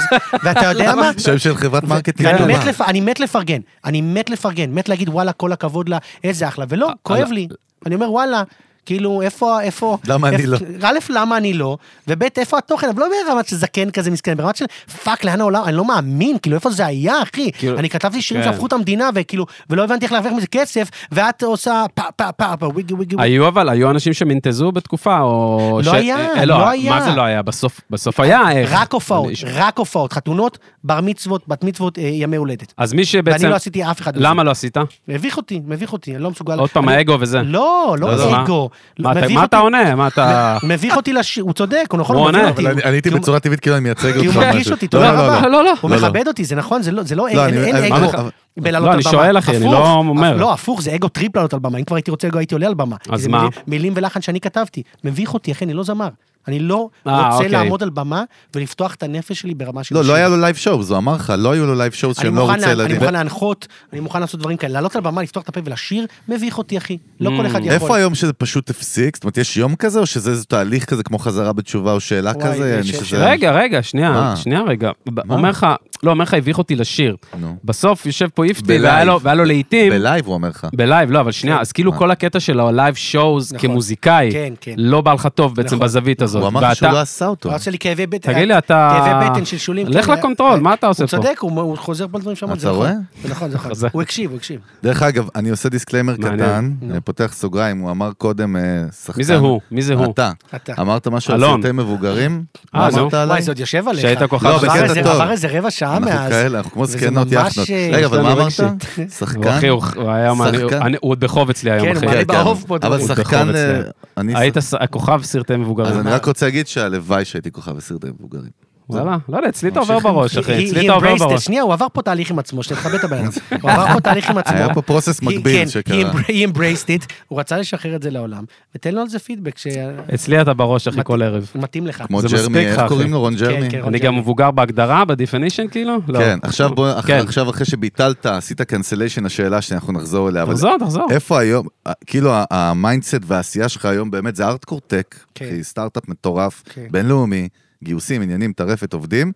S3: ואתה יודע מה?
S2: שם של חברת מרקטינג. לא
S3: ואני
S2: טובה.
S3: מת, לפ... אני מת לפרגן, אני מת לפרגן, מת להגיד וואלה, כל הכבוד לה, איזה אחלה,
S1: אה,
S3: ולא, כואב
S1: לא.
S3: לי. אני אומר וואלה, כאילו, איפה, איפה...
S2: למה אני
S3: איפה-
S2: לא?
S3: א', למה אני לא, וב', איפה התוכן, אבל לא ברמת שזקן כזה מסכן, ברמת של פאק, לאן העולם, אני לא מאמין, כאילו, איפה זה היה, אחי?
S1: כאילו-
S3: אני כתבתי שירים
S1: כן.
S3: שהפכו את המדינה, וכאילו, ולא הבנתי איך להרוויח מזה כסף, ואת עושה פה, פה, פה, פה, וויגי, וויגי, וויגי.
S1: כן. היו אבל, היו אנשים שמנטזו בתקופה, או...
S3: לא
S1: ש-
S3: היה,
S1: אה,
S3: לא היה.
S1: מה זה לא היה? בסוף- בסוף היה איך.
S3: רק הופעות,
S1: אני-
S3: רק הופעות, חתונות, בר מצוות, בת מצוות, אה, ימי הולדת.
S1: אז מי שבעצם...
S3: ואני לא עשיתי אף אחד. מזה.
S1: למה לא עשית?
S3: מביך אותי, מביך אותי, אני לא מסוגל.
S1: עוד פעם,
S3: אני-
S1: האגו וזה.
S3: לא, לא
S1: לא, מה?
S3: אגו.
S1: מה אתה-
S3: מביך
S1: מה
S3: אותי- לא-
S1: אתה עונה? מה אתה...
S3: מביך אותי לשיר, הוא צודק, הוא נכון,
S1: הוא
S3: הוא מביך
S1: עונה.
S3: אותי.
S2: אבל אני-
S3: הוא-
S2: אני הייתי
S3: כי הוא-
S2: בצורה טבעית כאילו אני מייצג אותך.
S3: כי הוא
S2: או
S3: מרגיש
S2: משהו.
S3: אותי,
S2: לא,
S3: תודה
S2: לא,
S3: רבה.
S2: לא,
S1: לא, לא.
S3: הוא
S2: לא,
S3: מכבד אותי, זה נכון, זה לא- זה לא, אין
S2: אני-
S3: אין
S2: אני-
S3: אגו
S2: מה לך-
S3: בלעלות
S1: לא,
S3: על
S1: אני
S3: במה.
S1: שואל, אחי, אני
S3: הפוך,
S1: לא אומר.
S3: הפ- לא, הפוך, זה אגו טריפ לעלות על במה. אם כבר הייתי רוצה אגו, הייתי עולה על במה.
S1: אז
S3: זה
S1: מה?
S3: מילים- מילים ולחן שאני כתבתי. מביך אותי, אחי, אני לא זמר. אני לא
S1: אה,
S3: רוצה
S1: אוקיי.
S3: לעמוד על במה ולפתוח את הנפש שלי ברמה של...
S2: לא, לא
S3: השיר.
S2: היה לו לייב שואו, הוא אמר לך, לא היו לו לייב שואו
S3: אני
S2: שהם לא
S3: מוכן,
S2: ערוצי
S3: לה, אני
S2: ילדים.
S3: מוכן להנחות, אני מוכן לעשות דברים כאלה. לעלות על במה, לפתוח את הפה ולשיר, מביך אותי, אחי.
S1: Hmm.
S3: לא כל אחד יכול.
S2: איפה היום שזה פשוט הפסיק? זאת אומרת, יש יום כזה, או שזה איזה תהליך כזה, כמו חזרה בתשובה או שאלה
S3: וואי,
S2: כזה?
S3: זה
S2: אני
S3: ש-
S2: שזה-
S1: רגע, רגע, שנייה,
S2: כן. מה?
S1: שנייה רגע. ב- אומר לך, לא, אומר לך, הביך אותי לשיר.
S2: נו.
S1: בסוף יושב פה איפטי,
S2: בלייב.
S1: והיה לו- והיה לו לעיתים...
S2: בלייב, כן. הוא אומר לך.
S1: בלייב, לא, אבל שנייה, אז כאילו כל הקטע של הלייב שואוז
S3: נכון.
S1: כמוזיקאי,
S3: כן, כן.
S1: לא בא לך טוב בעצם
S3: נכון.
S1: בזווית הזאת.
S2: הוא אמר
S1: ואתה-
S2: לך שהוא לא עשה אותו.
S3: הוא עושה לי כאבי בטן. אה,
S1: תגיד לי, אתה-
S3: כאבי בטן של שולים.
S1: לך
S3: כן,
S1: לקונטרול, מה אתה עושה פה?
S3: הוא צודק, הוא הוא חוזר פה על דברים שאמרתי.
S2: אתה
S3: זה נכון.
S2: רואה?
S3: זה נכון, זה נכון.
S1: חזק.
S3: הוא הקשיב, הוא הקשיב.
S2: דרך אגב, אני עושה דיסקליימר
S1: מעניין.
S2: קטן, אה, פותח סוגריים, הוא אמר קודם, אה, שחקן...
S1: מי זה הוא? מי זה הוא?
S2: אתה.
S3: אתה.
S2: אמרת משהו על
S1: אלון.
S2: סרטי מבוגרים?
S1: אה,
S2: מה
S1: נו.
S2: אמרת עליי?
S3: וואי, זה עוד יושב עליך.
S1: שהיית כוכב
S2: לא,
S1: של-
S2: בקטע
S3: עבר איזה-
S2: טוב.
S3: עבר איזה רבע שעה
S2: אנחנו
S3: מאז.
S2: כאלה, אנחנו כמו
S3: וזה
S2: זקנות
S3: ממש,
S2: יחנות.
S3: אה,
S2: רגע,
S3: יש
S2: אבל
S1: לנו
S2: מה
S1: רגע
S2: אמרת?
S1: שיט. הוא
S2: שחקן?
S1: אחי, הוא- הוא היה מעניין,
S2: שחקן?
S1: אני- הוא עוד בחוב אצלי היום,
S3: כן,
S1: אחי.
S3: הוא היה
S2: כן, כן,
S3: באהוב פה
S2: אבל
S3: דברים.
S2: שחקן...
S1: הוא
S2: אה,
S1: בחוב
S2: אני
S1: היית ס- הכוכב סרטי מבוגרים.
S2: אז אני רק רוצה להגיד שהלוואי שהייתי כוכב בסרטי מבוגרים.
S1: וואלה, לא יודע, אצלי אתה עובר בראש,
S3: He-
S1: אחי,
S3: he
S1: אצלי אתה עובר
S3: embraced it.
S1: בראש.
S3: שנייה, הוא עבר פה תהליך עם עצמו, שתכבד את הבן אדם. הוא עבר פה תהליך עם עצמו.
S2: היה פה process
S3: He-
S2: מקביל
S3: אה, כן,
S2: שקרה.
S3: he embra- He embraced it, הוא רצה לשחרר את זה לעולם, ותן לו על זה פידבק שמתאים
S1: אצלי אתה בראש, אחי, כל ערב.
S3: לך.
S2: כמו
S1: זה
S2: ג'רמי,
S1: מספיק לך,
S2: איך
S1: אחי.
S2: קוראים לו? רון ג'רמי?
S3: כן, רון
S1: אני
S3: ג'רמי.
S1: גם מבוגר בהגדרה, בדיפנישן, כאילו? לא.
S2: כן, עכשיו בוא, אח-
S1: כן.
S2: עכשיו אחרי שביטלת, עשית קנסליישן, השאלה שאנחנו נחזור אליה. אבל
S1: תחזור,
S3: לא.
S1: תחזור.
S2: איפה היום, אה, כאילו ה- המיינדסט והעשייה שלך היום באמת זה ארטקור טק,
S3: כן.
S2: כי סטארט-אפ מטורף,
S3: כן.
S2: בינלאומי, גיוסים, עניינים, טרפת, עובדים.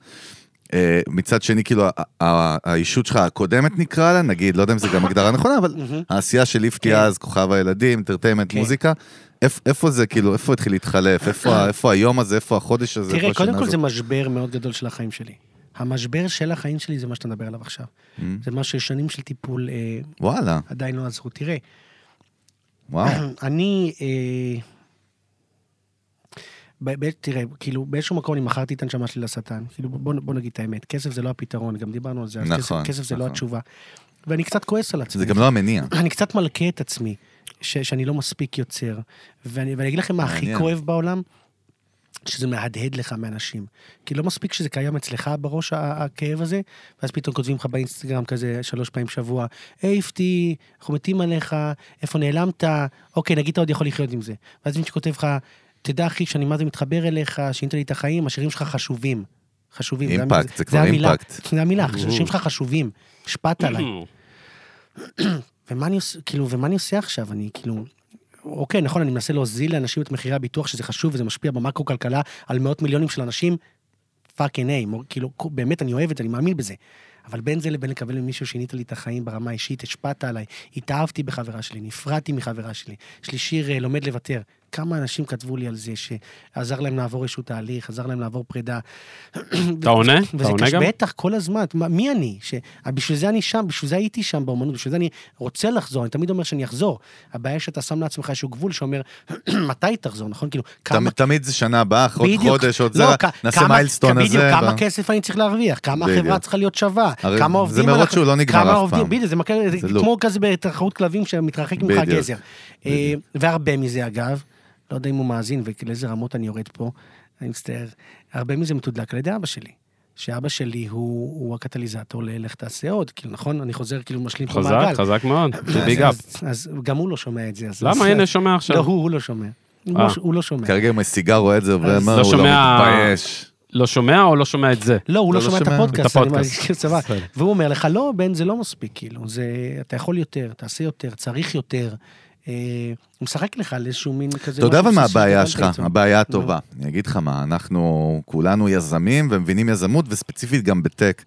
S2: אה, מצד שני, כאילו, ה- ה- האישות שלך הקודמת נקרא לה, נגיד, לא יודע אם זו גם הגדרה נכונה, אבל העשייה של ליפטי
S3: כן.
S2: אז, כוכב הילדים, אינטרטיימנט,
S3: כן.
S2: מוזיקה, איפ- איפה זה, כאילו, איפה התחיל להתחלף? איפה ה- איפה היום הזה, איפה החודש הזה?
S3: תראה,
S2: איפה
S3: קודם
S2: השנה
S3: כל
S2: הזאת?
S3: זה משבר מאוד גדול של החיים שלי. המשבר של החיים שלי זה מה שאתה מדבר עליו עכשיו. זה מה ששנים של טיפול אה,
S2: Mm. וואלה,
S3: עדיין לא עזרו. תראה,
S2: וואו.
S3: אני... אה, ב- ב- תראה, כאילו, באיזשהו מקום אני מכרתי את הנשמה שלי לשטן. כאילו, בוא, בוא נגיד את האמת, כסף זה לא הפתרון, גם דיברנו על זה, אז
S2: נכון,
S3: כסף, כסף זה לא
S2: נכון.
S3: התשובה. ואני קצת כועס על עצמי.
S2: זה גם לא המניע.
S3: אני קצת מלכה את עצמי, ש, שאני לא מספיק יוצר. ואני, ואני אגיד לכם מה הכי
S2: מעניין.
S3: כואב בעולם, שזה מהדהד לך מאנשים. כי לא מספיק שזה קיים אצלך בראש ה- הכאב הזה, ואז פתאום כותבים לך באינסטגרם כזה שלוש פעמים בשבוע, העפתי, אנחנו מתים עליך, איפה נעלמת, אוקיי, נגיד אתה עוד יכול לחיות עם זה. ואז מישהו כותב לך, תדע אחי, שאני מה זה מתחבר אליך, שינית לי את החיים, השירים שלך חשובים. חשובים. זה
S2: אימפקט,
S3: המ-
S2: זה כבר
S3: המילה-
S2: אימפקט.
S3: זה המילה, השירים שלך חשובים, השפעת עליי. ומה אני עושה, כאילו, ומה אני עושה עכשיו? אני כאילו... אוקיי, נכון, אני מנסה להוזיל לאנשים את מחירי הביטוח, שזה חשוב וזה משפיע במקרו-כלכלה על מאות מיליונים של אנשים. פאקינג איי, כאילו, כו- באמת, אני אוהב את זה, אני מאמין בזה. אבל בין זה לבין לקבל ממישהו שינית לי את החיים ברמה האישית, השפעת עליי, התאהבתי בחברה שלי, נפרדתי מחברה שלי, יש לי שיר אה, לומד לוותר. כמה אנשים כתבו לי על זה, שעזר להם לעבור איזשהו תהליך, עזר להם לעבור פרידה.
S1: אתה עונה? אתה
S3: וזה
S1: עונה
S3: קשה,
S1: כן? גם?
S3: בטח, כל הזמן. מה- מי אני? ש... בשביל זה אני שם, בשביל זה הייתי שם באומנות, בשביל זה אני רוצה לחזור, אני תמיד אומר שאני אחזור. הבעיה שאתה שם לעצמך איזשהו גבול שאומר, מתי תחזור, נכון? כאילו, כמה...
S2: תמ- תמיד זה שנה הבאה, עוד
S3: בדיוק.
S2: חודש, עוד זה,
S3: לא, כ-
S2: נעשה
S3: כמה- כן,
S2: מיילסטון הזה.
S3: בדיוק, כמה
S2: ב-
S3: כסף אני צריך להרוויח, כמה החברה
S2: בדיוק.
S3: צריכה להיות שווה,
S2: הרי
S3: כמה
S2: זה
S3: עובדים...
S2: מרוץ
S3: אנחנו-
S2: שהוא לא נגמר
S3: כמה
S2: אף
S3: עובדים-
S2: פעם.
S3: בדיוק, זה מכה- זה
S2: זה
S3: כמו
S2: לופ.
S3: כזה בתחרות כלבים שמתרחק ממך
S2: בדיוק.
S3: הגזר. אה, והרבה מזה, אגב, לא יודע אם הוא מאזין ולאיזה רמות אני יורד פה, אני מצטער, הרבה מזה מתודלק על ידי אבא שלי. שאבא שלי הוא, הוא הקטליזטור ללך תעשה עוד, כאילו נכון? אני חוזר, כאילו משלים פה
S1: חזק,
S3: מעגל.
S1: חזק מאוד.
S3: אז-
S1: ביג אפ.
S3: אז, אז גם הוא לא שומע את זה. אז, אז-
S1: למה? הנה, שומע
S3: לא,
S1: עכשיו.
S3: הוא, הוא לא שומע. הוא לא
S1: אה.
S3: ש- הוא לא שומע.
S2: כרגע עם הסיגר רואה את זה, ואומר,
S1: לא
S2: הוא לא
S1: שומע-
S2: מתבייש.
S1: לא שומע או לא שומע את זה?
S3: לא, הוא לא,
S2: לא
S3: שומע את
S2: שומע.
S1: את
S3: הפודקאסט, אני
S1: הפודקאסט.
S3: מרגיש כאילו, סבבה.
S1: בסדר.
S3: והוא אומר לך, לא, בן, זה לא מספיק, כאילו, זה, אתה יכול יותר, תעשה יותר, צריך יותר. אה, הוא משחק לך על איזשהו מין כזה...
S2: אתה יודע אבל
S3: משהו לא נכון,
S2: מה
S3: בסיסי
S2: הבעיה
S3: שקיבלת
S2: שלך,
S3: אצלו.
S2: הבעיה הטובה. אני אגיד לך מה, אנחנו כולנו יזמים ומבינים יזמות, וספציפית גם בטק.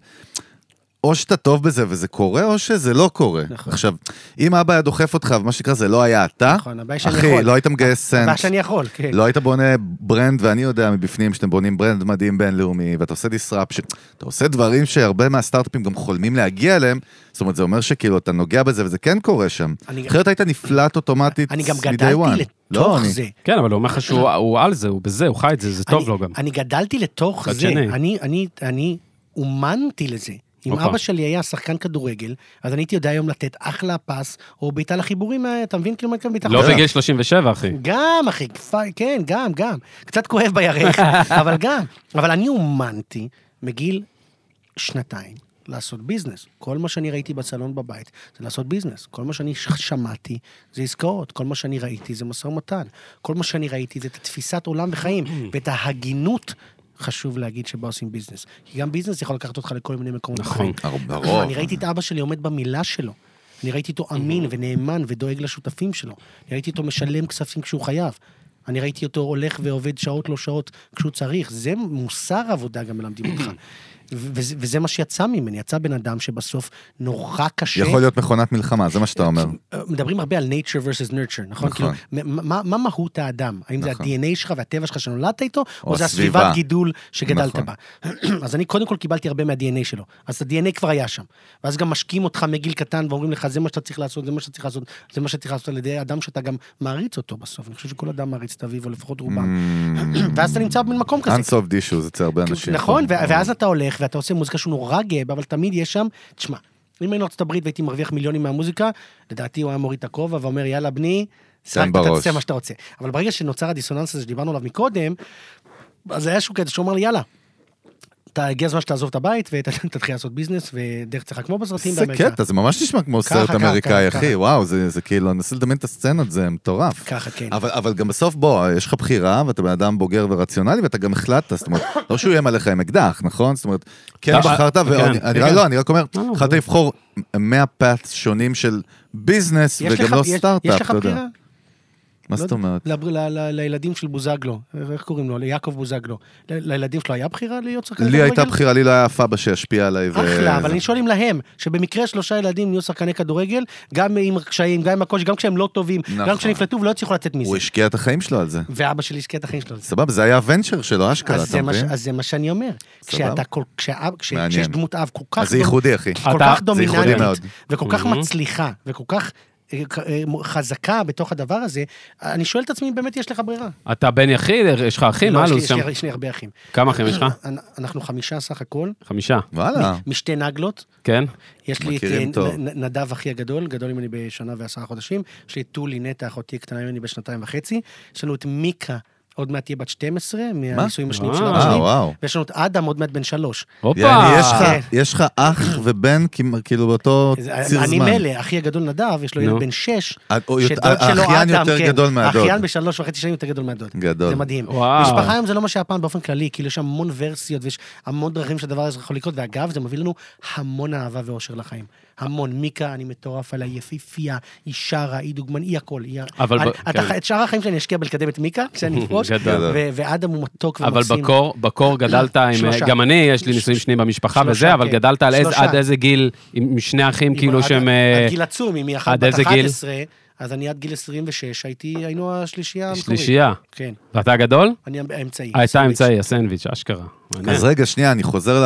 S2: או שאתה טוב בזה וזה קורה, או שזה לא קורה.
S3: נכון.
S2: עכשיו, אם אבא היה דוחף אותך, ומה שנקרא, זה לא היה אתה,
S3: נכון, הבעיה שאני יכול.
S2: אחי, לא היית מגייס סנט.
S3: הבעיה שאני יכול, כן.
S2: לא היית בונה ברנד, ואני יודע מבפנים שאתם בונים ברנד מדהים בינלאומי, ואתה עושה disruption, אתה עושה דברים שהרבה מהסטארט-אפים גם חולמים להגיע אליהם, זאת אומרת, זה אומר שכאילו אתה נוגע בזה וזה כן קורה שם.
S3: אני-
S2: אחרת היית נפלט אוטומטית
S3: אני גם
S2: מ-day one.
S3: גדלתי
S2: לא,
S3: לתוך
S2: אני-
S3: זה.
S1: כן, אבל הוא אומר לך שהוא הוא על זה, הוא בזה, הוא חי את זה, זה טוב
S3: אה, אני-
S1: לו גם.
S3: אני גדלתי לתוך
S1: מצד
S3: זה,
S1: שני.
S3: אני, אני, אני אומנתי לזה. אם
S1: אוקיי.
S3: אבא שלי היה שחקן כדורגל, אז אני הייתי יודע היום לתת אחלה פס, או בעיטה לחיבורים, אה, אתה מבין? כאילו, מה אני מתכוון בעיטה
S1: לא
S3: לחיבורים?
S1: בגיל 37, אחי.
S3: גם, אחי, כפ- כן, גם, גם. קצת כואב בירך, אבל גם. אבל אני אומנתי מגיל שנתיים לעשות ביזנס. כל מה שאני ראיתי בסלון בבית זה לעשות ביזנס. כל מה שאני ש- שמעתי זה עסקאות. כל מה שאני ראיתי זה משא ומתן. כל מה שאני ראיתי זה את התפיסת עולם וחיים ואת ההגינות. חשוב להגיד שבה עושים ביזנס. כי גם ביזנס יכול לקחת אותך לכל מיני מקומות
S1: נכון.
S3: בחיים.
S2: הר- ברור.
S3: אני ראיתי את אבא שלי עומד במילה שלו. אני ראיתי אותו אמין ונאמן ודואג לשותפים שלו. אני ראיתי אותו משלם כספים כשהוא חייב. אני ראיתי אותו הולך ועובד שעות לא שעות כשהוא צריך. זה מוסר עבודה גם מלמדים אותך. ו- וזה וזה מה שיצא ממני, יצא בן אדם שבסוף נורא קשה.
S2: יכול להיות מכונת מלחמה, זה מה שאתה אומר.
S3: אה, מדברים הרבה על nature versus nurture,
S2: נכון.
S3: נכון? כאילו, מה- מה מה מהות האדם? האם זה
S2: נכון.
S3: ה-DNA שלך והטבע שלך שנולדת איתו, או
S2: או
S3: זה
S2: הסביבה.
S3: הסביבת גידול שגדלת
S2: נכון.
S3: בה? אז אני קודם כל קיבלתי הרבה מה-DNA שלו, אז ה-DNA כבר היה שם. ואז גם משקים אותך מגיל קטן ואומרים לך, זה מה שאתה צריך לעשות, זה מה שאתה צריך לעשות, זה מה שאתה צריך לעשות על ידי אדם שאתה גם מעריץ אותו בסוף. אני חושב שכל אדם מעריץ את אביו, או לפחות רובם.
S2: Mm.
S3: ואז אתה נמצא במין מקום כזה.
S2: Unsolved issues אצל הרבה אנשים. Mm.
S3: נכון,
S2: פה.
S3: ו- ואז אתה הולך ואתה עושה מוזיקה שהוא נורא גאה בה, אבל תמיד יש שם, תשמע, אם היינו ארצות הברית והייתי מרוויח מיליונים מהמוזיקה, לדעתי הוא היה מוריד את הכובע ואומר, יאללה בני,
S2: תן
S3: אתה
S2: בראש."
S3: תעשה מה שאתה רוצה. אבל ברגע שנוצר הדיסוננס הזה שדיברנו עליו מקודם, אז היה שהוא כזה שהוא אמר לי, יאללה. אתה הגיע הזמן שתעזוב את הבית ותתחיל לעשות ביזנס ודרך צריכה כמו בסרטים.
S2: זה
S3: באמריקה."
S2: קטע, זה ממש נשמע כמו
S3: ככה,
S2: סרט
S3: ככה,
S2: אמריקאי,
S3: ככה,
S2: אחי,
S3: ככה.
S2: וואו, זה זה כאילו, אני מנסה לדמיין את הסצנות, זה מטורף.
S3: ככה, כן.
S2: אבל, אבל גם בסוף, בוא, יש לך בחירה, ואתה בן אדם בוגר ורציונלי, ואתה גם החלטת, זאת אומרת, לא שהוא איים עליך עם אקדח, נכון? זאת אומרת, כן,
S1: אתה-
S2: בחרת, ואני
S1: כן,
S2: אני
S1: כן.
S2: רק- לא, אני רק אומר,
S1: לא, לא,
S2: יכולת
S1: לא.
S2: לבחור 100 פאט שונים של ביזנס,
S3: יש לך-
S2: וגם לא
S3: יש-
S2: סטארט-אפ,
S3: יש לך
S2: אתה יודע.
S3: בחירה? לא
S2: מה זאת אומרת?
S3: לב- ל- ל- לילדים של בוזגלו, איך קוראים לו? ליעקב בוזגלו. ל- לילדים שלו היה בחירה להיות שחקן
S2: לי הייתה
S3: כדורגל?
S2: בחירה, לי לא היה אף אבא שישפיע עליי. ו-
S3: אחלה, אבל
S2: זה.
S3: אני שואל אם להם, שבמקרה שלושה ילדים נהיו שחקני כדורגל, גם עם קשיים, גם עם הקושי, גם כשהם לא טובים, גם
S2: נכון.
S3: כשנפלטו ולא הצליחו לצאת מזה.
S2: הוא השקיע את החיים שלו על זה.
S3: ואבא שלי הזכיר את החיים שלו. על זה.
S2: סבבה, זה היה הוונצ'ר שלו, אשכרה,
S3: אז
S2: אתה
S3: זה מה ש-
S2: מבין?
S3: אז זה מה שאני אומר. כשאתה כל... כשהאב- כש-
S2: מעניין.
S3: כשיש דמות אב כל כך...
S2: אז זה
S3: דומ-
S2: ייחודי, אחי.
S3: כל
S1: אתה-
S3: כך
S1: זה
S2: ייחודי מאוד.
S3: דומיננטית, וכל כך
S1: Mhm.
S3: מצליחה, וכל כך אה, כ- אה, חזקה בתוך הדבר הזה, אני שואל את עצמי אם באמת יש לך ברירה.
S1: אתה בן יחיד, יש לך אחים?
S3: לא,
S1: מה
S3: יש לי-
S1: הלו"ז
S3: יש
S1: שם?
S3: לי- יש לי הרבה אחים.
S1: כמה אחים יש לך?
S3: אנ- אנחנו חמישה סך הכל,
S1: חמישה,
S2: וואלה.
S3: משתי נגלות.
S1: כן?
S3: יש לי את
S2: מכירים
S3: אה,
S2: טוב.
S3: נ- נ- נדב אחי הגדול, גדול ממני בשנה ועשרה חודשים, יש לי את טולי נטע אחותי קטנה ממני בשנתיים וחצי, יש לנו את מיקה, עוד מעט תהיה בת 12, מהנישואים השניים של אבא
S1: וואו.
S2: אה,
S3: שלי,
S2: וואו.
S3: ויש לנו את אדם עוד מעט בן שלוש.
S1: הופה!
S2: יעני, יש לך-
S3: כן.
S2: יש לך אח ובן כמעט- כאילו באותו ציר
S3: אז אה,
S2: זמן.
S3: אני מילא, אחי הגדול נדב, יש לו ילד
S1: נו.
S3: בן שש,
S2: אה, או יותר-
S3: שדוד שלו
S2: האחיין
S3: אדם,
S2: יותר
S3: כן,
S2: גדול מהדוד.
S3: האחיין בשלוש וחצי שנים יותר גדול מהדוד.
S2: גדול.
S3: זה מדהים.
S1: וואו.
S3: משפחה היום זה לא מה שהיה פעם באופן כללי, כאילו יש המון ורסיות ויש המון דרכים שהדבר הזה יכול לקרות, ואגב, זה מביא לנו המון אהבה ואושר לחיים. המון. מיקה, אני מטורף עליה, היא יפיפייה, היא שרה, היא דוגמן, היא הכל. היא... ה-
S1: אבל ב-
S3: אני,
S1: כן.
S3: אתה, ח- את שאר החיים שלי אני אשקיע בלקדם את מיקה, כשאני אפרוש,
S1: גדול.
S3: ו- ואדם הוא מתוק
S1: אבל
S3: ומקסים.
S1: בקור, בקור גדלת עם...
S3: שלושה.
S1: גם אני, יש לי נישואים שניים במשפחה
S3: שלושה,
S1: וזה, אבל
S3: כן.
S1: גדלת על איזה-
S3: שלושה.
S1: עד איזה גיל, עם שני אחים
S3: עם-
S1: כאילו
S3: עד-
S1: שהם... אה,
S3: עד גיל עצום, אם היא אחת
S1: עד
S3: בת
S1: איזה גיל?
S3: 11, אז אני עד גיל 26, הייתי, היינו השלישייה המקורית.
S1: שלישייה.
S3: כן,
S1: ואתה הגדול?
S3: אני האמצעי.
S1: הייתה
S3: הסנדוויץ'.
S1: אמצעי, הסנדוויץ', אשכרה.
S3: כן.
S1: מעניין.
S2: אז רגע, שנייה, אני חוזר ל-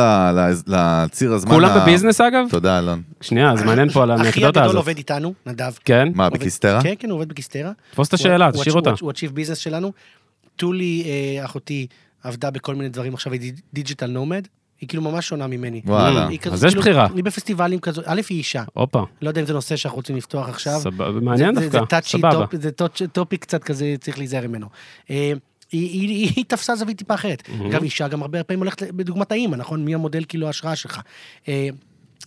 S2: ל- לציר הזמן.
S1: כולם
S2: ה-
S1: בביזנס אגב?
S2: תודה, אלון.
S1: שנייה, אז מעניין פה על
S3: אחי
S1: האנקדוטה
S3: הגדול
S1: הזאת.
S3: עובד איתנו, נדב.
S1: כן?
S2: מה,
S3: עובד-
S2: בקיסטרה?
S3: כן, כן, הוא עובד בקיסטרה.
S1: תפוס את
S3: הוא-
S1: השאלה,
S3: הוא
S1: תשאיר
S3: ה-
S1: אותה.
S3: הוא ה-chief business שלנו. טולי, אה, אחותי, עבדה בכל מיני דברים, עכשיו היא דיג'יטל נומד. היא כאילו ממש שונה ממני.
S2: וואלה.
S3: היא כזאת,
S1: אז יש
S3: כאילו,
S1: בחירה.
S3: היא בפסטיבלים כזו, א', היא אישה.
S1: הופה,
S3: לא יודע אם זה נושא שאנחנו רוצים לפתוח עכשיו.
S1: סבבה, מעניין
S3: זה- זה- זה
S1: דווקא,
S3: touchy
S1: סבבה.
S3: top- זה טוט- טופיק קצת כזה, צריך להיזהר ממנו. אה, היא, היא, היא, היא תפסה זווית טיפה אחרת. אגב, אישה גם הרבה פעמים הולכת בדוגמת האימא, נכון? מי המודל, כאילו, ההשראה שלך. אה,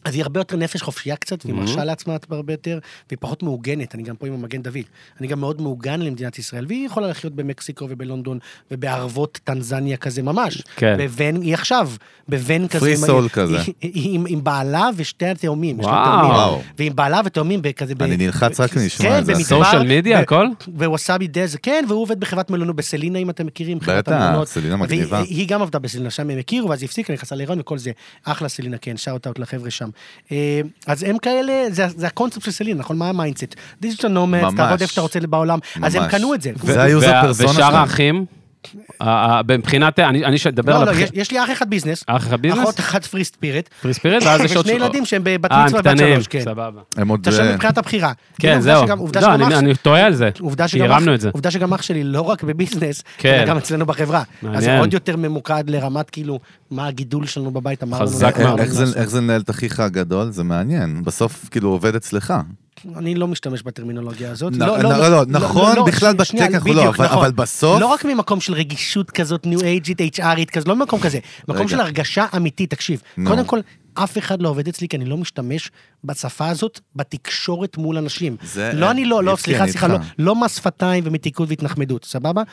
S3: אז היא הרבה יותר נפש חופשייה קצת, והיא מרשה לעצמה הרבה יותר, והיא פחות מעוגנת, אני גם פה עם המגן דוד. אני גם מאוד מעוגן למדינת ישראל, והיא יכולה לחיות במקסיקו ובלונדון, ובערבות טנזניה כזה ממש.
S1: כן.
S3: בבן, היא עכשיו, בבן כזה.
S2: Free
S3: עם-
S2: soul
S3: היא-
S2: כזה.
S3: היא- היא עם- עם בעלה ושתי התאומים. יש לה
S1: וואו.
S3: תאומים.
S2: וואו.
S3: ועם בעלה ותאומים בכזה... ב-
S2: אני נלחץ רק מלשמוע את זה.
S3: כן,
S2: אסור.
S3: במדבר.
S1: סושיאל מדיה,
S3: ו-
S1: הכל?
S3: וווסאבי דז, כן, והוא עובד בחברת מלונות בסלינה, אם אתם מכירים. חברת
S2: בטח,
S3: המלונות.
S2: סלינה
S3: והיא-
S2: מגניבה.
S3: היא גם עבדה בסלינה, שם הם הכירו, ואז היא הפסיקה, נכנסה להיריון וכל זה. אחלה סלינה, כן, שאוט אאוט לחבר'ה שם. אה, אז הם כאלה, זה זה הקונספט של סלינה, נכון? מה המיינדסט? דיגיטל נומץ,
S2: ממש.
S3: תעבוד איפה שאתה רוצה בעולם. אז הם
S2: ממש.
S3: קנו את זה.
S2: זה היוזר
S1: וה-
S2: פרסונה
S1: ושאר
S2: שלנו.
S1: האחים? אה, אה, מבחינת, אני אני שדבר
S3: לא,
S1: על
S3: לא,
S1: הבחיר-
S3: יש- יש לי אח אחד ביזנס,
S1: אח אחד ביזנס?
S3: אחות אחת פרי ספירט,
S1: פרי ספירט, ואז יש עוד...
S3: ושני
S1: ש-
S3: ילדים שהם בבת
S1: אה, הם
S3: מצווה ובת
S1: קטנים,
S3: שלוש, כן.
S1: סבבה.
S2: הם עוד...
S3: אתה שואל
S2: אה,
S3: מבחינת הבחירה.
S1: כן,
S3: עובדה
S1: זהו.
S3: שגם- עובדה
S1: לא,
S3: שגם
S1: אני-
S3: אח-
S1: אני טועה על זה.
S3: עובדה
S1: כי
S3: שגם, אח,
S1: הרמנו את זה.
S3: עובדה שגם אח שלי לא רק בביזנס,
S1: כן.
S3: כן. אלא גם אצלנו בחברה. אז
S1: מעניין.
S3: זה עוד יותר ממוקד לרמת כאילו, מה הגידול שלנו בבית, אמרנו...
S1: חזק
S2: אה,
S1: מאוד.
S2: איך זה- איך זה לנהל את אחיך הגדול? זה מעניין. בסוף, כאילו, הוא עובד אצלך.
S3: אני לא משתמש בטרמינולוגיה הזאת.
S2: נ- נ- לא, לא, נכון, בכלל
S3: ש- שנייה,
S2: בטק אנחנו לא,
S3: בדיוק,
S2: אבל-
S3: נכון.
S2: אבל בסוף-
S3: לא רק ממקום של רגישות כזאת, ניו אייג'ית, HRית, כזה, לא ממקום כזה.
S2: רגע.
S3: מקום של הרגשה אמיתית, תקשיב.
S2: נו.
S3: קודם כל, אף אחד לא עובד אצלי, כי אני לא משתמש בשפה הזאת בתקשורת מול אנשים.
S2: זה-
S3: לא, אני לא, לא,
S2: איציק,
S3: סליחה,
S2: אני
S3: סליחה,
S2: איתך.
S3: לא- לא מס שפתיים ומתיקות והתנחמדות, סבבה?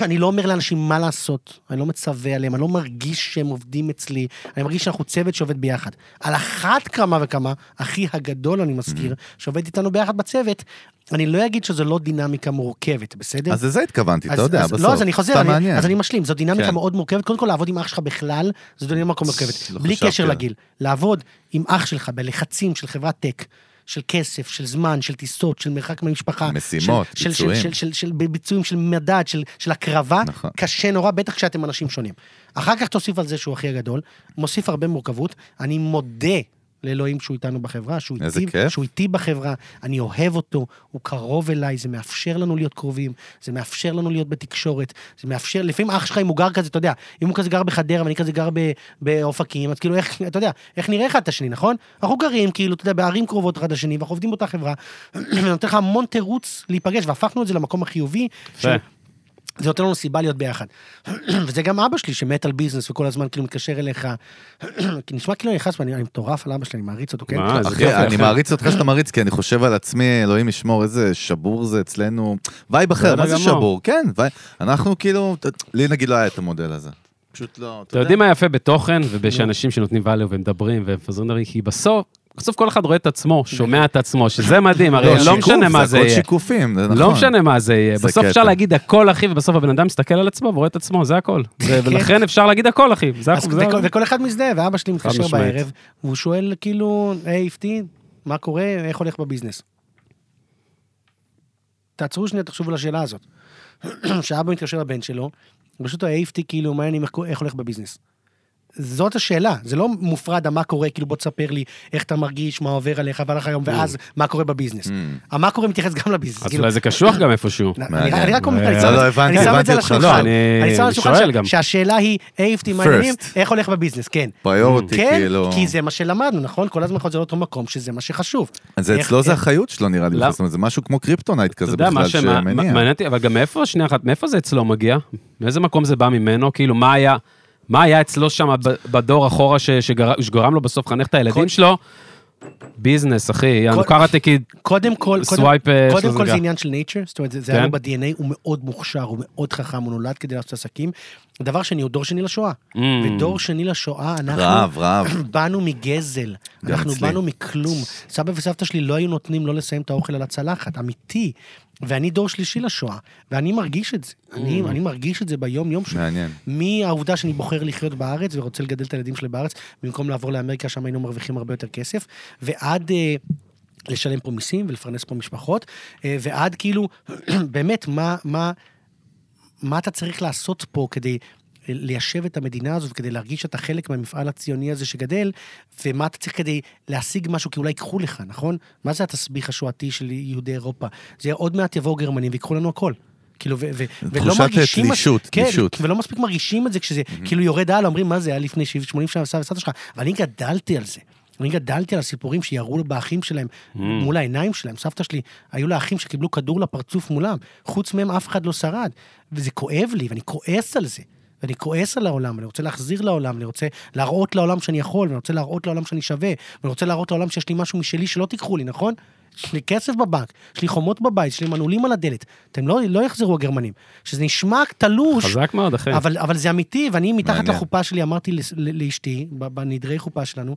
S3: אני לא אומר לאנשים מה לעשות, אני לא מצווה עליהם, אני לא מרגיש שהם עובדים אצלי, אני מרגיש שאנחנו צוות שעובד ביחד. על אחת כמה וכמה, אחי הגדול, אני מזכיר, שעובד איתנו ביחד בצוות, אני לא אגיד שזו לא דינמיקה מורכבת, בסדר?
S2: אז לזה התכוונתי, אתה יודע,
S3: אז,
S2: בסוף.
S3: לא, אז אני חוזר,
S2: סתם
S3: אני,
S2: מעניין.
S3: אז אני משלים, זו דינמיקה
S2: כן.
S3: מאוד מורכבת. קודם כל, לעבוד עם אח שלך בכלל, זו דינמיקה מורכבת.
S2: לא
S3: בלי
S2: חשבתי
S3: קשר
S2: על זה.
S3: לגיל. לעבוד עם אח שלך בלחצים של חברת טק. של כסף, של זמן, של טיסות, של מרחק מהמשפחה.
S2: משימות,
S3: של,
S2: ביצועים.
S3: של, של, של, של, של ביצועים, של מדד, של, של הקרבה.
S2: נכון.
S3: קשה נורא, בטח כשאתם אנשים שונים. אחר כך תוסיף על זה שהוא הכי הגדול, מוסיף הרבה מורכבות. אני מודה לאלוהים שהוא איתנו בחברה, שהוא
S2: איזה
S3: איתי,
S2: כיף.
S3: שהוא איתי בחברה, אני אוהב אותו, הוא קרוב אליי, זה מאפשר לנו להיות קרובים, זה מאפשר לנו להיות בתקשורת, זה מאפשר, לפעמים אח שלך אם הוא גר כזה, אתה יודע, אם הוא כזה גר בחדרה ואני כזה גר ב- באופקים, אז כאילו איך, אתה יודע, איך נראה אחד את השני, נכון? אנחנו גרים כאילו, אתה יודע, בערים קרובות אחד לשני, ואנחנו עובדים באותה חברה, ונותן לך המון תירוץ להיפגש, והפכנו את זה למקום החיובי,
S1: יפה.
S3: של- זה נותן לנו סיבה להיות ביחד. וזה גם אבא שלי שמת על ביזנס וכל הזמן כאילו מתקשר אליך. כי נשמע כאילו אני נכנס ואני אני מטורף על אבא שלי, אני מעריץ אותו, כן?
S1: מה, איזה כיף
S2: אחי, אני
S1: לכם.
S2: מעריץ אותך שאתה מעריץ, כי אני חושב על עצמי, אלוהים ישמור, איזה שבור זה אצלנו. וייב אחר,
S1: בסדר
S2: מה זה
S1: גמור.
S2: שבור? כן, וייב. אנחנו כאילו, ת- לי נגיד לא היה את המודל הזה. פשוט לא,
S1: אתה יודעים מה יפה בתוכן ובשאנשים שנותנים value ומדברים ומפזרים דברים, כי בסוף, בסוף כל אחד רואה את עצמו, שומע את עצמו, שזה מדהים, הרי לא משנה מה זה
S2: זה
S1: יהיה.
S2: הכל שיקופים, זה נכון.
S1: לא משנה מה זה יהיה,
S2: זה
S1: בסוף
S2: קטע.
S1: אפשר להגיד הכל אחי, ובסוף הבן אדם מסתכל על עצמו ורואה את עצמו, זה הכל. זה- ולכן אפשר להגיד הכל אחי, זה
S3: אז
S1: הכל. זה
S3: וכל-
S1: הכל.
S3: וכל אחד מזדהה, ואבא שלי מתקשר
S1: משמעית.
S3: בערב, והוא שואל כאילו, היי איפתי, מה קורה, איך הולך בביזנס? תעצרו שנייה, תחשבו על השאלה הזאת. שאבא מתקשר לבן שלו, פשוט העיפתי כאילו, מה העניינים, איך- איך הולך בביזנס? זאת השאלה, זה לא מופרד המה קורה, כאילו בוא תספר לי איך אתה מרגיש, מה עובר עליך, מה הלך היום, ואז מה קורה בביזנס. המה קורה מתייחס גם לביזנס.
S1: Mm. אז
S3: כאילו,
S1: אולי זה קשוח גם איפשהו.
S3: אני-
S2: מעניין.
S3: אני רק אומר,
S1: לא,
S3: אני שם את
S2: לא,
S3: זה-
S2: הבנתי,
S3: אני שם את
S2: הבנתי
S3: זה על
S2: אותך, לא,
S3: השולחן.
S1: אני-
S3: אני שם על השולחן
S1: שואל
S3: ש-
S1: גם.
S3: שהשאלה היא, העיפתי
S2: First.
S3: מעניינים, איך הולך בביזנס, כן.
S2: פריורטי,
S3: כן,
S2: כאילו.
S3: כי זה מה שלמדנו, נכון? כל הזמן חוזר לאותו מקום, שזה מה שחשוב.
S2: אז זה
S3: איך-
S2: אצלו זה
S3: איך-
S2: האחריות שלו נראה לי,
S1: למה?
S2: זאת אומרת, זה משהו כמו קריפטונייט
S1: לא. אתה
S2: כזה
S1: יודע, מה
S2: בכלל
S1: שמה- מה-
S2: שמניע.
S1: מעניין אותי, אבל גם מאיפה, שנייה אחת, מאיפה זה אצלו מגיע? מאיזה מקום זה בא ממנו? כאילו, מה היה, מה היה אצלו שם ב- בדור אחורה ש- שגר- שגרם לו בסוף לחנך את הילדים
S3: כל-
S1: שלו? ביזנס, אחי, יענו
S3: כל-
S1: קראטה קיד,
S3: קודם כל, קודם-
S1: סווייפ, אה, של
S3: קודם כל
S1: זליגה.
S3: זה עניין של nature, זאת אומרת, זה- זה
S1: כן.
S3: היה לו ב-DNA, הוא מאוד מוכשר, הוא מאוד חכם, הוא נולד כדי לעשות עסקים, דבר שני, הוא דור שני לשואה.
S1: Mm.
S3: ודור שני לשואה, אנחנו...
S2: רעב, רעב.
S3: באנו מגזל,
S2: גם
S3: אנחנו
S2: אצלי.
S3: באנו מכלום. סבא וסבתא שלי לא היו נותנים לא לסיים את האוכל על הצלחת, אמיתי. ואני דור שלישי לשואה, ואני מרגיש את זה. אני,
S1: Mm.
S3: אני מרגיש את זה ביום-יום שלי.
S2: מעניין.
S3: מהעובדה שאני בוחר לחיות בארץ ורוצה לגדל את הילדים שלי בארץ, במקום לעבור לאמריקה, שם היינו מרוויחים הרבה יותר כסף, ועד... אה, לשלם פה מיסים ולפרנס פה משפחות, אה, ועד כאילו, באמת, מה, מה, מה אתה צריך לעשות פה כדי אה, ליישב את המדינה הזאת וכדי להרגיש שאתה חלק מהמפעל הציוני הזה שגדל, ומה אתה צריך כדי להשיג משהו, כי אולי ייקחו לך, נכון? מה זה התסביך השואתי של יהודי אירופה? זה עוד מעט יבואו גרמנים ויקחו לנו הכל. כאילו, ו- ו- ולא
S2: תחושת אה,
S3: מרגישים...
S2: תלישות,
S3: כן,
S2: תלישות.
S3: ולא מספיק מרגישים את זה כשזה כאילו יורד הלאה, אומרים, מה זה היה לפני 70, 80 שנה, סבא וסבתא שלך? אבל אני גדלתי על זה. אני גדלתי על הסיפורים שירו באחים שלהם, מול העיניים שלהם. סבתא שלי, היו לה אחים שקיבלו כדור לפרצוף מולם. חוץ מהם אף אחד לא שרד. וזה כואב לי, ואני כועס על זה. ואני כועס על העולם, אני רוצה להחזיר לעולם, אני רוצה להראות לעולם שאני יכול, ואני רוצה להראות לעולם שאני שווה, ואני רוצה להראות לעולם שיש לי משהו משלי שלא תיקחו לי, נכון? יש לי כסף בבנק, יש לי חומות בבית, יש לי מנעולים על הדלת. אתם לא, לא יחזרו הגרמנים. שזה נשמע תלוש,
S1: חזק מאוד, אחי.
S3: אבל, אבל זה אמיתי, ואני מתחת
S2: מעניין.
S3: לחופה שלי אמרתי לס- ל- לאשתי, ב- בנדרי חופה שלנו,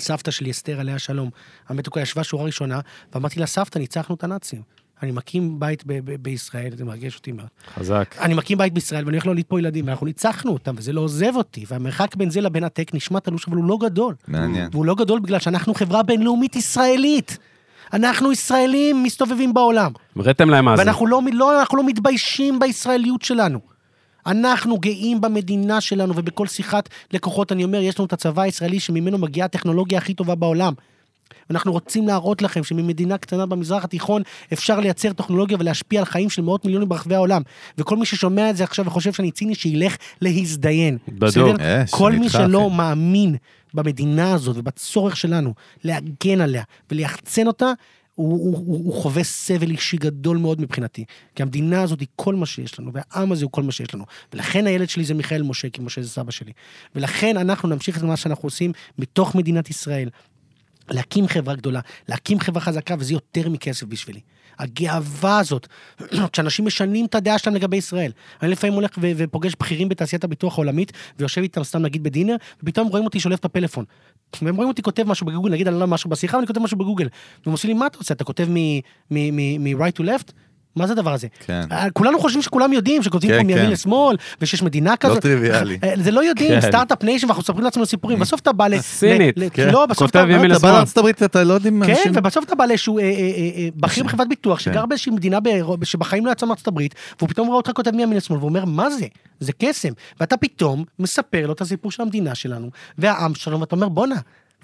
S3: סבתא שלי, אסתר, עליה שלום, המתוקה, ישבה שורה ראשונה, ואמרתי לה, סבתא, ניצחנו את הנאצים. אני מקים בית ב- ב- בישראל, זה מרגש אותי מאוד.
S1: חזק.
S3: אני מקים בית בישראל ואני הולך להוליד פה ילדים, ואנחנו ניצחנו אותם, וזה לא עוזב אותי. והמרחק בין זה לבין הטק נשמע תלוש, אבל הוא לא גדול.
S2: מעניין.
S3: והוא לא גדול בגלל שאנחנו חברה בינלאומית ישראלית. אנחנו ישראלים מסתובבים בעולם.
S1: הראיתם להם מה זה.
S3: ואנחנו לא, לא, אנחנו לא מתביישים בישראליות שלנו. אנחנו גאים במדינה שלנו, ובכל שיחת לקוחות אני אומר, יש לנו את הצבא הישראלי שממנו מגיעה הטכנולוגיה הכי טובה בעולם. אנחנו רוצים להראות לכם שממדינה קטנה במזרח התיכון אפשר לייצר טכנולוגיה ולהשפיע על חיים של מאות מיליונים ברחבי העולם. וכל מי ששומע את זה עכשיו וחושב שאני ציני, שילך להזדיין.
S1: בדוק.
S3: בסדר?
S2: אה,
S3: כל
S2: שאני
S3: מי
S2: איתך,
S3: שלא
S2: אחי.
S3: מאמין במדינה הזאת ובצורך שלנו להגן עליה וליחצן אותה, הוא, הוא, הוא, הוא חווה סבל אישי גדול מאוד מבחינתי. כי המדינה הזאת היא כל מה שיש לנו, והעם הזה הוא כל מה שיש לנו. ולכן הילד שלי זה מיכאל משה, כי משה זה סבא שלי. ולכן אנחנו נמשיך את מה שאנחנו עושים מתוך מדינת ישראל. להקים חברה גדולה, להקים חברה חזקה, וזה יותר מכסף בשבילי. הגאווה הזאת, כשאנשים משנים את הדעה שלהם לגבי ישראל. אני לפעמים הולך ו- ופוגש בכירים בתעשיית הביטוח העולמית, ויושב איתם סתם נגיד בדינר, ופתאום רואים אותי שולף את הפלאפון. והם רואים אותי כותב משהו בגוגל, נגיד עלה משהו בשיחה, ואני כותב משהו בגוגל. והם עושים לי, מה אתה רוצה, אתה כותב מ-right to left? מה זה הדבר הזה?
S2: כן.
S3: אה, כולנו חושבים שכולם יודעים שכותבים
S2: כן,
S3: פה מימין
S2: כן.
S3: לשמאל, ושיש מדינה כזאת.
S2: טריוויאלי.
S3: אה, זה לא יודעים,
S1: כן.
S3: סטארט-אפ ניישן, ואנחנו מספרים לעצמנו סיפורים. בסוף אתה בא ל...
S1: סינית,
S3: ל- ל-
S1: כן.
S3: לא, בסוף
S1: כותב
S3: אתה...
S1: ימין
S2: אתה בא
S1: לשמאל.
S2: לארצות הברית, אתה לא יודע אם
S3: כן,
S2: אנשים...
S3: ובסוף אתה בא לאיזשהו אה, אה, אה, אה, בכיר בחברת ביטוח
S1: כן.
S3: שגר באיזושהי מדינה באירופה, שבחיים לא יצא מארצות הברית, והוא פתאום רואה אותך כותב מימין לשמאל, והוא אומר, מה זה? זה קסם. ואתה פתאום מספר לו את הסיפור של המדינה שלנו, והעם שלנו, ואתה אומר, בואנה,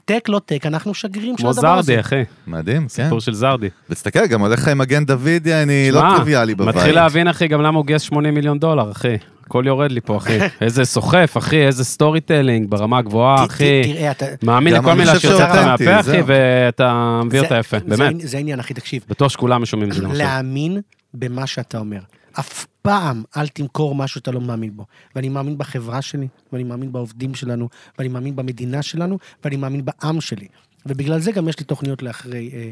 S3: טק לא טק, אנחנו שגרירים של
S1: כמו
S3: הדבר הזה.
S1: זרדי, אחי.
S2: מדהים, כן.
S1: סיפור של זרדי.
S2: ותסתכל, גם הולך לך עם מגן דודי, אני לא
S1: שמע,
S2: טריוויאלי בבית.
S1: מתחיל להבין, אחי, גם למה הוא גייס 80 מיליון דולר, אחי. הכל יורד לי פה, אחי. איזה סוחף, אחי, איזה סטורי טלינג ברמה
S3: ת-
S1: הגבוהה,
S3: ת-
S1: אחי.
S3: תראה, אתה...
S1: מאמין
S2: גם
S1: לכל
S2: אני
S1: מילה
S2: חושב
S1: שיוצאת לך
S2: שאותנטי,
S1: מהפה, אחי,
S2: זהו.
S1: ואתה מביא אותה
S3: זה-
S1: יפה,
S3: זה-
S1: באמת.
S3: זה העניין, אחי, תקשיב.
S1: בטוח שכולם שומעים את זה נכון. למשל.
S3: להאמין במה שאתה אומר. אף פעם אל תמכור משהו שאתה לא מאמין בו. ואני מאמין בחברה שלי, ואני מאמין בעובדים שלנו, ואני מאמין במדינה שלנו, ואני מאמין בעם שלי. ובגלל זה גם יש לי תוכניות לאחרי אה,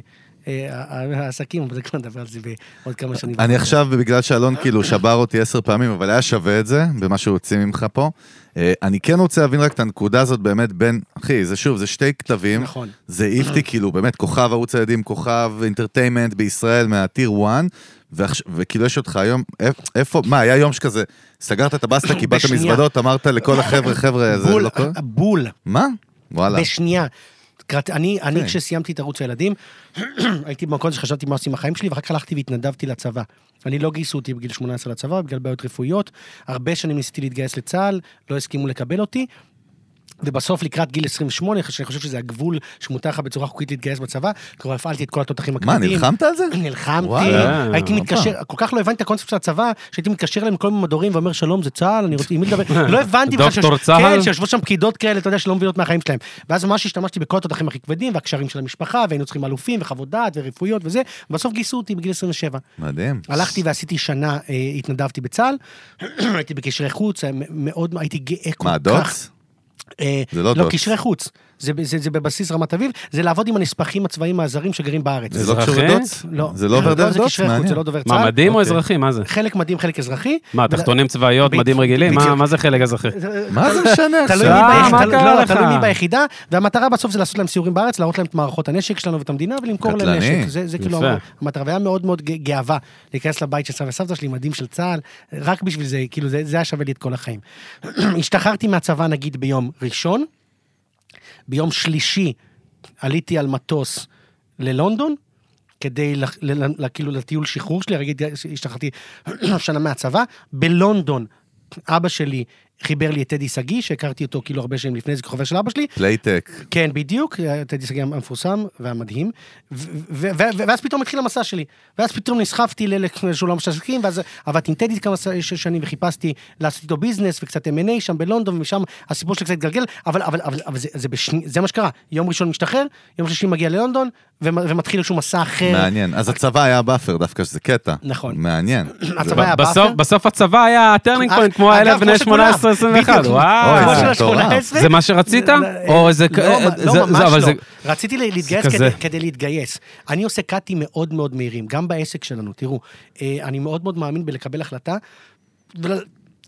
S3: אה, ה- ה- העסקים, אבל זה כבר נדבר על זה בעוד כמה שנים.
S2: אני עכשיו, בגלל שאלון כאילו שבר אותי עשר פעמים, אבל היה שווה את זה, במה שהוא הוציא ממך פה. אה, אני כן רוצה להבין רק את הנקודה הזאת באמת בין, אחי, זה שוב, זה שתי כתבים.
S3: נכון.
S2: זה העיף אותי כאילו, באמת, כוכב ערוץ הילדים, כוכב אינטרטיימנט בישראל מהטיר 1, ועכש- וכאילו יש אותך היום, איפ- איפה, מה, היה יום שכזה, סגרת את הבסטה, קיבלת
S3: בשנייה.
S2: מזוודות, אמרת לכל החבר'ה, חבר'ה, זה
S3: בול,
S2: לא קורה?
S3: בול.
S2: מה? וואלה.
S3: בשנייה. קראת- אני, אני
S2: כן.
S3: כשסיימתי את ערוץ הילדים, הייתי במקום שחשבתי מה עושים עם החיים שלי, ואחר כך הלכתי והתנדבתי לצבא. אני לא גייסו אותי בגיל 18 לצבא, בגלל בעיות רפואיות. הרבה שנים ניסיתי להתגייס לצה"ל, לא הסכימו לקבל אותי. ובסוף לקראת גיל 28, אחרי שאני חושב שזה הגבול שמותר לך בצורה חוקית להתגייס בצבא, כבר הפעלתי את כל התותחים
S2: מה,
S3: הכבדים.
S2: נלחמת על זה?
S3: נלחמתי,
S2: וואלה,
S3: הייתי
S2: הופה.
S3: מתקשר, כל כך לא הבנתי את הקונספט של הצבא, שהייתי מתקשר אליהם מכל מיני מדורים ואומר שלום זה צה"ל, אני רוצה, עם מי לדבר, לא הבנתי בכלל,
S1: דוקטור
S3: שיש-
S1: צה"ל?
S3: כן, שיושבות שם פקידות כאלה, אתה יודע, שלא מבינות מהחיים שלהם. ואז ממש השתמשתי בכל התותחים הכי כבדים, והקשרים של המשפחה, והיינו צריכים אלופים וחוות דעת ורפואיות וזה, ובסוף גייסו אותי בגיל 27.
S2: מדהים.
S3: הלכתי ועשיתי שנה, אה, התנדבתי בצה"ל, הייתי בקשרי חוץ, אה, מאוד, הייתי גאה כל כך.
S2: מה, דוץ?
S3: אה,
S2: זה לא
S3: לא,
S2: דוץ.
S3: קשרי חוץ. זה, ב- זה, זה בבסיס רמת אביב, זה לעבוד עם הנספחים הצבאיים הזרים שגרים בארץ.
S2: זה לא
S1: אזרחי?
S2: קשור לדוץ?
S3: לא.
S2: זה לא עובר
S3: לא,
S2: דרך
S3: זה
S2: דוץ?
S3: קשרי חוץ,
S2: מעניין.
S3: זה לא דובר צה"ל.
S1: מה, מדים או
S2: אוקיי.
S1: אזרחי? מה זה?
S3: חלק מדהים, חלק אזרחי.
S1: מה, תחתונים צבאיות,
S3: בדיוק,
S1: מדים רגילים? מה-
S3: בדיוק.
S1: מה זה חלק אזרחי?
S3: זה-
S2: מה זה משנה
S3: תלוי
S2: עכשיו?
S3: מי
S1: אה,
S3: ביחידה-
S1: מה
S3: לא,
S1: קרה
S3: לא,
S1: לך?
S3: תלוי מי ביחידה, והמטרה בסוף זה לעשות להם סיורים בארץ, להראות להם את מערכות הנשק שלנו ואת המדינה ולמכור להם
S2: קטלני.
S3: נשק. זה זה כאילו
S1: יפה.
S3: המטרה, והיה מאוד מאוד ג- גאווה להיכנס לבית של סבא וסבתא שלי, מדים של צה"ל, רק בשביל זה, כאילו זה זה היה שווה לי את כל החיים. השתחררתי מהצבא נגיד ביום ראשון, ביום שלישי עליתי על מטוס ללונדון, כדי לח- ל- ל- ל- כאילו לטיול שחרור שלי, הרגע התג- השתחררתי שנה מהצבא, בלונדון אבא שלי חיבר לי את טדי שגיא, שהכרתי אותו כאילו הרבה שנים לפני זה כחובר של אבא שלי,
S2: פלייטק.
S3: כן, בדיוק, טדי שגיא המפורסם והמדהים, ו- ו- ו- ו- ואז פתאום התחיל המסע שלי, ואז פתאום נסחפתי ל- לשולחן המשתתפים, ואז עבדתי עם טדי כמה ש- ש- שנים וחיפשתי לעשות איתו ביזנס וקצת M&A שם בלונדון, ומשם הסיפור שלי קצת התגלגל, אבל, אבל, אבל, אבל זה, זה, בשני, זה מה שקרה, יום ראשון משתחרר, יום שלישי מגיע ללונדון, ומ- ומתחיל איזשהו מסע אחר.
S2: מעניין. אז הצבא היה באפר דווקא, שזה קטע.
S3: אה. נכון.
S2: מעניין.
S3: הצבא
S1: ב-
S3: היה
S1: בסוף-
S3: באפר.
S1: בסוף הצבא היה הטרנינג
S3: אגב,
S1: פוינט, כמו האלה
S3: כמו
S1: בני
S3: של כולם.
S1: 18-21,
S3: בדיוק,
S2: אוי,
S3: כמו
S1: וואו.
S2: זה
S3: של
S2: מטורף.
S3: ה-18.
S1: זה מה שרצית? או איזה...
S3: לא,
S1: אה,
S3: לא,
S1: זה-
S3: ממש
S1: זה- אבל
S3: לא.
S1: זה-
S3: רציתי לה- להתגייס
S1: כזה.
S3: כדי, כדי להתגייס. אני עושה קאטים מאוד מאוד מהירים, גם בעסק שלנו. תראו, אה, אני מאוד מאוד מאמין בלקבל החלטה ול-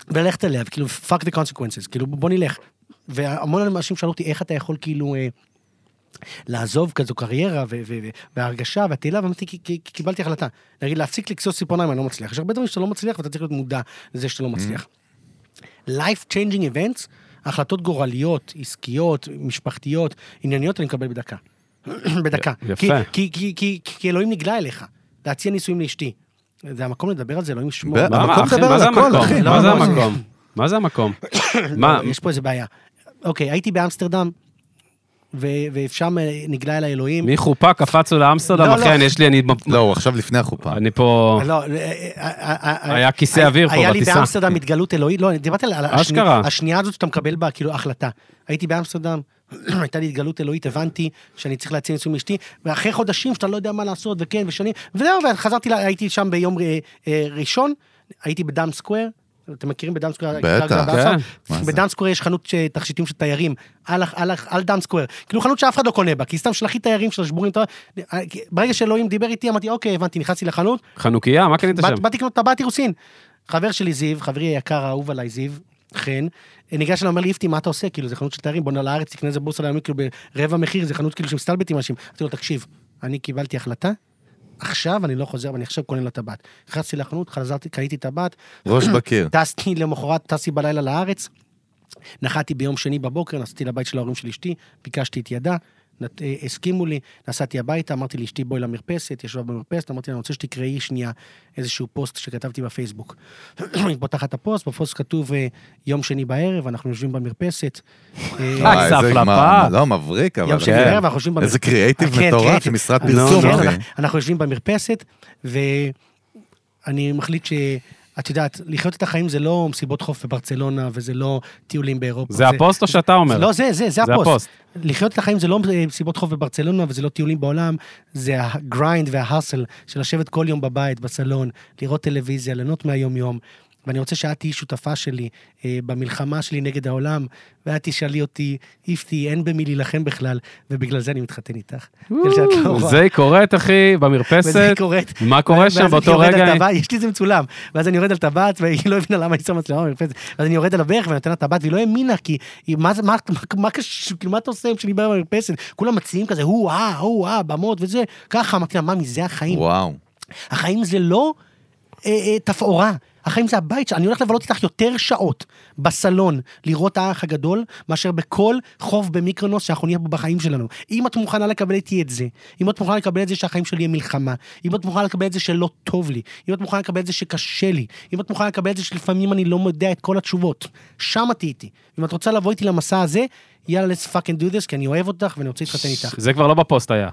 S3: וללכת עליה, כאילו, fuck the consequences, כאילו, בוא נלך. והמון אנשים שאלו אותי, איך אתה יכול כאילו... אה, לעזוב כזו קריירה ו- ו- ו- והרגשה והתהילה, ואמרתי, "כי- כי- כי קיבלתי החלטה. נגיד, להפסיק לכסוס ציפורניים, אני לא מצליח. יש הרבה דברים שאתה לא מצליח ואתה צריך להיות מודע לזה שאתה לא מצליח. life changing events, החלטות גורליות, עסקיות, משפחתיות, ענייניות, אני מקבל בדקה. בדקה.
S1: יפה.
S3: כי, כי, כי, כי, כי אלוהים נגלה אליך, להציע נישואים לאשתי. זה המקום לדבר על זה, אלוהים ישמור.
S2: ב-
S1: מה,
S2: המקום
S1: אחי,
S2: מדבר
S1: מה
S2: על
S1: זה
S2: הכל,
S1: המקום?
S2: אחי.
S1: מה
S3: לא,
S1: זה
S3: לא, זה-
S1: המקום? מה זה המקום?
S3: לא,
S1: מה,
S3: מה? יש פה איזה בעיה. אוקיי, הייתי באמסטרדם, ו- ושם אה, נגלה אל האלוהים.
S1: מחופה קפצנו לאמסטרדם,
S3: לא,
S1: אחי,
S3: לא.
S1: אני יש לי, אני...
S2: לא, הוא עכשיו לפני החופה.
S1: אני פה...
S3: לא, אה, אה, אה,
S1: היה
S3: אה,
S1: כיסא
S3: אה,
S1: אוויר פה
S3: היה לי
S1: בטיסה.
S3: באמסטרדם התגלות אלוהית, לא, אני דיברתי על על השני-
S1: אשכרה.
S3: השנייה הזאת שאתה מקבל בה, כאילו, החלטה. הייתי באמסטרדם, הייתה לי התגלות אלוהית, הבנתי שאני צריך להציע נישואים מאשתי, ואחרי חודשים שאתה לא יודע מה לעשות, וכן, ושנים, וזהו, וחזרתי, ל- הייתי שם ביום אה, אה, ראשון, הייתי בדאם סקוואר. אתם מכירים בדאם סקוואר?
S2: בטח.
S3: הקרקע
S2: כן.
S3: באמסטרדם?
S2: מה זה?
S3: בדאם סקוואר יש חנות אה, תכשיטים של תיירים, על, הח- על, הח- על דאם סקוואר. כאילו חנות שאף אחד לא קונה בה, כי סתם של הכי תיירים של השבורים. אתה- אה, כי- ברגע שאלוהים דיבר איתי, אמרתי, אוקיי, הבנתי, נכנסתי לחנות,
S1: חנוכיה, מה קנית שם?
S3: באת- באתי לקנות טבעת אירוסין. חבר שלי זיו, חברי היקר האהוב עליי זיו, חן, ניגש אליי, אומר לי, איפתי, מה אתה עושה? כאילו, זה חנות של תיירים, בוא נע לארץ, תקנה איזה בורסה לימים, כאילו, ברבע מחיר, זה חנות כאילו שמסתלבט עם אנשים. אמרתי לו, תקשיב, אני קיבלתי החלטה, עכשיו אני לא חוזר, ואני עכשיו קונה לו טבעת. נכנסתי לחנות, חזרתי, קניתי טבעת,
S2: ראש בקיר.
S3: טסתי למחרת, טסתי בלילה לארץ, נחתי ביום שני בבוקר, נסעתי לבית של ההורים של אשתי, ביקשתי את ידה, נת- אה, הסכימו לי, נסעתי הביתה, אמרתי לאשתי בואי למרפסת, ישבה במרפסת, אמרתי לה, אני רוצה שתקראי שנייה איזשהו פוסט שכתבתי בפייסבוק. היא פותחת את הפוסט, בפוסט כתוב אה, יום שני בערב, אנחנו יושבים במרפסת. אה,
S1: רק
S2: וואי,
S1: סף
S2: זה
S1: לפ"פ.
S2: מה- לא, מבריק, אבל...
S3: יום שני
S1: כן.
S3: בערב, אנחנו יושבים במרפסת.
S2: איזה קריאייטיב
S3: כן,
S2: מטורף,
S3: קריאייטיב.
S2: משרד
S3: אני-
S2: פרסום,
S3: כן,
S2: אחי.
S3: אנחנו- אנחנו יושבים במרפסת, ואני מחליט ש... את יודעת, לחיות את החיים זה לא מסיבות חוף בברצלונה, וזה לא טיולים באירופה.
S1: זה הפוסט או שאתה אומר?
S3: לא, זה, זה, זה
S1: זה
S3: הפוסט.
S1: הפוסט.
S3: לחיות את החיים זה לא אה, מסיבות חוף בברצלונה, וזה לא טיולים בעולם, זה הגריינד וההאסל של לשבת כל יום בבית, בסלון, לראות טלוויזיה, ליהנות מהיום-יום. ואני רוצה שאת תהיי שותפה שלי אה, במלחמה שלי נגד העולם, ואת תשאלי אותי, איפתי, אין במי להילחם בכלל, ובגלל זה אני מתחתן איתך. בגלל שאת לא רואה.
S1: זה היא קוראת, אחי,
S3: וזה
S1: במרפסת.
S3: קורית.
S1: מה קורה
S3: ואז
S1: שם
S3: אני
S1: באותו
S3: יורד על
S1: רגע? אני-
S3: טבעת, יש לי את זה מצולם. ואז אני יורד על טבעת, והיא לא הבינה למה אני שם מצלמה במרפסת. אז אני יורד על הברך ואני נותן לה טבעת, והיא לא האמינה, כי היא- מה זה- מה- מה- מה קשור, כאילו, מה אתה עושה כשאני בא במרפסת? כולם מציעים כזה, הו, אה, הו, אה, במות וזה. ככה, אמרתי לה, ממי, זה החיים.
S2: וואו.
S3: החיים זה לא אה, אה, תפאורה. החיים זה הבית שלי, אני הולך לבלות איתך יותר שעות בסלון לראות האח הגדול, מאשר בכל חוב במיקרונוס שאנחנו נהיה בו בחיים שלנו. אם את מוכנה לקבל איתי את זה, אם את מוכנה לקבל את זה שהחיים שלי הם מלחמה, אם את מוכנה לקבל את זה שלא טוב לי, אם את מוכנה לקבל את זה שקשה לי, אם את מוכנה לקבל את זה שלפעמים אני לא יודע את כל התשובות, שם את תהיי איתי. אם את רוצה לבוא איתי למסע הזה, יאללה, let's fucking do this, כי אני אוהב אותך ואני רוצה להתחתן איתך.
S1: זה כבר לא בפוסט היה.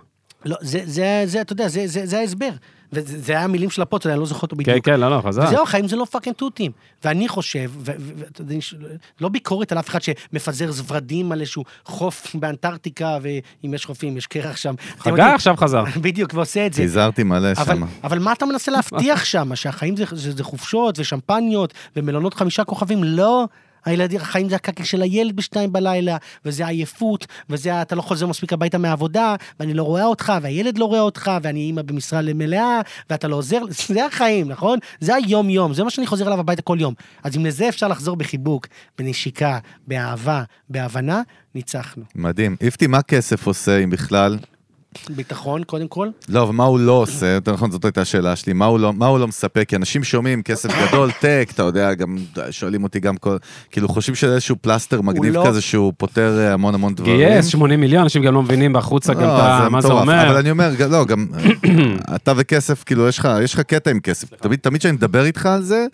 S3: לא, זה, זה, זה, אתה יודע, זה, זה, זה ההסבר. וזה זה היה המילים של הפוט, אני לא זוכר אותו
S1: כן,
S3: בדיוק.
S1: כן, לא, לא, חזר.
S3: וזהו, החיים זה לא פאקינג תותים. ואני חושב, ו- ו- ואתה יודע, יש- לא ביקורת על אף אחד שמפזר זוורדים על איזשהו חוף באנטארקטיקה, ואם יש חופים, יש קרח שם. אתם
S1: חגי
S3: יודעים-
S1: עכשיו חזר.
S3: בדיוק, ועושה את זה.
S2: הזהרתי מלא
S3: אבל,
S2: שם.
S3: אבל מה אתה מנסה להבטיח שם? שהחיים זה, זה, זה חופשות ושמפניות ומלונות חמישה כוכבים? לא. הילדים, החיים זה הקקי של הילד בשתיים בלילה, וזה עייפות, וזה ה- אתה לא חוזר מספיק הביתה מהעבודה, ואני לא רואה אותך, והילד לא רואה אותך, ואני אימא במשרה מלאה, ואתה לא עוזר, זה החיים, נכון? זה היום-יום, זה מה שאני חוזר אליו הביתה כל יום. אז אם לזה אפשר לחזור בחיבוק, בנשיקה, באהבה, בהבנה, ניצחנו.
S2: מדהים. איפתי, מה כסף עושה, אם בכלל?
S3: ביטחון, קודם כל.
S2: לא, אבל מה הוא לא עושה? יותר נכון, זאת הייתה השאלה שלי. מה הוא לא, מה הוא לא מספק? כי אנשים שומעים כסף גדול, טק, אתה יודע, גם שואלים אותי גם כל... כאילו, חושבים שזה איזשהו פלסטר מגניב
S3: לא-
S2: כזה שהוא פותר אה, המון המון דברים.
S1: גייס 80 מיליון, אנשים גם לא מבינים בחוצה גם
S2: לא,
S1: את ה- מה זה
S2: מטורף. אבל
S1: אומר.
S2: אני אומר, גם- לא, גם אה, אתה וכסף, כאילו, יש לך יש לך קטע עם כסף. תמיד תמיד כשאני מדבר איתך על זה,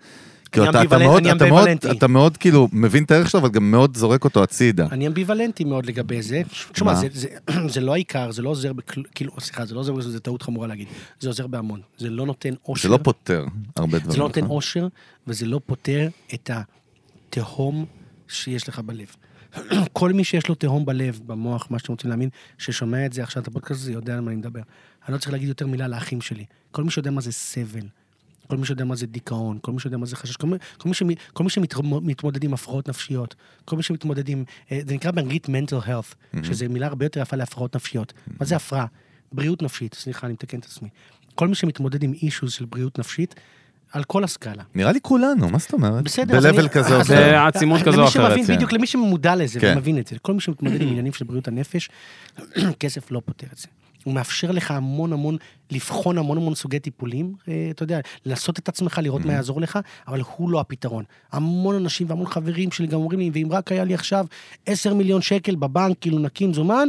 S2: כאילו, אתה- אתה
S3: אמביוולנט-
S2: מאוד-
S3: אני
S2: אתה מאוד-
S3: אמביוולנטי.
S2: אתה מאוד, כאילו, מבין את הערך שלו, אבל גם מאוד זורק אותו הצידה.
S3: אני אמביוולנטי מאוד לגבי זה. ש- תשמע,
S2: מה?
S3: זה, זה, זה לא העיקר, זה לא עוזר, בכל, כאילו, סליחה, זה לא עוזר, זו טעות חמורה להגיד. זה עוזר בהמון. זה לא נותן אושר.
S2: זה לא פותר הרבה דברים.
S3: זה לא נותן
S2: נכון?
S3: אושר, וזה לא פותר את התהום שיש לך בלב. כל מי שיש לו תהום בלב, במוח, מה שאתם רוצים להאמין, ששומע את זה עכשיו, את הפודקאסט הזה, יודע על מה אני מדבר. אני לא צריך להגיד יותר מילה לאחים שלי. כל מי שיודע מה זה סבל, כל מי שיודע מה זה דיכאון, כל מי שיודע מה זה חשש, כל מי, כל מי, שמ, כל מי שמתמודד עם הפרעות נפשיות, כל מי שמתמודד עם, אה, זה נקרא באנגלית mental health, mm-hmm. שזו מילה הרבה יותר יפה להפרעות נפשיות. Mm-hmm. מה זה הפרעה? בריאות נפשית, סליחה, אני מתקן את עצמי. כל מי שמתמודד עם issues של בריאות נפשית, על כל הסקאלה.
S2: נראה לי כולנו, מה זאת אומרת?
S3: בסדר, אז
S2: ב-level
S3: אני-
S2: כזה או
S3: אז- לא,
S2: אחר.
S1: בעצימות
S3: למי
S1: כזו או
S3: שמבין,
S1: אחרת, כן.
S3: בדיוק, למי שמודע לזה
S2: כן.
S3: ומבין את זה. כל מי שמתמודד עם עניינים של בריאות הנפש, כסף לא פותר את זה. הוא מאפשר לך המון המון, לבחון המון המון סוגי טיפולים, אה, אתה יודע, לעשות את עצמך, לראות
S2: Mm-hmm.
S3: מה יעזור לך, אבל הוא לא הפתרון. המון אנשים והמון חברים שלי גם אומרים לי, ואם רק היה לי עכשיו 10 מיליון שקל בבנק, כאילו נקי מזומן,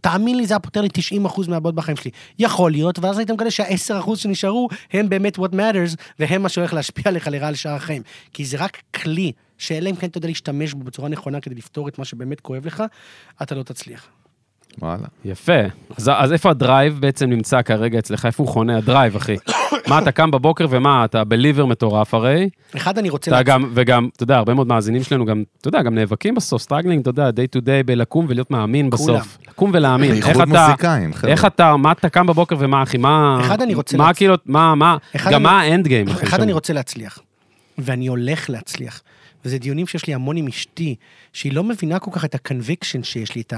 S3: תאמין לי, זה היה פותר לי 90% מהבעיות בחיים שלי. יכול להיות, ואז היית מגלה שה-10% שנשארו הם באמת what matters, והם מה שהולך להשפיע עליך לרעה על שאר החיים. כי זה רק כלי, שאלא אם כן אתה יודע להשתמש בו בצורה נכונה כדי לפתור את מה שבאמת כואב לך, אתה לא תצליח.
S2: וואלה.
S1: יפה. אז, אז איפה הדרייב בעצם נמצא כרגע אצלך? איפה הוא חונה? הדרייב, אחי. מה, אתה קם בבוקר ומה, אתה בליבר מטורף הרי.
S3: אחד, אני רוצה...
S1: אתה
S3: לה-
S1: גם, וגם, אתה יודע, הרבה מאוד מאזינים שלנו גם, אתה יודע, גם נאבקים בסוף, סטרגלינג, אתה יודע, day to day בלקום ולהיות מאמין
S3: כולם.
S1: בסוף. לקום ולהאמין. איך
S2: בייחוד
S1: אתה,
S2: מוזיקאים, חבר'ה.
S1: איך אתה, מה אתה קם בבוקר ומה, אחי, מה...
S3: אחד, אני רוצה
S1: מה
S3: להצ-
S1: כאילו, מה, מה,
S3: אחד,
S1: גם
S3: אני-
S1: מה האנד גיים, אחי.
S3: אחד,
S1: שם?
S3: אני רוצה להצליח. ואני הולך להצליח. וזה דיונים שיש לי המון עם אשתי, שהיא לא מבינה כל כך את הקנביקשן שיש לי, את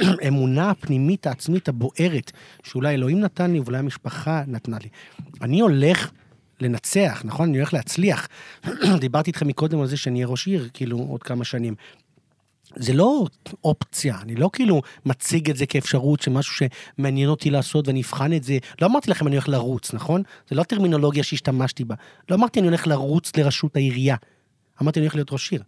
S3: האמונה הפנימית העצמית הבוערת, שאולי אלוהים נתן לי ואולי המשפחה נתנה לי. אני הולך לנצח, נכון? אני הולך להצליח. דיברתי איתכם מקודם על זה שאני אהיה ראש עיר, כאילו, עוד כמה שנים. זה לא אופציה, אני לא כאילו מציג את זה כאפשרות שמשהו שמעניין אותי לעשות ואני אבחן את זה. לא אמרתי לכם אני הולך לרוץ, נכון? זה לא טרמינולוגיה שהשתמשתי בה. לא אמרתי אני הולך לרוץ לראשות העירייה. אמרתי אני הולך להיות ראש עיר.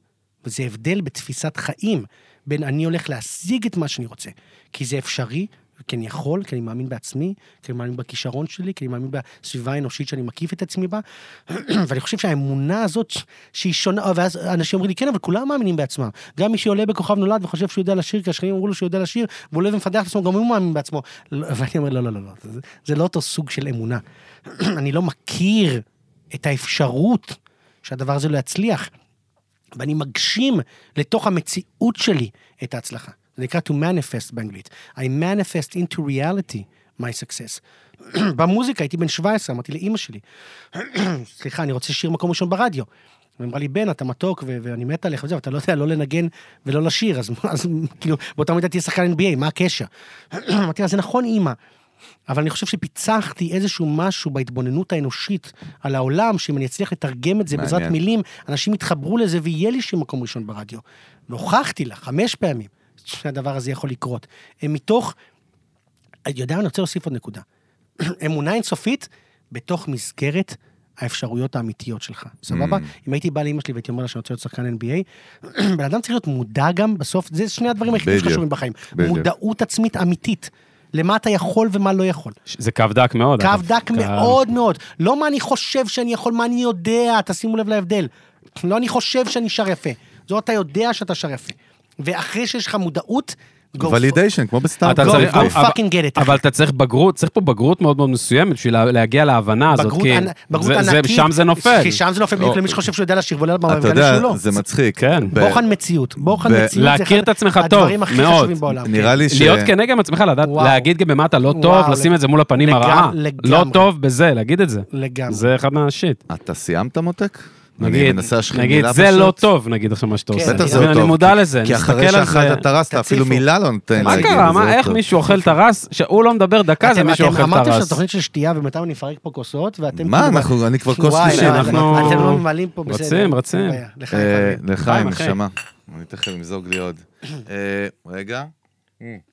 S3: וזה הבדל בתפיסת חיים בין אני הולך להשיג את מה שאני רוצה. כי זה אפשרי, כי אני יכול, כי אני מאמין בעצמי, כי אני מאמין בכישרון שלי, כי אני מאמין בסביבה האנושית שאני מקיף את עצמי בה. ואני חושב שהאמונה הזאת, שהיא שונה, ואז אנשים אומרים לי, כן, אבל כולם מאמינים בעצמם. גם מי שעולה בכוכב נולד וחושב שהוא יודע לשיר, כי השכנים אמרו לו שהוא יודע לשיר, והוא עולה ומפתח את עצמו, גם הוא מאמין בעצמו. לא, ואני אומר, לא, לא, לא, לא, זה, זה לא אותו סוג של אמונה. אני לא מכיר את האפשרות שהדבר הזה לא יצליח. ואני מגשים לתוך המציאות שלי את ההצלחה. זה נקרא to manifest באנגלית. I manifest into reality my success. במוזיקה הייתי בן 17, אמרתי לאימא שלי, סליחה, אני רוצה שיר מקום ראשון ברדיו. היא אמרה לי, בן, אתה מתוק ו- ואני מת עליך וזה, אבל אתה לא יודע לא לנגן ולא לשיר, אז, אז כאילו, באותה מידה תהיה שחקן NBA, מה הקשר? אמרתי לה, זה נכון, אימא. אבל אני חושב שפיצחתי איזשהו משהו בהתבוננות האנושית על העולם, שאם אני אצליח לתרגם את זה
S2: מעניין.
S3: בעזרת מילים, אנשים יתחברו לזה ויהיה לי שם מקום ראשון ברדיו. והוכחתי לה חמש פעמים שהדבר הזה יכול לקרות. הם מתוך, אני יודע, אני רוצה להוסיף עוד נקודה. אמונה אינסופית בתוך מסגרת האפשרויות האמיתיות שלך,
S2: Mm.
S3: סבבה? אם הייתי בא לאמא שלי והייתי אומר לה שאני רוצה להיות שחקן NBA, בן אדם צריך להיות מודע גם בסוף, זה שני הדברים היחידים
S2: בדיוק,
S3: שחשובים בחיים.
S2: בדיוק.
S3: מודעות עצמית אמיתית. למה אתה יכול ומה לא יכול.
S1: זה קו דק מאוד.
S3: קו
S1: אגב.
S3: דק מאוד מאוד. לא מה אני חושב שאני יכול, מה אני יודע, תשימו לב להבדל. לא אני חושב שאני שר יפה. זו אתה יודע שאתה שר יפה. ואחרי שיש לך מודעות, go for it.
S2: ולידיישן, כמו בסטארט.
S1: אתה
S3: Go
S1: צריך,
S3: go
S1: אבל-
S3: fucking get it,
S1: אבל
S3: אחי.
S1: אתה צריך בגרות, צריך פה בגרות מאוד מאוד מסוימת בשביל לה- להגיע להבנה הזאת,
S3: בגרות
S1: כי
S3: ענ- בגרות
S1: זה- זה-
S3: ענקית.
S1: שם זה נופל.
S3: כי שם זה נופל בדיוק למי שחושב שהוא יודע לשיר ועולה לבמה
S2: לא. אתה
S3: ומגלה
S2: יודע,
S3: שהוא לא.
S2: זה מצחיק.
S1: כן.
S2: ב-
S3: בוחן מציאות. בוחן
S2: ב-
S3: מציאות זה
S1: להכיר
S3: אחד
S1: את עצמך טוב,
S3: הדברים הכי
S1: מאוד.
S3: חשובים בעולם.
S2: נראה
S3: כן.
S2: לי ש...
S1: להיות כנגד עם עצמך, לדעת,
S3: וואו.
S1: להגיד גם במה אתה לא טוב,
S3: וואו,
S1: לשים
S3: לג-
S1: את זה מול הפנים
S3: לגמרי,
S1: הרעה. לא
S3: לגמרי.
S1: טוב בזה, להגיד את זה.
S3: לגמרי.
S1: זה אחד מהשיט.
S2: אתה סיימת מותק? אני מנסה להשחיל
S1: נגיד,
S2: מילה
S1: זה
S2: פשוט.
S1: לא טוב, נגיד עכשיו מה שאתה
S3: כן,
S1: עושה.
S2: בטח
S3: אני-
S2: זה לא טוב.
S1: אני מודע
S2: כי-
S1: לזה, אני
S2: כי אחרי
S1: מסתכל על זה.
S2: שאכלת את הרסת, אפילו
S3: תציפו.
S2: מילה לא נותן
S1: מה
S2: להגיד.
S1: קרה?
S2: זה
S1: מה,
S2: לא
S1: איך
S2: טוב.
S1: מישהו אוכל טרס, שהוא לא מדבר דקה, זה
S3: אתם-
S1: מישהו
S3: אתם
S1: אוכל
S3: אמרתם
S1: טרס.
S3: שהתוכנית של שתייה ומתי אני אפרק פה כוסות, ואתם...
S2: מה,
S3: כאילו-
S2: אנחנו- אני כבר כוס
S3: וואי,
S2: שלישית,
S3: לא,
S1: אנחנו-
S3: אתם לא ממלאים פה בסדר.
S1: רצים, רצים.
S3: אין בעיה, לחיים,
S2: אה,
S3: חיים.
S2: לחיים,
S1: חיים, אחי.
S2: נשמה. אני תכף אמזוג לי עוד. אה, רגע.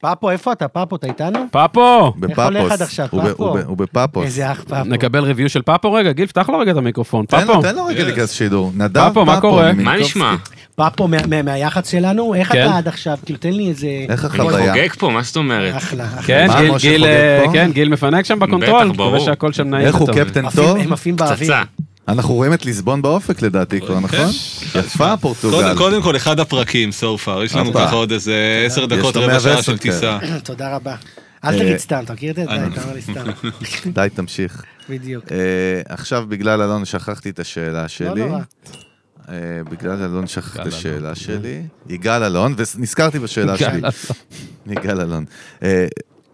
S3: פאפו, איפה אתה? פאפו, אתה איתנו?
S1: פאפו!
S2: בפאפוס.
S3: הולך עד עכשיו?
S2: הוא ב-
S3: פאפו?
S2: הוא ב- הוא בפאפוס.
S3: איזה אח פאפו.
S1: נקבל ריוויו של פאפו רגע? גיל, פתח לו רגע את המיקרופון.
S2: תן
S1: פאפו,
S2: לו, תן לו רגע
S4: Yes.
S2: להיכנס לשידור. נדב
S1: פאפו, מה קורה?
S5: מה נשמע?
S3: פאפו מה- מה- מהיח"צ שלנו? איך
S1: כן.
S3: אתה עד עכשיו? כאילו, תן לי איזה...
S2: איך החוויה?
S5: חוגג פה, מה זאת אומרת?
S3: אחלה. אחלה.
S1: כן,
S2: מה,
S1: גיל,
S2: משה
S1: גיל,
S2: חוגג
S1: אה,
S2: פה?
S1: כן, גיל מפנק שם בקונטרול,
S5: בטח, ברור.
S1: מקווה שהכל שם נעים.
S2: איך הוא
S1: וטוב.
S2: קפטן
S3: עפים-
S2: כן, טוב?
S3: הם עפים באוויר.
S5: פצצה.
S2: אנחנו רואים את ליסבון באופק לדעתי כבר, נכון? יפה פורטוגל.
S4: כן. קודם, קודם כל, אחד הפרקים, so far, יש לנו
S2: הופה. כן.
S4: ככה עוד איזה עשר
S2: יש לו
S4: דקות, רבע
S2: 110
S4: שעה של טיסה.
S3: תודה רבה. אל
S2: אה,
S3: תגיד סתם, אתה מכיר את זה?
S4: אה,
S3: די, תאמר לי סתם.
S2: די, תמשיך.
S3: בדיוק.
S2: אה, עכשיו בגלל אלון שכחתי את השאלה
S3: לא
S2: שלי.
S3: נורא.
S2: אה, בגלל אלון שכחתי את
S1: יגאל
S3: כן.
S2: השאלה שלי. יגאל אלון, ונזכרתי בשאלה
S1: יגאל
S2: שלי. יגאל אלון. אה,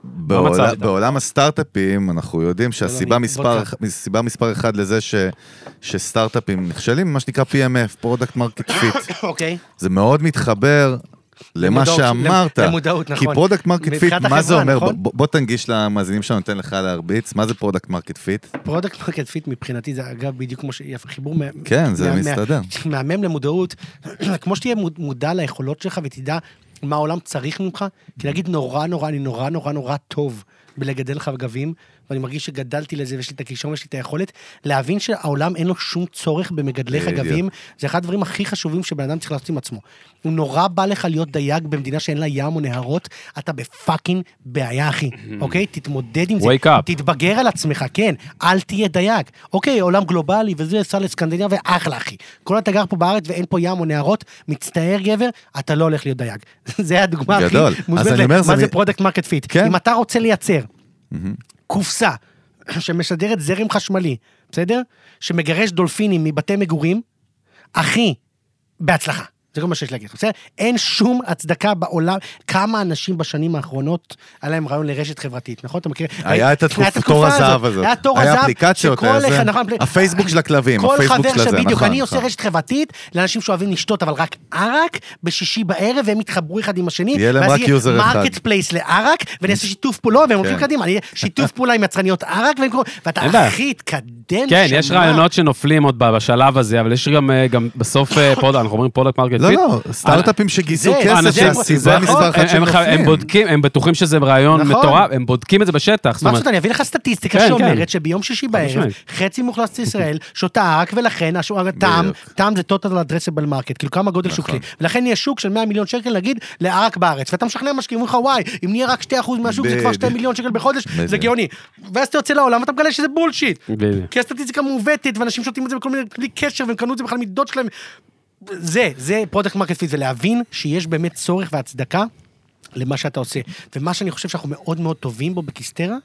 S2: בעולם-
S1: מצב איתם?
S2: בעולם הסטארט-אפים אנחנו יודעים שהסיבה
S3: אלוני,
S2: מספר,
S3: וודקה.
S2: סיבה מספר אחד לזה ש, שסטארט-אפים נכשלים, מה שנקרא PMF, פרודקט מרקט פיט.
S3: אוקיי.
S2: זה מאוד מתחבר למה
S3: למודעות,
S2: שאמרת.
S3: למודעות, נכון.
S2: כי פרודקט מרקט פיט,
S3: מבחינת
S2: מה זה
S3: החברה,
S2: אומר?
S3: נכון?
S2: בוא- בוא תנגיש למאזינים שלנו, ניתן לך להרביץ. מה זה פרודקט מרקט פיט?
S3: פרודקט מרקט פיט מבחינתי זה אגב בדיוק כמו שהחיבור
S2: כן, זה מסתדר.
S3: מהמם למודעות, כמו שתהיה מוד- מודע ליכולות שלך ותדע מה העולם צריך ממך, כי להגיד נורא נורא, אני נורא נורא נורא טוב בלגדל חגבים, ואני מרגיש שגדלתי לזה ויש לי את הקישון ויש לי את היכולת, להבין שהעולם אין לו שום צורך במגדלי
S2: בדיוק.
S3: חגבים, זה אחד הדברים הכי חשובים שבן אדם צריך לעשות עם עצמו. אם נורא בא לך להיות דייג במדינה שאין לה ים או נהרות, אתה בפאקינג בעיה, אחי,
S2: Mhm.
S3: אוקיי? תתמודד עם זה.
S1: Wake up.
S3: תתבגר על עצמך, כן, אל תהיה דייג. אוקיי, עולם גלובלי, וזה, סע לסקנדינביה, אחלה, אחי. כל עוד אתה גר פה בארץ ואין פה ים או נהרות, מצטער גבר, אתה לא הולך להיות דייג. זה הדוגמה הכי
S2: גדול. אז
S3: מוזמנת
S2: אני אומר,
S3: ל-
S2: זה
S3: מה זה
S2: מ-
S3: פרודקט מרקט פיט.
S2: כן. Mhm.
S3: אם אתה רוצה לייצר קופסה שמשדרת זרם חשמלי, בסדר? שמגרש דולפינים מבתי מגורים, אחי, בהצלחה. זה כל מה שיש להגיד לך, בסדר? אין שום הצדקה בעולם. כמה אנשים בשנים האחרונות היה להם רעיון לרשת חברתית, נכון? אתה מכיר?
S2: היה את התקופה, תור
S3: הזאת.
S2: הזהב הזאת.
S3: היה תור הזהב.
S2: היה אפליקציות,
S3: שכל
S2: היה
S3: אחד-
S2: זה.
S3: נכון, אפל-
S2: הפייסבוק של הכלבים,
S3: כל
S2: הפייסבוק
S3: חבר
S2: של הזה,
S3: שבדיוק,
S2: נכון,
S3: אני עושה
S2: נכון.
S3: רשת חברתית לאנשים שאוהבים לשתות, אבל רק ערק, בשישי בערב, והם יתחברו אחד עם השני.
S2: יהיה להם
S3: ואז
S2: רק יוזר אחד.
S3: מרקט פלייס לערק, ונעשה שיתוף פעולה, והם הולכים
S2: כן.
S3: קדימה. אני- שיתוף פעולה עם יצרניות ערק, והם קוראים-
S1: אין
S3: ואתה
S1: בעיה.
S3: הכי התקדם
S1: כן,
S3: שמה.
S1: יש רעיונות שנופלים עוד בשלב הזה, אבל יש גם, אה, גם בסוף אה, פרודקט, אנחנו אומרים פרודקט מרקט פיט.
S2: לא, לא, סטארט-אפים שגייסו
S3: זה-
S2: כסף,
S1: אנשים-
S2: שהסיבה
S1: נכון,
S2: מספר
S1: הם-
S2: אחת שהם
S1: הם- הם
S2: נופלים.
S1: בודקים, הם בטוחים שזה רעיון
S3: נכון.
S1: מטורף, הם בודקים את זה בשטח. זאת
S3: מה
S1: אומרת,
S3: זאת אני אביא לך סטטיסטיקה
S1: כן,
S3: שאומרת
S1: כן.
S3: שביום שישי בערב,
S1: משמעית.
S3: חצי מאוכלסת ישראל שותה ארק, ולכן השוק- הטעם,
S2: בדיוק.
S3: טעם זה total addressable market, כאילו כמה גודל
S1: נכון.
S3: שוק שלי. ולכן יהיה שוק של 100 מיליון שקל, נגיד, לארק בארץ. ואתה משכנע משקיעים, אומרים לך, וואי, אם נהיה רק 2% מהשוק, זה כבר
S2: בדיוק.
S3: 2 מיליון שקל בחודש, זה
S2: בדיוק.
S3: גאוני. ואז אתה יוצא לעולם, אתה מגלה שזה בולשיט.
S1: בדיוק.
S3: כי הסטטיסטיקה מעוותת, ואנשים שותים את זה בכל מיני, בלי קשר, והם קנו את זה בכלל מדוד שלהם. זה, זה פרודקט מרקט פיט, זה להבין שיש באמת צורך והצדקה למה שאתה עושה. ומה שאני חושב שאנחנו מאוד מאוד טובים בו בקיסטרה,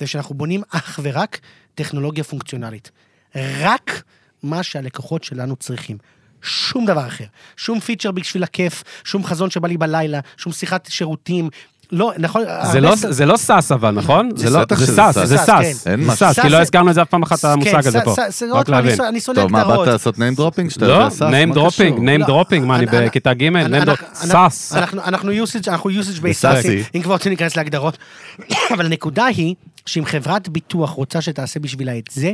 S3: זה שאנחנו בונים אך ורק טכנולוגיה פונקציונלית. רק מה שהלקוחות שלנו צריכים. שום דבר אחר. שום פיצ'ר בשביל הכיף, שום חזון שבא לי בלילה, שום שיחת שירותים. לא, נכון,
S1: זה
S3: הרבה
S1: לא-
S3: ס-
S1: זה לא סס אבל, נכון?
S2: אה, זה
S1: זה לא-
S2: בטח
S1: זה
S2: שזה
S1: סס,
S2: סס.
S1: זה
S3: סס,
S1: סס.
S3: כן.
S2: אין
S1: זה
S2: מה.
S1: סס, כי לא
S3: סס-
S1: הזכרנו את זה אף פעם אחת, את המושג
S3: כן,
S1: הזה
S3: ס-
S1: פה.
S3: ס- ס-
S2: לא
S3: עוד
S1: רק
S3: פעם, אני
S1: להבין.
S3: שונא- אני שונא
S2: טוב, מה, באת
S3: הגדרות.
S2: לעשות name dropping? שאתה
S1: לא,
S2: יודע, סס,
S1: name
S2: מה
S1: dropping,
S2: קשור?
S1: name
S3: לא,
S1: dropping, מה, אני
S3: אנ- אנ-
S1: בכיתה ג',
S3: אנ-
S1: name
S3: אנ-
S1: dropping,
S3: אנ-
S1: סס.
S3: אנחנו- אנחנו usage, אנחנו usage based
S2: וסאסי.
S3: סאסים, אם כבר רוצים להיכנס להגדרות. אבל הנקודה היא, שאם חברת ביטוח רוצה שתעשה בשבילה את זה,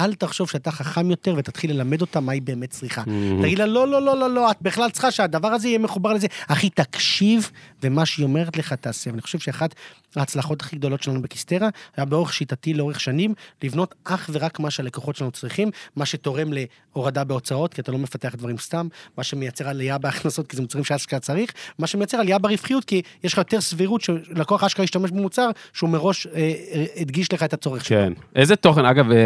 S3: אל תחשוב שאתה חכם יותר ותתחיל ללמד אותה מה היא באמת צריכה. תגיד לה, לא, לא, לא, לא, לא, את בכלל צריכה שהדבר הזה יהיה מחובר לזה. אחי, תקשיב, ומה שהיא אומרת לך תעשה. ואני חושב שאחת ההצלחות הכי גדולות שלנו בקיסטרה, היה באורך שיטתי לאורך שנים, לבנות אך ורק מה שהלקוחות שלנו צריכים, מה שתורם להורדה בהוצאות, כי אתה לא מפתח דברים סתם, מה שמייצר עלייה בהכנסות, כי זה מוצרים שאשכרה צריך, מה שמייצר עלייה ברווחיות, כי יש לך יותר סבירות שלקוח אשכרה ישתמש במוצר, שהוא מראש אה, אה, הדגיש לך את הצורך שלו.
S1: כן. איזה תוכן, אגב, אה,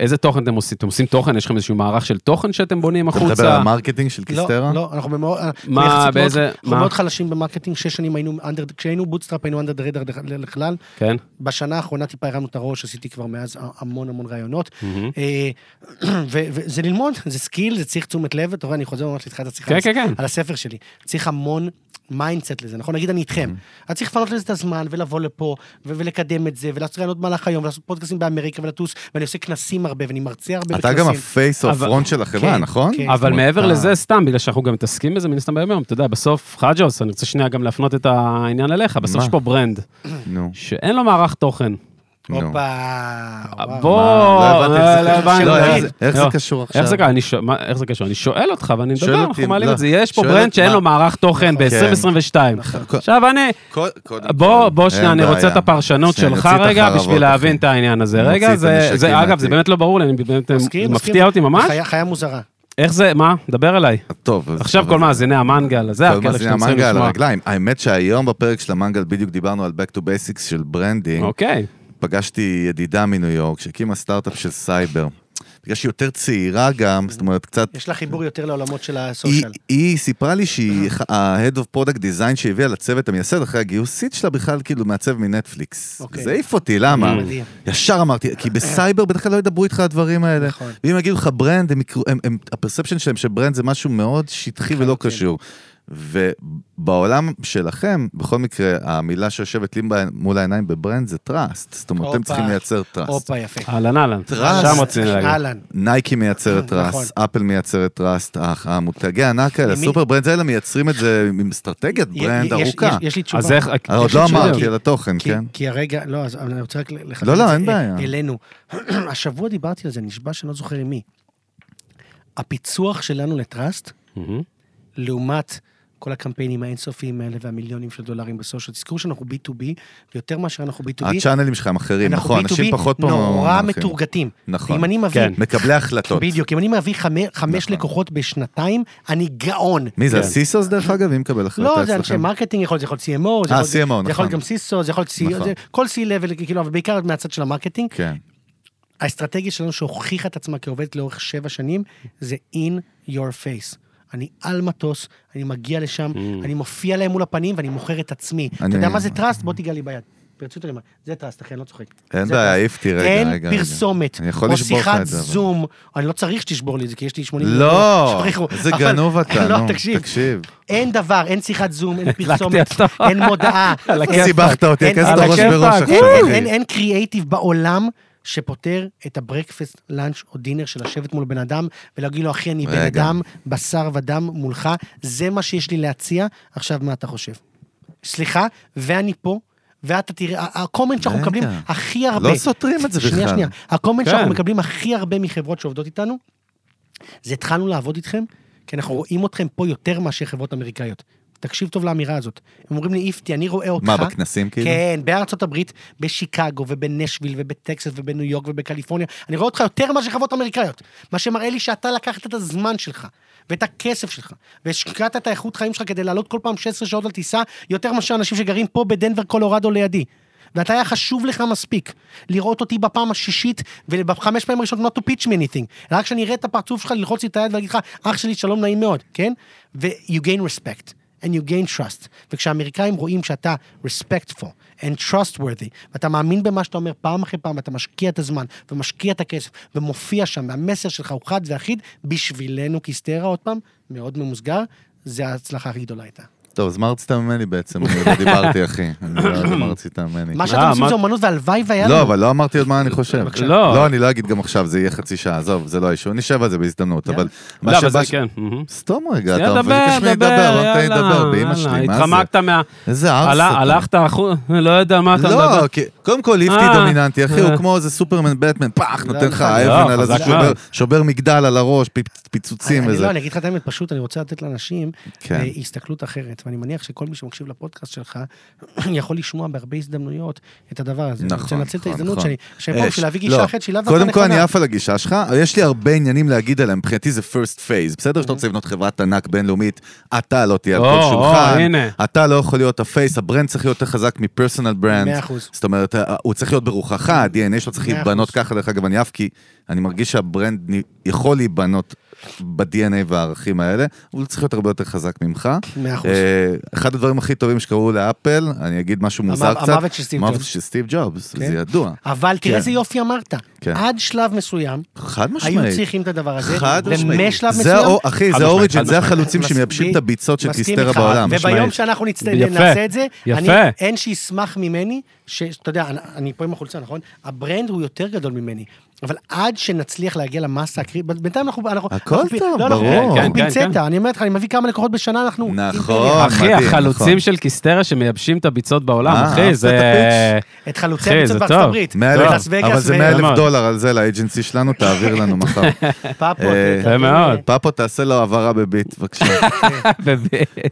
S1: איזה תוכן אתם עושים? אתם עושים תוכן? יש לכם איזשהו מערך של תוכן שאתם בונים
S2: אתה מדבר על
S1: החוצה?
S2: המרקטינג של קיסטרה?
S3: לא, לא, אנחנו במאוד, אנחנו
S1: כן, מה,
S3: יחסית מאוד-
S1: באיזה-
S3: אנחנו
S1: מה?
S3: מאוד חלשים במרקטינג, שש שנים היינו, under- כשהיינו בוטסטראפ היינו אנדר רדר לכלל,
S1: כן.
S3: בשנה האחרונה טיפה הרמנו את הראש, עשיתי כבר מאז המון המון רעיונות. אה, ו- וזה ללמוד, זה סקיל, זה צריך תשומת לב, אתה רואה, אני חוזר ממש לתחילת השיחה
S1: כן,
S3: על-
S1: כן, כן.
S3: על הספר שלי. צריך המון מיינדסט לזה, נכון? נגיד אני איתכם. אז צריך לפנות לזה את הזמן, ולבוא לפה, ו- ולקדם את זה, ולעשות רעיונות במהלך היום, ולעשות פודקאסים באמריקה, ולטוס, ואני עושה כנסים הרבה, ואני מרצה הרבה
S2: אתה
S3: בכנסים.
S2: גם הפייס אוף
S1: אבל-
S2: רון של החברה,
S3: כן,
S2: נכון?
S3: כן.
S1: אבל
S2: אומרת,
S1: מעבר
S2: אתה-
S1: לזה, סתם, בגלל שאנחנו גם מתעסקים בזה, מן הסתם ביום-יום, אתה יודע, בסוף, חג'וס, אני רוצה שנייה גם להפנות את העניין אליך, בסוף
S2: מה?
S1: יש פה ברנד,
S2: אה, נו,
S1: שאין לו מערך תוכן.
S2: נו.
S3: הופה, וואו.
S1: אה, בוא,
S2: לא הבנתי איך זה
S1: לא
S2: קשור.
S1: הבנתי.
S2: לא, איך
S1: לא,
S2: זה- איך זה
S1: לא.
S2: קשור עכשיו?
S1: איך זה קשור? אני שואל- מה- איך זה קשור? אני שואל אותך ואני
S2: שואל
S1: מדבר,
S2: אותי,
S1: אנחנו מעלים
S2: לא.
S1: את זה. יש פה
S2: שואל
S1: ברנד
S2: את-
S1: שאין
S2: מה? כן.
S1: לו מערך תוכן ב-2022.
S2: כל-
S1: עכשיו אני,
S2: כל- קודם
S1: בוא,
S2: כל,
S1: בוא שנייה,
S2: כן. אין
S1: אני רוצה
S2: בעיה.
S1: את הפרשנות
S2: שנייה,
S1: שלך
S2: נוציא את
S1: רגע,
S2: החרבות,
S1: בשביל להבין
S2: אחי.
S1: את העניין הזה.
S2: נוציא
S1: רגע,
S2: את
S1: זה,
S2: הנשקים
S1: זה- אגב, זה
S2: מהתיק.
S1: באמת לא ברור לי, אני באמת,
S3: מסכים,
S1: זה
S3: מסכים.
S1: מפתיע אותי ממש.
S3: חיה- חיה מוזרה.
S1: איך זה, מה? דבר אליי.
S2: טוב, אז-
S1: עכשיו
S2: אבל-
S1: כל מאזיני המנגל, זה
S2: כל
S1: הקלק
S2: מאזיני
S1: שאתם צריכים
S2: המנגה על
S1: לשמוע.
S2: הרגליים. האמת שהיום בפרק של המנגל בדיוק דיברנו על Back to Basics של ברנדינג.
S1: אוקיי.
S2: פגשתי ידידה מניו יורק שהקימה סטארט-אפ של סייבר. בגלל שהיא יותר צעירה גם, זאת אומרת, קצת...
S3: יש לה חיבור יותר לעולמות של
S2: היא,
S3: הסושיאל.
S2: היא סיפרה לי שהיא ה-Head of Product Design שהביאה לצוות המייסד אחרי הגיוסית שלה בכלל כאילו מעצב מנטפליקס.
S3: אוקיי.
S2: זה העיף אותי, למה?
S3: מדהים.
S2: ישר אמרתי, כי בסייבר בדרך כלל לא ידברו איתך על הדברים האלה.
S3: נכון.
S2: ואם יגידו לך ברנד, הם יקרו- הם- הם- הפרספשן שלהם שברנד זה משהו מאוד שטחי ולא
S3: לחלוטין.
S2: קשור. ובעולם שלכם, בכל מקרה, המילה שיושבת לי בעי- מול העיניים בברנד זה טראסט. זאת אומרת, אתם
S3: הופה.
S2: צריכים לייצר טראסט.
S3: הופה, יפה.
S1: אהלן אהלן,
S2: טראסט.
S1: אה, שם רציתי להגיד.
S3: אהלן.
S2: נייקי מייצרת
S3: נכון.
S2: טראסט, אפל מייצרת טראסט, אך, המותגי הענק האלה,
S3: ממי-
S2: סופר ברנדס האלה מייצרים את זה עם אסטרטגיית ברנד
S3: יש- יש-
S2: ארוכה.
S3: יש לי תשובה.
S1: אז איך...
S2: אבל עוד
S1: יש
S2: לא
S1: לי שאלה.
S2: אמרתי על התוכן,
S3: כי,
S2: כן?
S3: כי הרגע, לא, אז אני רוצה רק לחדד
S2: לא, לא,
S3: את זה
S2: אין
S3: אל-
S2: בעיה.
S3: אלינו. השבוע דיברתי על זה, נשבע שאני לא זוכר עם מי. הפיצוח שלנו לטראסט,
S1: מהמם.
S3: לעומת כל הקמפיינים האינסופיים האלה והמיליונים של דולרים בסושיאל, תזכרו שאנחנו B2B, ויותר מאשר אנחנו B2B,
S2: הצ'אנלים שלך הם אחרים,
S3: אנחנו
S2: נכון, אנשים פחות
S3: B2B
S2: פה...
S3: נורא
S2: מונחים.
S3: מתורגתים.
S2: נכון.
S3: ואם אני מביא,
S1: כן.
S2: מקבלי החלטות.
S3: בדיוק, אם אני מביא חמ- חמש
S2: נכון.
S3: לקוחות בשנתיים, אני גאון.
S2: מי זה,
S1: כן.
S2: הסיסוס דרך אגב? מי מקבל החלטה
S3: לא,
S2: אצלכם?
S3: זה אנשי מרקטינג, יכול להיות, זה יכול להיות CMO, זה
S2: אה,
S3: יכול להיות-
S2: CMO,
S3: זה יכול להיות
S2: נכון.
S3: גם CISO, זה יכול להיות
S2: נכון.
S3: CEO, זה- כל C-level, כאילו, אבל בעיקר מהצד של המרקטינג.
S2: כן.
S3: האסטרטגיה שלנו שהוכיחה את עצמה כעובדת לאורך שבע שנים, זה in your face. אני על מטוס, אני מגיע לשם, אני מופיע להם מול הפנים ואני מוכר את עצמי.
S2: Mm. אני-
S3: אתה יודע מה זה טראסט? בוא תיגע לי ביד. ברצות אני אומר, זה טראסט, אחי, אני לא צוחק.
S2: אין
S3: זה
S2: בעיה,
S3: טראסט.
S2: העיף אותי רגע, רגע.
S3: אין
S2: רגע.
S3: פרסומת,
S2: אני יכול
S3: או
S2: לשבור לך
S3: שיחת
S2: את זה, אבל.
S3: זום, אני לא צריך שתשבור לי את זה, כי יש לי 80...
S2: לא,
S3: שכחו.
S2: איזה
S3: אבל-
S2: גנוב אתה,
S3: לא,
S2: נו,
S3: תקשיב.
S2: תקשיב.
S3: אין דבר, אין שיחת זום, אין פרסומת,
S1: הדלקתי אותו.
S3: אין מודעה.
S1: על הכיפאק.
S2: סיבכת אותי,
S3: אין-
S2: הכס את
S3: על
S2: הראש
S1: הכיפאק,
S2: בראש עכשיו,
S1: וואו.
S2: אחי.
S3: אין, אין קריאייטיב בעולם שפותר את הברקפסט, לאנץ' או דינר של לשבת מול בן אדם ולהגיד לו, אחי, אני בן
S2: רגע.
S3: אדם, בשר ודם מולך, זה מה שיש לי להציע, עכשיו מה אתה חושב? סליחה, ואני פה, ואתה תראה, ה- הקומנט שאנחנו
S2: רגע.
S3: מקבלים הכי הרבה.
S2: לא סותרים את זה
S3: שנייה,
S2: בכלל.
S3: שנייה. הקומנט
S1: כן.
S3: שאנחנו מקבלים הכי הרבה מחברות שעובדות איתנו, זה התחלנו לעבוד איתכם, כי אנחנו רואים אתכם פה יותר מאשר חברות אמריקאיות. תקשיב טוב לאמירה הזאת. הם אומרים לי, איפתי, אני רואה אותך...
S2: מה, בכנסים כאילו?
S3: אה, כן, בארצות הברית, בשיקגו ובנשוויל ובטקסס ובניו יורק ובקליפורניה. אני רואה אותך יותר מאשר חברות אמריקאיות. מה שמראה לי שאתה לקחת את הזמן שלך, ואת הכסף שלך, והשקעת את האיכות חיים שלך כדי לעלות כל פעם 16 שעות על טיסה, יותר מאשר אנשים שגרים פה בדנבר קולורדו לידי. ואתה היה חשוב לך מספיק לראות אותי בפעם השישית ובחמש פעמים הראשונות not to pitch me anything. רק שאני אראה את הפרצוף שלך, ללחוץ לי את היד ולהגיד לך, אח שלי, שלום, נעים מאוד, כן? ו-you gain respect. and you gain trust. וכשהאמריקאים רואים שאתה respectful and trustworthy, ואתה מאמין במה שאתה אומר פעם אחרי פעם, ואתה משקיע את הזמן, ומשקיע את הכסף, ומופיע שם, והמסר שלך הוא חד ואחיד, בשבילנו כסטרה, עוד פעם, מאוד ממוסגר, זה ההצלחה הכי גדולה הייתה.
S2: טוב, אז מה רצית ממני בעצם? אני לא דיברתי, אחי. אני לא יודע מה רצית ממני.
S3: מה
S1: אה,
S3: שאתם עושים
S1: מה-
S3: זה אומנות, והלוואי והיה
S2: לא,
S3: לנו.
S2: אבל לא אמרתי עוד מה אני חושב.
S3: בבקשה.
S1: לא.
S2: לא, אני לא אגיד גם עכשיו, זה יהיה חצי שעה, עזוב, זה לא האישור, נשב על זה בהזדמנות, אבל... מה
S1: לא, אבל זה
S2: שבא-
S1: כן. מהמם.
S2: סטום רגע,
S1: יאללה,
S2: אתה מבקש ממני לדבר, לא נותן לי לדבר, באמא שלי, מה זה?
S1: התחמקת מה...
S2: איזה ארס
S1: עלה-
S2: אתה.
S1: הלכת החוצה, לא יודע מה אתה מדבר.
S2: לא, כי- קודם כל ליפטי
S1: אה.
S2: דומיננטי, אחי,
S1: אה.
S2: הוא כמו איזה סופרמן בטמן, פח, נותן לך
S3: לא,
S2: אבן על
S1: חזק
S2: הזה, שובר-
S1: מאוד.
S2: שובר מגדל על הראש, פ-
S3: אני-
S2: פיצוצים
S3: אני
S2: וזה.
S3: לא, אני אגיד לך את האמת, פשוט אני רוצה לתת לאנשים
S2: כן.
S3: אה, הסתכלות אחרת, ואני מניח שכל מי שמקשיב לפודקאסט שלך יכול לשמוע בהרבה הזדמנויות את הדבר הזה.
S2: נכון,
S3: אני רוצה לנצל את
S2: נכון,
S3: ההזדמנות
S2: נכון.
S3: שאני, שאני פה
S2: אש.
S3: בשביל להביא
S2: לא.
S3: גישה אחרת שהיא לאו דווקא
S2: קודם כל
S3: נכונה.
S2: אני עף על הגישה שלך, אבל יש לי הרבה עניינים להגיד עליהם, מבחינתי זה first phase, בסדר
S3: אוקיי.
S2: שאתה רוצה לבנות חברת ענק בינלאומית, אתה לא תהיה על
S1: או,
S2: כל
S1: או,
S2: שולחן,
S1: הנה.
S2: אתה לא יכול להיות הפייס, הברנד צריך להיות יותר חזק מפרסונל ברנד,
S3: מאה אחוז.
S2: זאת אומרת, ה- הוא צריך להיות ברוחך, ה-DNA שלו צריך
S3: מאה
S2: להיבנות
S3: אחוז.
S2: ככה, דרך אגב אני עף כי אני מרגיש שהברנד נ- יכול להיבנות ב-DNA והערכים האלה, הוא צריך להיות הרבה יותר חזק ממך.
S3: כן, מאה אחוז.
S2: אה, אחד הדברים הכי טובים שקרו לאפל, אני אגיד משהו מוזר
S3: המוות
S2: קצת.
S3: של סטיב
S2: המוות
S3: ג'ובס.
S2: של סטיב ג'ובס,
S3: כן.
S2: זה ידוע.
S3: אבל תראה
S2: כן.
S3: איזה יופי אמרת.
S2: כן.
S3: עד שלב מסוים,
S2: חד משמעית.
S3: היו צריכים את הדבר הזה,
S2: חד משמעית.
S3: ומשלב
S2: זה
S3: מסוים...
S2: האור- אחי,
S1: חד
S2: זה
S1: משמעית,
S2: האוריג'ן,
S1: חד
S2: זה
S1: משמעית.
S2: החלוצים שמייבשים את הביצות של
S3: מסכים
S2: היסטריה
S3: איתך,
S2: בעולם.
S3: וביום
S2: משמעית.
S3: שאנחנו נצט-
S1: יפה,
S3: נעשה את זה,
S1: יפה.
S3: אני- אין שישמח ממני, שאתה יודע, אני- אני פה עם החולצה, נכון? הברנד הוא יותר גדול ממני. אבל עד שנצליח להגיע למאסה הקריטית, בינתיים אנחנו... אנחנו-
S2: הכל
S3: אנחנו-
S2: טוב,
S3: לא, אנחנו-
S2: ברור.
S3: אנחנו
S1: כן, כן, כן.
S3: פינצטה, אני אומר לך, אני מביא כמה לקוחות בשנה, אנחנו...
S2: נכון.
S1: אחי,
S2: מדהים, נכון.
S1: החלוצים של קיסטריה שמייבשים את הביצות בעולם,
S2: אה,
S1: אחי,
S2: אהבת את
S1: זה...
S2: הפיץ'?
S3: את חלוצי
S1: אחי,
S3: הביצות
S1: זה
S3: בארצות
S1: טוב.
S3: הברית.
S2: מאה אלף-
S3: ולאס וגאס
S2: אבל זה
S3: ו-
S2: 100 אלף
S1: מאוד.
S2: דולר על זה לאג'נסי שלנו, תעביר לנו מחר.
S3: פאפו.
S2: אה,
S3: אתה-
S1: יפה מאוד.
S2: פאפו, תעשה לו העברה בביט, בבקשה.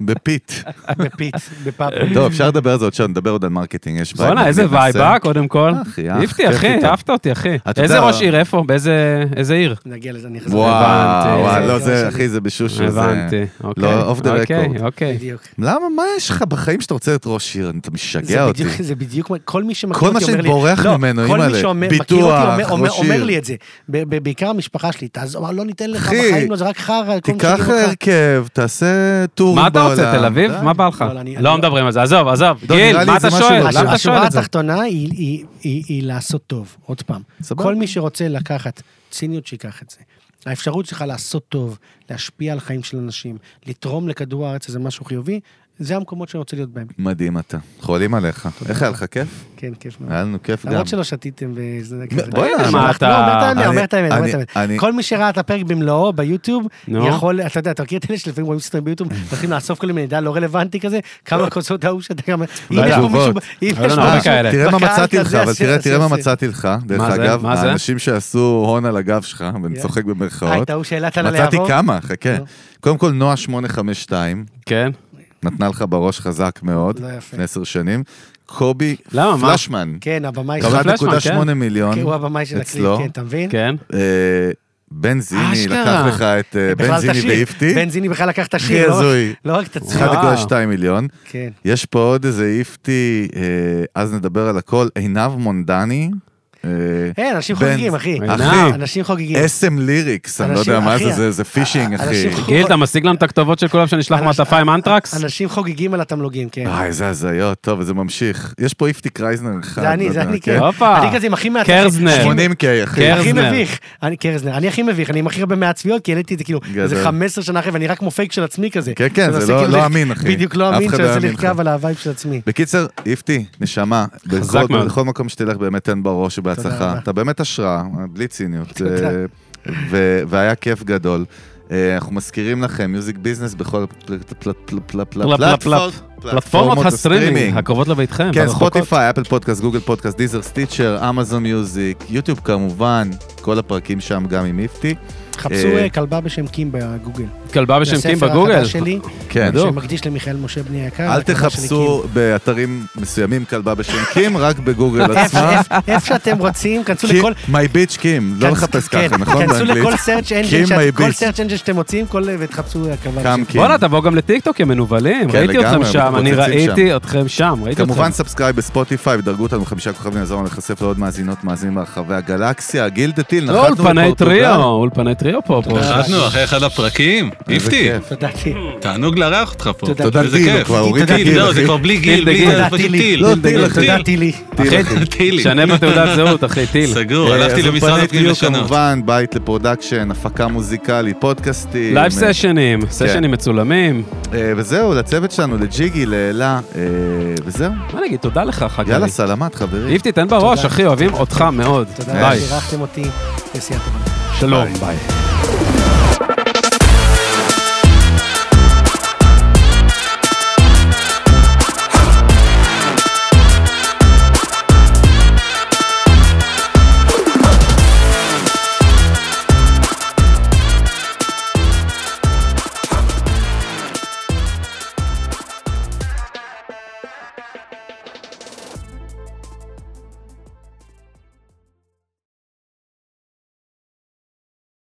S2: בפיט.
S3: בפית, בפאפו.
S2: אה, טוב, אפשר לדבר על זה עוד שעה, נדבר עוד על מרקטינג, יש בעיה.
S1: בואנה, איזה וייב אה, קודם כל.
S2: אחי, אה,
S1: העיפתי,
S2: כיף
S1: אחי,
S2: איתו.
S1: אהבת אותי, אחי.
S2: אתה
S1: איזה
S2: יודע-
S1: ראש עיר, איפה? באיזה איזה עיר?
S3: נגיע לזה, אני אחזור.
S2: וואו,
S1: הבנתי.
S2: וואו, לא,
S3: זה-
S2: זה, אחי, זה בשושו. זה-
S1: הבנתי, אוקיי.
S2: לא, אוף דה
S1: אוקיי,
S2: רקורד.
S1: אוקיי.
S3: בדיוק.
S2: למה, מה יש לך בחיים שאתה רוצה להיות ראש עיר? אתה
S3: זה
S2: משגע אותי.
S3: בדיוק- זה בדיוק, מה- כל מי שמכיר
S2: כל
S3: אותי
S2: מה
S3: אומר לי,
S2: שבורח
S3: לא,
S2: ממנו,
S3: כל מי
S2: אימא'לה,
S3: שאומר, מכיר אותי
S2: ביטוח,
S3: אומר, אומר,
S2: ראש
S3: אומר
S2: עיר.
S3: לי את זה, ב- ב- בעיקר המשפחה שלי, תעזוב, לא ניתן לך
S2: אחי,
S3: בחיים, לא, זה רק חרא, כל מי
S2: תיקח
S3: שמכיר אותך.
S2: הרכב, תעשה טורים
S1: מה
S2: בעולם.
S1: אתה רוצה, תל אביב?
S2: די.
S1: מה בא לך?
S3: לא, אני-
S1: לא
S3: אני-
S1: מדברים על זה, עזוב, עזוב.
S2: לא, נראה
S1: גיל,
S2: לי
S1: מה
S2: זה
S1: אתה
S2: משהו-
S1: שואל?
S2: השורה-
S1: למה אתה שואל
S3: השורה
S1: את זה?
S3: התחתונה היא- היא- היא היא לעשות טוב, עוד פעם.
S2: סבבה.
S3: כל מי שרוצה לקחת ציניות, שיקח את זה. האפשרות שלך לעשות טוב, להשפיע על חיים של אנשים, לתרום לכדור הארץ איזה משהו חיובי, זה המקומות שאני רוצה להיות בהם.
S2: מדהים אתה, חולים עליך. איך היה לך כיף?
S3: כן, כיף מאוד.
S2: היה לנו כיף גם.
S3: למרות שלא שתיתם וזה
S2: מ-
S3: כזה.
S2: בוא'נה,
S3: שלחת-
S1: אתה-
S2: מה
S3: לא, אומר את האמת,
S2: אני-
S3: אומר את האמת, אומר
S2: אני-
S3: את האמת.
S2: אני-
S3: כל מי שראה את הפרק במלואו ביוטיוב,
S1: נו.
S3: יכול, אתה יודע, אתה מכיר את אלה שלפעמים רואים סרטים ביוטיוב, הולכים לאסוף כל מיני מידע לא רלוונטי כזה, כמה כוסות ההוא שאתה גם... אם יש פה מישהו...
S2: תגובות.
S3: אם
S1: לא,
S3: יש
S1: לא,
S3: פה
S1: הרבה
S2: אה,
S3: מישהו
S1: כאלה.
S2: תראה מה
S3: בקהל
S2: מצאתי
S3: כזה,
S2: לך, אבל
S3: אז-
S2: תראה
S3: אז-
S2: תראה מה
S3: אז-
S2: מצאתי לך. דרך
S1: מה זה?
S2: אגב,
S1: מה זה? כן.
S2: האנשים שעשו הון על הגב שלך, ואני
S3: Yeah.
S2: צוחק
S3: אה,
S2: במרכאות,
S3: את ההוא שהעלת על
S2: מצאתי
S3: הלהבות?
S2: כמה, חכה.
S3: נו.
S2: קודם כל, נועה 852,
S1: כן.
S2: נתנה לך בראש חזק מאוד,
S3: לא יפה.
S2: לפני עשר שנים. קובי
S1: למה, מה?
S2: פלשמן,
S3: כן, הבמאי של
S1: קובי פלשמן,
S2: 1.8 מיליון,
S3: כן, הוא הבמאי של הקליפ,
S2: אצלו.
S3: כן, אתה מבין?
S1: כן.
S2: אה, בן זיני
S1: אשכרה.
S2: לקח לך את אה,
S3: בכלל
S2: בן
S3: את השיר.
S2: זיני והיפתי,
S3: בן זיני בכלל לקח את
S2: הכי
S3: השיר, לא-
S2: הזוי,
S3: לא רק את הצליל.
S1: וואו.
S2: 1.2 מיליון.
S3: כן.
S2: יש פה עוד איזה איפתי, אה, אז נדבר על הכל, עינב מונדני, אה,
S3: אין, אנשים
S2: בן-
S3: חוגגים, אחי.
S2: אחי.
S3: אנשים חוגגים.
S2: אסם ליריקס, אני לא
S3: אנשים-
S2: יודע מה
S3: אחי, אה,
S2: זה, זה, זה פישינג, אחי.
S3: אנשים חו-
S1: גיל, אתה משיג לנו את הכתובות של כולם שנשלח
S3: אנשים-
S1: מעטפה עם אנטרקס?
S3: אנשים חוגגים על התמלוגים, כן.
S2: אה, איזה הזיות, טוב, זה ממשיך. יש פה איפתי קרייזנר אחד.
S3: זה אני,
S2: לא
S3: זה
S2: יודע,
S3: אני,
S2: כן?
S3: כן.
S1: הופה.
S3: אני כזה עם הכי מעט...
S1: קרזנר.
S2: 80K, אחי.
S1: קרזנר.
S3: הכי מביך, אני קרזנר, אני הכי מביך, אני עם הכי הרבה מהצביעות, כי העליתי את זה כאילו,
S2: גדול.
S3: איזה 15 שנה אחרי, ואני רק כמו פייק של עצמי כזה.
S2: כן, כן,
S3: שאני
S2: זה
S3: עושה
S2: לא-
S3: כאילו
S2: לא
S3: לח-
S2: אמין, אחי.
S3: בדיוק לא
S2: אף
S3: אמין,
S2: אחד
S3: שאני
S2: לא
S3: עושה
S2: יאמין לך.
S3: לרכב על הווייב של עצמי.
S2: בקיצר, איפתי, נשמה, בכל,
S1: מאוד.
S2: בכל מקום שתלך באמת תן בראש ובהצלחה.
S3: רבה.
S2: אתה באמת השראה, בלי ציניות.
S3: תודה.
S2: אה, ו- והיה כיף גדול. אה, אנחנו מזכירים לכם, מיוזיק ביזנס בכל הפל- פל- פל- פל-
S1: פלפ, פלפ.
S2: פלטפורמות
S1: פלטפורמות הסטרימינג
S2: הסטרימינג.
S1: הקרובות לא לביתכם.
S2: כן,
S1: ברחובות.
S2: ספוטיפיי, אפל פודקאסט, גוגל פודקאסט, דיזר, סטיצ'ר, אמזון מיוזיק, יוטיוב כמובן, כל הפרקים שם גם עם איפתי.
S3: חפשו
S2: אה,
S3: אה, כלבה בשם קים בגוגל.
S1: כלבה בשם קים
S3: הספר
S1: בגוגל.
S3: החדש שלי,
S2: כן.
S3: שמקדיש למיכאל משה בני היקר.
S2: אל
S3: הכלבה שלי,
S2: תחפשו באתרים מסוימים כלבה בשם קים, רק בגוגל
S3: קים.
S2: עצמה.
S3: איפה- איפה- איפה שאתם רוצים, כנסו
S2: קים,
S3: לכל...
S2: my bitch קים, לא
S3: כנס-
S2: לחפש
S3: כן,
S2: ככה, נכון?
S3: כנסו
S2: באנגלית?
S3: לכל סרצ'
S2: קים, my bitch.
S3: אנג'ל שאתם מוצאים, כל- ותחפשו הכלבה.
S2: קם
S3: בשם
S2: קים.
S1: בואנה, תבואו גם לטיקטוק, הם מנוולים.
S2: כן,
S1: ראיתי
S2: לגמרי,
S1: אתכם שם, אני
S2: מתפוצצים
S1: ראיתי אתכם שם, ראיתי אתכם.
S2: כמובן סאבסקרייב בספוטיפיי, ודרגו אותנו חמישה כוכבים, יעזור לנו להיחשף לעוד מאזינות מאזינים ברחבי הגלקסיה, גיל דה טיל,
S1: לא,
S2: נחתנו
S1: אולפני טריו, אולפני טריו פה. פה.
S4: נחתנו אחרי אחד הפרקים,
S2: איזה
S4: איפתי,
S2: כיף.
S3: תודה, טיל.
S4: תענוג לארח אותך פה.
S3: תודה.
S2: תודה
S4: איזה
S2: גיל,
S4: כיף.
S2: הוא כבר הוריד את
S4: טיל,
S2: הגיל,
S4: לא,
S2: אחי.
S4: זה כבר בלי גיל,
S1: טיל
S4: בלי
S1: בגיל.
S4: זה פשוט טיל.
S2: לא, טיל,
S4: טיל,
S2: אחי.
S4: טיל.
S3: תודה, טילי.
S2: טיל, אחי.
S1: אחי,
S4: טילי.
S1: שנה בתעודת זהות, אחי, טיל.
S4: סגור,
S2: אה,
S4: הלכתי
S2: אז
S4: למשרד
S2: אולפני
S4: הפנים
S2: טריו,
S4: לשנות.
S2: כמובן, בית לפרודקשן, הפקה מוזיקלית, פודקאסטים.
S1: לייב סשנים, סשנים מצולמים.
S2: אה, וזהו, לצוות שלנו, לג'יגי, לאלה, אה, וזהו.
S1: מה נגיד, תודה לך, חגי.
S2: יאללה, סלמת, חברים.
S1: איבתי, תן בראש,
S3: תודה.
S1: אחי, אוהבים אותך מאוד.
S3: תודה
S1: ביי.
S3: שאירחתם אותי. נסיעה טובה.
S1: שלום, ביי.